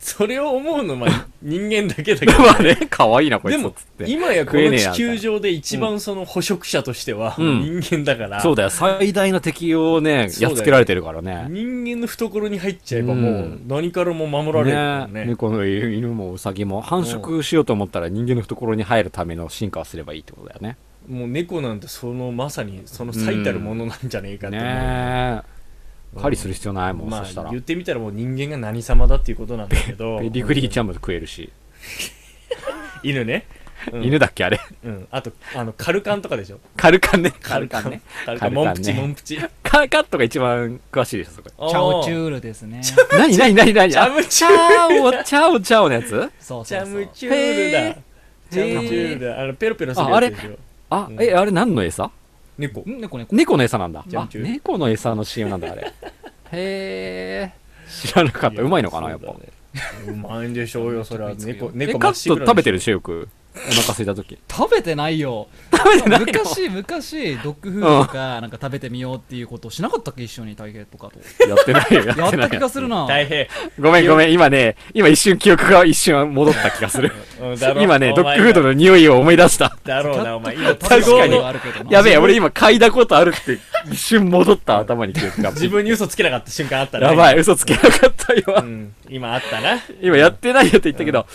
S6: それを思うのは人間だけだけど
S4: まあね、可愛いな、こい
S6: で
S4: つ。
S6: も
S4: つって
S6: 今やこ
S4: 食え
S6: の
S4: ねえや
S6: 地球上で一番その捕食者としては
S4: うん
S6: 人間だから、
S4: そうだよ、最大の敵をね、
S6: そうだ
S4: や
S6: よ
S4: っつけられてるからね。
S6: 人間の懐に入っちゃえば
S4: うん
S6: もう何からも守られるからね
S4: ね猫の犬犬もウサギも繁殖しようと思ったら人間の懐に入るための進化をすればいいってことだよね。
S6: もう猫なんてそのまさにその最たるものなんじゃねえかって思う、
S4: ねえ。
S6: うん
S4: 狩りする必要ないもん、
S6: ま
S4: そした
S6: あ
S4: ら
S6: 言。ってみたらもう人間が何様だっていうことなんだけど
S4: ペディグリーちゃんも食えるし。
S6: 犬ね、うん
S4: 犬だっけあれ。
S6: うん、あとあのカルカンとかでしょ
S4: カルカンね。
S6: カルカンねカルカン
S4: カル
S6: モ
S4: カンね
S6: ンプチモンプチ
S4: カルカンとか一番詳しいでしょ、そこ。
S5: チャオチ
S6: ー
S5: ュールですね
S4: なになになになに
S6: チャムチ
S4: チャオ、チャオ、チャオのやつ
S5: そ
S6: チ
S5: うそう
S6: ャ
S5: そう
S6: ムチュール
S4: へ
S6: だ
S4: ー
S6: チャムチュールだあのペロペロする
S4: ああ
S6: や
S4: れ
S6: つでしょ
S4: あ
S6: う、ん
S4: え、あれ何の餌
S6: 猫
S5: ん猫猫
S4: 猫の餌なんだ。
S6: ジャン
S4: あ、
S6: キュー
S4: 猫の餌の CM なんだ、あれ。へー。知らなかった。うまいのかな、やっぱ
S6: そう。だねうまいんでしょうよそれは猫
S4: え、
S6: 猫
S4: カ
S6: まっ
S4: ッ
S6: しぐ
S4: ト
S6: ら
S4: 食べて
S6: る
S4: るでしょ、よく。お腹空いた時。
S5: 食べてないよ
S4: 食べてないの
S5: 昔昔ドッグフードとかなんか食べてみようっていうことしなかったっけ一緒に体験とかと
S4: やってない よ、や
S5: や
S4: っ
S5: って
S4: な
S5: た
S4: い
S5: 気がするな
S6: 大変
S4: ごめんごめん、今ね、今一瞬記憶が一瞬戻った気がする。
S6: うんだろ
S4: 今ね、
S6: お
S4: ドッ
S6: 前
S4: グ
S6: が
S4: フードの匂いを思い出した。
S6: だろうなお前今
S5: 食べた
S6: 都合
S5: ことは
S6: の
S5: あるけどな
S4: やべえ、俺今嗅いだことあるって一瞬戻った頭に記憶が。
S6: 自分に嘘つけなかった瞬間あったね
S4: やばい、嘘つけなかった
S6: う
S4: 今。
S6: ん今あったな
S4: 今やってないよって言ったけど、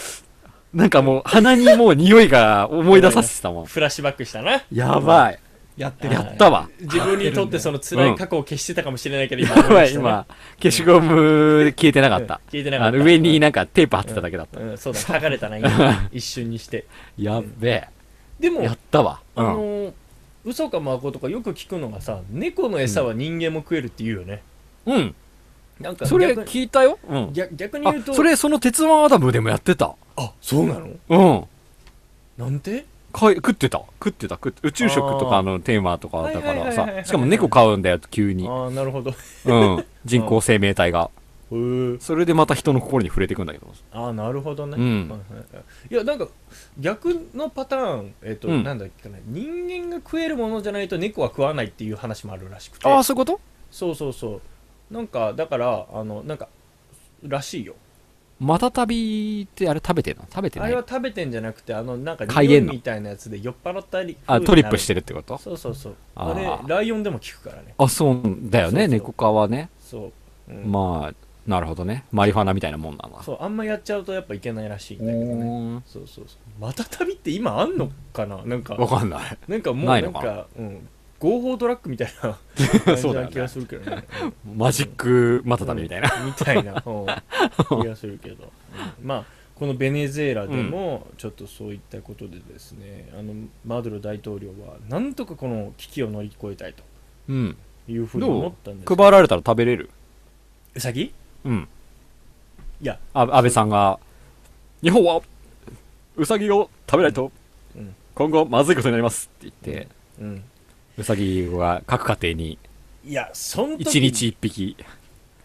S4: なんかもう鼻にもう匂いが思い出させてたもん。
S6: フラッシュバックしたな
S4: やばい。
S5: やってる
S4: やったわ。
S6: 自分にとってその辛い過去を消してたかもしれない けど、今
S4: やばい、
S6: 思出したね
S4: 今、消しゴム消えてなかった。
S6: うん消えてなかった
S4: あの上になんかテープ貼ってただけだった。
S6: うん、そうだ書かれたな今一瞬にして
S4: やっべえ。
S6: でも、
S4: やったわ。
S6: あ
S4: う
S6: の
S4: ん。
S6: ー嘘かまことかよく聞くのがさ猫の餌は人間も食えるって言うよね、
S4: うん。
S6: なんか
S4: それ
S6: 逆に
S4: 聞いたよ。うん。
S6: 逆逆に
S4: あ
S6: 言うと、
S4: それ、その鉄腕アダムでもやってた。
S6: あそうなの
S4: うん。
S6: なんて
S4: かい食ってた食ってた食って宇宙食と
S6: あ
S4: か
S6: ー
S4: のテーマとかだか
S6: はいはい
S4: ら
S6: はいはいはい
S4: さしかも猫飼うんだよ急に、
S6: ああなるほどへ
S4: うん、人工生命体が
S6: ー
S4: それでまた人の心に触れていくんだけど
S6: ああなるほどね、
S4: うん
S6: はいはいはいいやなんか逆のパターンえっ、と、
S4: うん
S6: なんだっけかな人間が食えるものじゃないと猫は食わないっていう話もあるらしくて
S4: ああそういうこと
S6: そうそうそうなんかだからあのなんからしいよ
S4: また旅ってあれ食べてんの食べて
S6: あ
S4: な
S6: れはい食べてんじゃなくてあのなんか
S4: 嗅
S6: 匂
S4: いで
S6: い
S4: んの
S6: みたいなやつで酔っ払ったり
S4: あトリップして
S6: る
S4: るってこと
S6: そうそうそうあ
S4: あー
S6: れライオンでも効くからね
S4: あそうだよね
S6: そうそう
S4: 猫科はね
S6: そう、うん
S4: まあなるほどねマリファナみたいなもんなの
S6: そうあんまやっちゃうとやっぱいけないらしいんだけどね
S4: う
S6: そうそうそうまた旅って今あんのかななんか
S4: わかんない
S6: なんかもうな
S4: ない
S6: ん
S4: の
S6: か
S4: か
S6: うん合法ドラッグみたい な感じ
S4: そう
S6: な
S4: だよね
S6: 気がするけどね
S4: マジックマタタみたいな。
S6: みたいなうん気がするけど、うんまあこのベネズエラでもちょっとそういったことでですね、あのマドゥロ大統領はなんとかこの危機を乗り越えたいと
S4: うん。
S6: いうふうに思
S4: ど
S6: ったんです
S4: う
S6: けど
S4: 配られたら食べれる
S6: うさぎ
S4: うん。
S6: いや、
S4: あ安倍さんが、日本は、うさぎを食べないと
S6: うん、
S4: 今後まずいことになりますって言って、
S6: うん、
S4: うさぎが各家庭に
S6: いやそん時
S4: 1
S6: に
S4: 日1匹。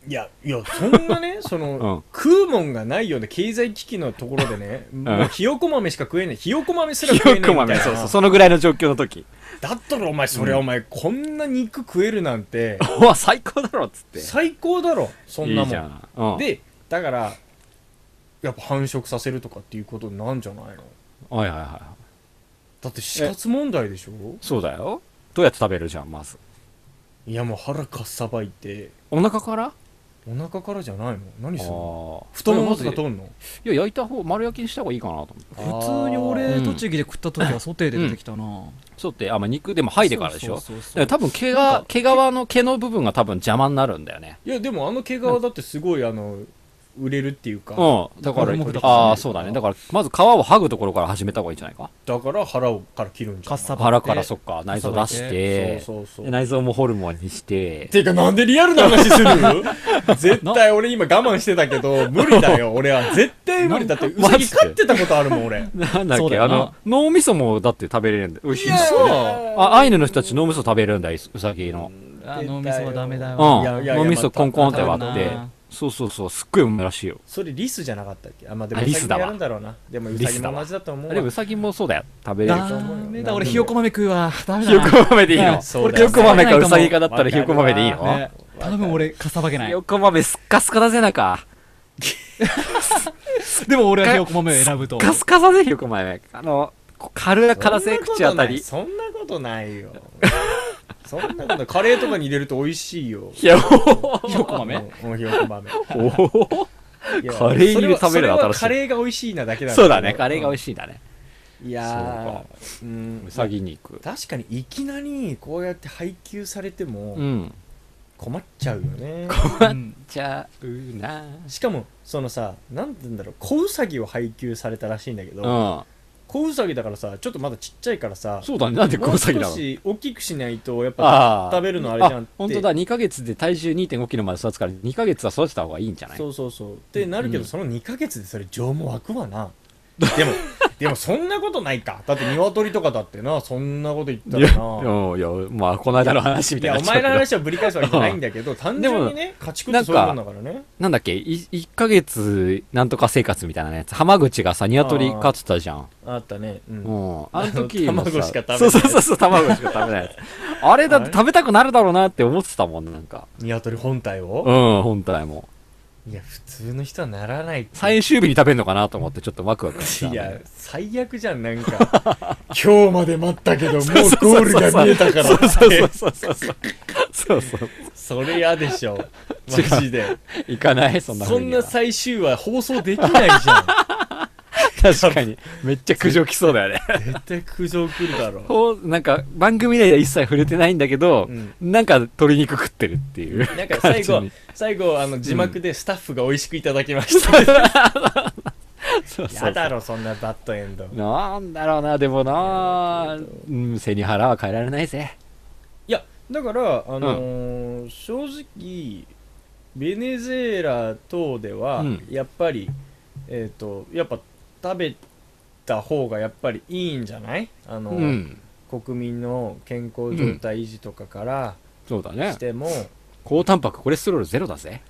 S6: いやいやそんな ねその、
S4: うん
S6: 食うもんがないような経済危機のところでね、もうひよこ豆しか食えないひよこ豆すら
S4: ひ
S6: 食え
S4: よ
S6: ないみ
S4: こ
S6: た
S4: 豆、
S6: いな
S4: そうそう、そのぐらいの状況の時。
S6: だったらお前それお前、こんな肉食えるなんて
S4: うわ、最高だろっつって。
S6: 最高だろそんな
S4: い
S6: いもん
S4: じゃん。うん。
S6: でだからやっぱ繁殖させるとかっていうことなんじゃないの
S4: はいはいは
S6: だって死活問題でしょ
S4: い。そうだよ。どうやって食べるじゃん、まず。
S6: いやもう腹かっさばいて
S4: お腹から
S6: お腹からじゃないの何するの
S4: ああ
S6: 太ももと
S4: い
S6: か取んの
S4: や焼いた方丸焼きにした方がいいかなと思って
S5: 普通に俺栃木で食った時はソテーで出てきたな、
S4: そうってあ、まあ、肉でも剥いでからでしょ
S5: そうそうそ
S4: だか
S5: う
S4: ら多分毛が毛皮の毛の部分が多分邪魔になるんだよね
S6: いやでもあの毛皮だってすごいあの売れるっていうか、
S4: うんだから
S5: 俺も振り切った
S4: ああそうだねだからまず皮を剥ぐところから始めた方がいいんじゃないか
S6: だから腹をから切るんじゃ
S5: か
S6: な
S5: っ
S6: い
S5: さば
S4: 腹から
S5: そ
S4: そ
S5: っ
S4: っか内臓出して
S6: そうそうそう
S4: で内臓もホルモンにして
S6: ていうかなんでリアルな話する 絶対俺今我慢してたけ ど無理だよ俺は絶対無理だってウ
S4: マ
S6: サ
S4: ジ
S6: ギ
S4: で
S6: 飼ってたことあるもん俺
S4: なんだっ
S5: そう
S4: け
S5: だよ
S4: あ
S5: な
S4: の脳みそもだって食べれるんだよ美味しいんだよ
S5: そう
S4: あアイヌの人たち脳みそ食べれるんだようさぎの
S5: あ脳みそはダメだ
S4: うん
S5: よ
S6: いやいや
S4: 脳みそコンコンって割
S5: ま
S4: ったてそうそうそうすっごいうまいらしいよ
S6: それリスじゃなかったっけあまあでも
S4: あ
S6: ウ
S4: リ
S6: サ
S4: ス
S6: ギ
S4: だ
S6: も
S4: わ
S6: やるんだろうなでもウサギも同じだと思
S4: あ
S6: う
S4: れ
S6: わ
S4: うさぎもそうだよ食べれる
S5: ダ
S4: よ
S5: メだ俺ひよこ豆食うわダメ
S4: ひよ
S5: だな
S4: こ豆でいいの
S5: ね
S6: そうだ
S4: ひ
S6: よ
S4: よこ豆か
S5: わかんな
S4: う
S5: いと思
S4: さ
S5: う
S4: ぎかだったらひよこ豆でいい
S6: わかるわ
S4: の
S5: ね多分俺かさばけな
S4: ひ
S5: い
S4: よこ豆すっかすかだぜ中
S5: でも俺はひよこ豆を選ぶと
S4: カスカサでひよこ豆あのこ軽からせ口当たり
S6: そんなことないよそんなことないカレーとかに入れると美味しいよ
S4: いやお
S5: ひよこ
S6: うん
S5: 豆
S6: うんひよこ豆
S4: お
S6: いや
S4: カレー入れ食べるの
S6: それは
S4: 新しい
S6: カレーが美味しいなだけだ
S4: そうだねカレーが美味
S6: し
S4: しいんだね
S6: いいやーうん
S4: うさぎ肉
S6: 確かにいきなりこうやって配給されて
S4: う
S6: も
S4: ん
S6: 困っちゃうよね、
S5: うん
S4: じゃうな
S6: しかもそのさなんて言うんだろう小ウサギを配給されたらしいんだけど、
S4: うん
S6: 小ウサギだからさちょっとまだちっちゃいからさ
S4: そうだねなんで
S6: も
S4: 小
S6: う
S4: ウサギな
S6: 少
S4: の
S6: し大きくしないとやっ
S4: あ
S6: ぱ
S4: ー
S6: 食べるのあれじゃんっ
S4: あ
S6: て
S4: 本当だ2ヶ月で体重2 5キロまで育つから2ヶ月は育てた方がいいんじゃない
S6: そうそうそうってなるけど、
S4: うん
S6: その2ヶ月でそれ情も湧くわなで もでもそんなことないかだって鶏とかだってなそんなこと言った
S4: いや
S6: ら
S4: いや
S6: ない
S4: やまあこの間の話み
S6: い
S4: たい
S6: やお
S4: になっちゃ
S6: 前の
S4: うけど
S6: 話はぶり返すわけじゃないんだけど単純にね家畜ってそういうもんだからね
S4: なんだっけい1ヶ月なんとか生活みたいなやつ浜口がさニワトリ飼ってたじゃん
S6: あったねうん
S4: うん、あの時
S6: あの
S4: もさ
S6: 卵しか食べない
S4: そうそうそうそう卵しか食べないやつ あれだって食べたくなるだろうなって思ってたもんなんか
S6: 鶏本体
S4: う
S6: を
S4: ん本体も
S6: いや普通の人はならないって
S4: 最終日に食べるのかなと思ってちょっとワクワクしてた
S6: い
S4: んだけど
S6: や最悪じゃんなんか 今日まで待ったけどもうゴールが見えたからっ
S4: そうそう
S6: て
S4: そうそうそうそうそう
S6: それ嫌でしょマジで
S4: 行かないそんな風
S6: そん
S4: には
S6: な最終話放送できないじゃん
S4: 確かにめっちゃ苦情来そうだよ ね
S6: 絶対苦情来るだ ろ
S4: こうなんか番組では一切触れてないんだけど、
S6: うん
S4: なんか鶏肉食ってるって いう
S6: なんか最後
S4: 感じに
S6: 最後あの字幕でスタッフが美味しくいただきました
S4: そうそう
S6: やだろそんなバッドエンド
S4: なんだろうなでもなうん背に腹は変えられないぜ
S6: いやだから、あのー正直ベネズエラ等では、
S4: うん
S6: やっぱりえっ、とやっぱ食べた方がやっぱりいいんじゃないあの、
S4: うん
S6: 国民の健康状態維持とかから
S4: そうだね
S6: しても、
S4: 高タンパクコレステロールゼロだぜ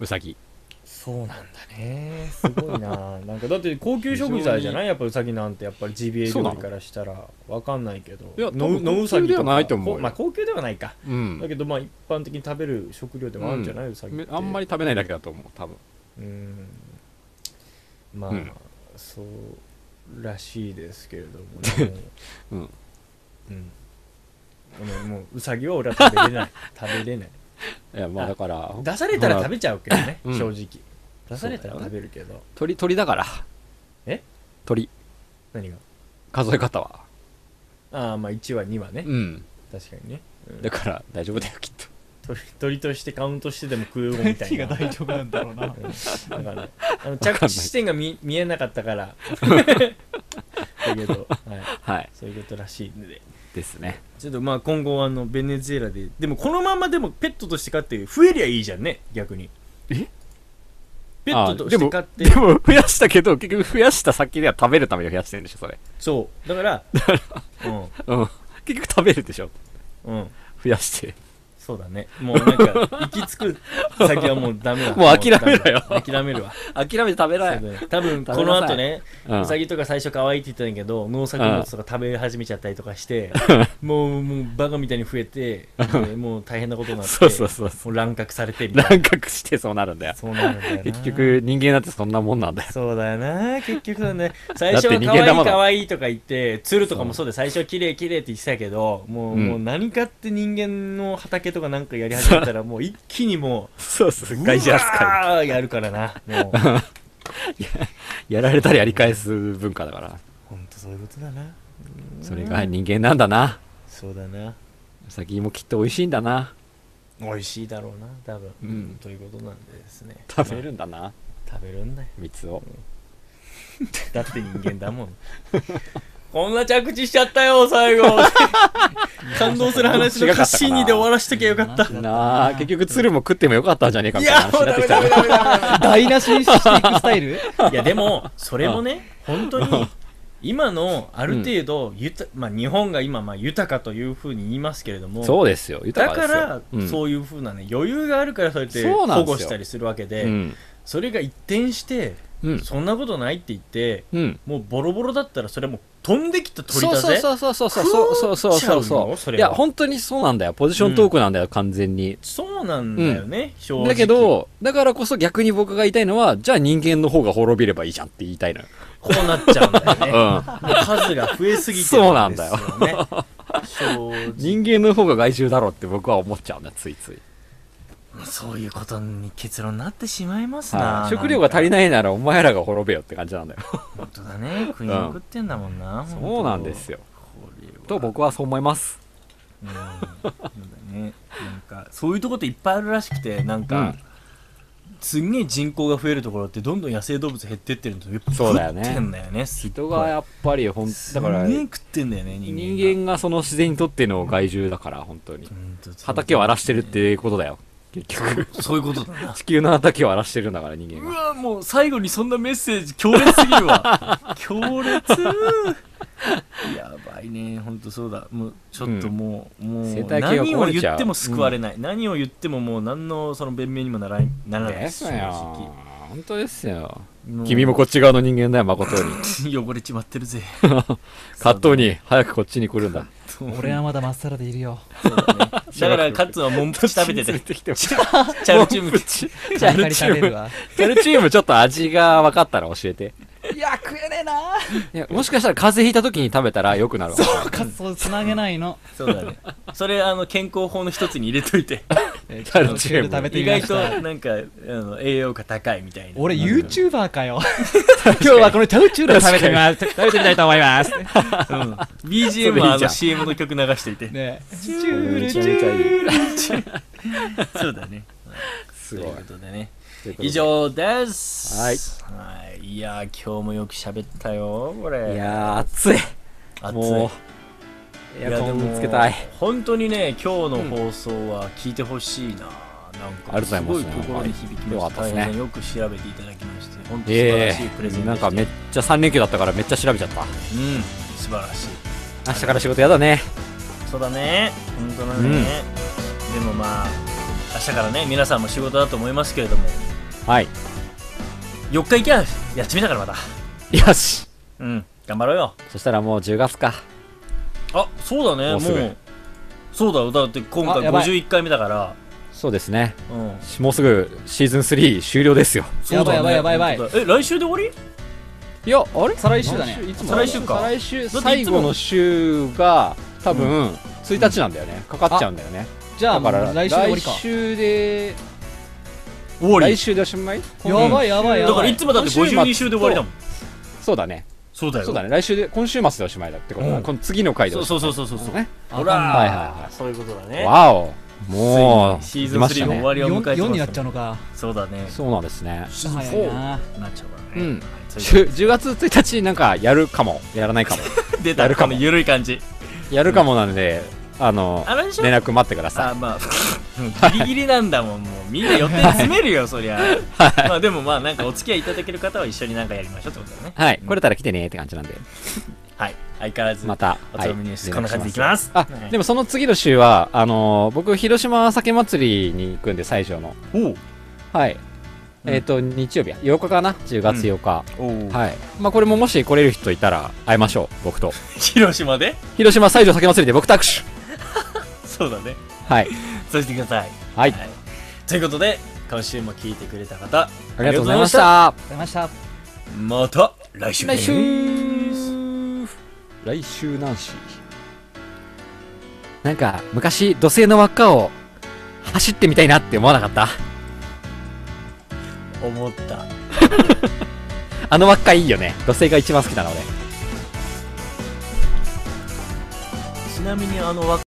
S4: うさぎ
S6: そうなんだねすごい ななんかだって高級食材じゃないやっぱウサギなんてやっぱりジビエ
S4: そうな
S6: 料
S4: の
S6: 理からしたらわかんないけど
S4: いや多
S6: ノ
S4: 分
S6: ノウサギ
S4: 高級ではないと思うよ
S6: こまあ高級ではないか
S4: う
S6: だ
S4: ん
S6: けどまあ一般的に食べる食料でもあるんじゃない、ウサギっ
S4: め
S6: て
S4: あんまり食べないだけだと思う多分
S6: うんまあ、
S4: うん、
S6: そうらしいですけれども、ね
S4: うん
S6: うんごめんもううさぎは俺は食べれない 食べれない
S4: いやまあだから
S6: 出されたら食べちゃうけどね、
S4: うん
S6: 正直出されたら食べるけど、
S4: 鳥鳥だから
S6: え
S4: 鳥
S6: 何が
S4: 数え方は
S6: ああまあ1話2話ね、
S4: うん
S6: 確かにね
S4: だから大丈夫だよきっと
S6: 鳥鳥としてカウントしてでも食うみたい
S5: 手が
S6: な
S5: 大丈夫なんだろうな
S6: うんわかんないあの着地地点が見見えなかったからだけど、はい、
S4: はい
S6: そういうことらしいんで
S4: ですね
S6: ちょっとまあ今後あのベネズエラででもこのままでもペットとして飼って増えりゃいいじゃんね逆に
S4: え
S6: ペットとして飼って
S4: でも増やしたけど結局増やした先では食べるために増やしてるんでしょそれ
S6: そうだ から
S4: うん結局食べるでしょ
S6: うんうん
S4: 増やして
S6: そうだねもうなんか行き着く先はもうダメだ
S4: もう諦めろよ
S6: もうダメだ諦めるわ
S4: 諦めて食べな
S6: そうだね多分この後ねウサギとか最初可愛いって言ってたんやけど農作物とか食べ始めちゃったりとかしてもうもうバカみたいに増えてでもう大変なことになって
S4: そうそうそう
S6: もう乱獲されてみたいな
S4: 乱獲してそうなるんだよ
S6: そうなるんだよな
S4: 結局人間なんてそんなもんなんだよ
S6: そうだよな結局だね最初は
S4: だって
S6: 可
S4: 人間だ
S6: 愛
S4: も
S6: い
S4: の
S6: 可愛いとか言って鶴とかもそうで最初は綺麗綺麗って言ってたけどもう,、
S4: うん
S6: もう何かって人間の畑とかなんかやり始めたらもう一気にも
S4: そうそう
S6: う
S4: 外人
S6: う
S4: 扱
S6: わーやるからなもう
S4: いやられたらやり返す文化だから
S6: ほんとそういうことだな
S4: それが人間なんだな
S6: そうだな
S4: ウサギもきっと美味しいんだな
S6: 美味しいだろうな多分、
S4: うん
S6: ということなんでですね
S4: 食べるんだな
S6: 食べるんだよ
S4: 蜜を
S6: だって人間だも んこんな着地しちゃったよ最後感動する話のカッシーニで終わらしときゃよかった
S4: なあ結局鶴も食ってもよかったんじゃねえか
S6: い
S4: みたいな
S6: や
S4: 話
S6: も
S4: に
S6: う
S4: な
S6: ダメダメダメダメ
S4: ってきた
S5: 台無しにしていくスタイル
S6: いやでもそれもね本当に今のある程度ゆた、まあ、日本が今まあ豊かというふうに言いますけれども
S4: そうですよ豊
S6: だ
S4: か
S6: か
S4: ですよ
S6: ら、
S4: うん
S6: そういうふうな、ね、余裕があるからそうやって
S4: そうなん
S6: 保護
S4: ですよ
S6: したりするわけでそ,、
S4: うん
S6: れが一転して、
S4: うん
S6: そんなことないって言って
S4: うん
S6: もうボロボロだったらそれはもう飛んできた鳥
S4: そう
S6: だ
S4: そう
S6: ぜ
S4: そうそうそうそうそうそうそう
S6: 食っちゃうの
S4: そ
S6: そうれ
S4: い
S6: は
S4: や本当にそうなんだよポジショントークなんだよ、完全に
S6: そうなんだよね、正直
S4: だけどだからこそ逆に僕が言いたいのはじゃあ人間の方が滅びればいいじゃんって言いたいのよ、
S6: こうなっちゃうんだよね、
S4: う
S6: もう数が増えすぎて
S4: そうなんだよ
S6: んですよね正 直
S4: ん、人間の方が害獣だろうって僕は思っちゃうんだついつい、
S6: そういうことに結論になってしまいますな。
S4: はい、食料が足り
S6: ない。
S4: ないならお前らが滅べよって感じなんだよ
S6: 本当だね。国に
S4: うん
S6: 食ってんだもんな。本当
S4: そうなんです。よ
S6: これは。
S4: と僕はそう思います
S6: うん。そうだね。なんか、そういうとこっていっぱいあるらしくて、なん
S4: う
S6: か
S4: ん、
S6: すんげえ人口が増えるところってどんどん野生動物減ってってるんですよ。
S4: そうだよね
S6: 食ってんだよね。すっごい
S4: 人がやっぱりほんだから
S6: すんげえ食ってんだよね、人間が。
S4: 人間がその自然にとっての害獣だから本当に
S6: 本当そう
S4: 畑を荒らしてるってことだよ結局
S6: そういうことだな。
S4: 地球の畑を荒らしてるんだから人間
S6: う
S4: が
S6: わもう最後にそんなメッセージ強烈すぎるわ 強烈やばいねほんとそうだもうちょっともう、も
S4: 生
S6: う
S4: 態系が
S6: 何を
S4: 壊れちゃう
S6: 言っても救われない、何を言ってももう何のその弁明にもならならない
S4: ですよ本当ですよ
S6: もう
S4: 君もこっち側の人間だよ誠に
S6: 汚れちまってるぜ
S4: カットに早くこっちに来るんだ
S5: 俺はまだまっさらでいるよ
S6: そうだ,、ね、だ からカッツンはモンプチ食 べててチャルチューム
S4: チ
S5: じゃあ借り食べるわ
S4: チャルチームちょっと味が分かったら教えて
S5: いや食えねえない
S4: やもしかしたら風邪ひいた時に食べたら良くなるわ
S5: かそうつなげないの
S6: そうだねそれあの健康法の一つに入れといて
S5: えー
S4: カルチウム
S5: ちょっと食べて
S6: 意
S5: みま
S6: 外
S5: し
S6: と
S5: た
S6: なんかあの栄養価高いみたいな
S5: 俺 YouTuber かよ今日はこのチャウチュール食べてみます食べてみたいと思います
S6: うん BGM はあの CM の曲流していて
S5: ねチュー
S4: め
S5: ル
S4: ち
S5: チ
S4: ゃ
S5: ュ
S4: めちゃ
S5: ール
S4: いい
S6: そうだね。
S4: す
S6: とい
S4: ごいう
S6: ことでね。
S4: ということで
S6: 以上です。は
S4: はい
S6: い。いやー、今日もよく喋ったよ、こ
S4: い
S6: れ。
S4: やー暑い
S6: 暑い、
S4: もうエアコン見つけたい。
S6: 本当にね、今日の放送は聞いてほしいな。なん
S4: あ
S6: か
S4: りが
S6: す
S4: とうご
S6: ごい
S4: ざい
S6: と
S4: ます
S6: ころに響き
S4: よか
S6: ま
S4: っ
S6: したた。
S4: です
S6: 大
S4: ね
S6: 変よく調べていただきまして、本当素晴
S4: え
S6: らしいプレ
S4: え
S6: ゼンで
S4: なん
S6: した。
S4: かめっちゃ3連休だったからめっちゃ調べちゃった
S6: うん、素晴らしい。
S4: 明日から仕事やだね
S6: そうだね本当だね、
S4: うん
S6: でもまあ明日からね皆さんも仕事だと思いますけれども
S4: はい
S6: 4日行きゃやっちみたからまた
S4: よし
S6: うん頑張ろうよ
S4: そしたらもう10月か
S6: あそうだねも
S4: もう
S6: う
S4: すぐ
S6: そうだよだって今
S5: あ
S6: 回
S5: やばい
S6: 51回目だから
S4: そうですね
S6: うん
S4: しもうすぐシーズン3終了ですよ
S6: そうだね
S5: やばいやばいやばい
S6: 本当だえ来週で終わり
S4: いやあれ
S5: 再来週だね
S4: いつも
S6: 再来週か
S4: 再来
S6: だ
S4: 週
S6: っていつも
S4: 最後の週が多分1日なんだよね、かかっちゃうんだよね
S5: じゃあ
S4: だ
S5: も
S4: か
S5: う
S4: ら
S5: 来週で終わりか
S4: 来週で
S6: 終わ
S4: 来
S6: り
S4: 週でおしまい
S5: やばいやばいやばい
S6: だからいつもだって
S4: 今週末
S6: 52週で終わりだもん
S4: そうだね
S6: そうだよ
S4: そうだね来週で今週末でおしまいだってことだ、
S6: うん
S4: この次の回で
S6: そ
S4: お
S6: う
S4: しま
S6: そうそうそうそうそう、
S4: ね
S6: ほら、
S4: はいはいはい
S6: そういうことだ
S4: い
S6: ね
S4: わおもう
S6: ついにシーズン3も終わりを迎えてます、ね、
S5: 4になっちゃうのか
S6: そうだね
S4: そうなんですね
S5: 早いな
S6: なっちゃうからね、
S4: うん
S6: はいそういう
S4: 10 10月1日なんかやるかもやらな いかも
S6: こと出
S4: や
S6: た
S4: る
S6: こ
S4: かも
S6: の緩い感じ
S4: やるかもなのであの
S6: あれでしょ
S4: 連絡待ってくだ
S6: さ
S4: さ
S6: あまあ ギリギリなんだもんもうみんな予定詰めるよそりゃまあでもまあなんかお付き合いいただける方は一緒になんかやりましょうってことだね
S4: いはい来れたら来てねって感じなんで
S6: はい相変わらず
S4: また
S6: お
S4: は
S6: つ
S4: い
S6: まみニュース
S4: 連絡
S6: こんな感じでいきます
S4: あ、
S6: も
S4: でもその次の週はあのー僕広島酒祭りに行くんで最上の
S6: おう
S4: はい、
S6: うん
S4: えっ、と日曜日8日かな10月8日、
S6: おう
S4: はいまあこれももし来れる人いたら会いましょう僕と
S6: 広島で
S4: 広島西条酒祭りで僕と握手
S6: そうだね
S4: はい
S6: そうしてください
S4: はい
S6: はいということで今週も聞いてくれた方
S4: ありがとうございました
S5: 出ました
S6: また来週で
S4: 来
S6: す
S4: 週来週なんしなんか昔土星の輪っかを走ってみたいなって思わなかった
S6: 思った
S4: あの輪っかいいよね土星が一番好きなの俺
S6: ちなみにあの若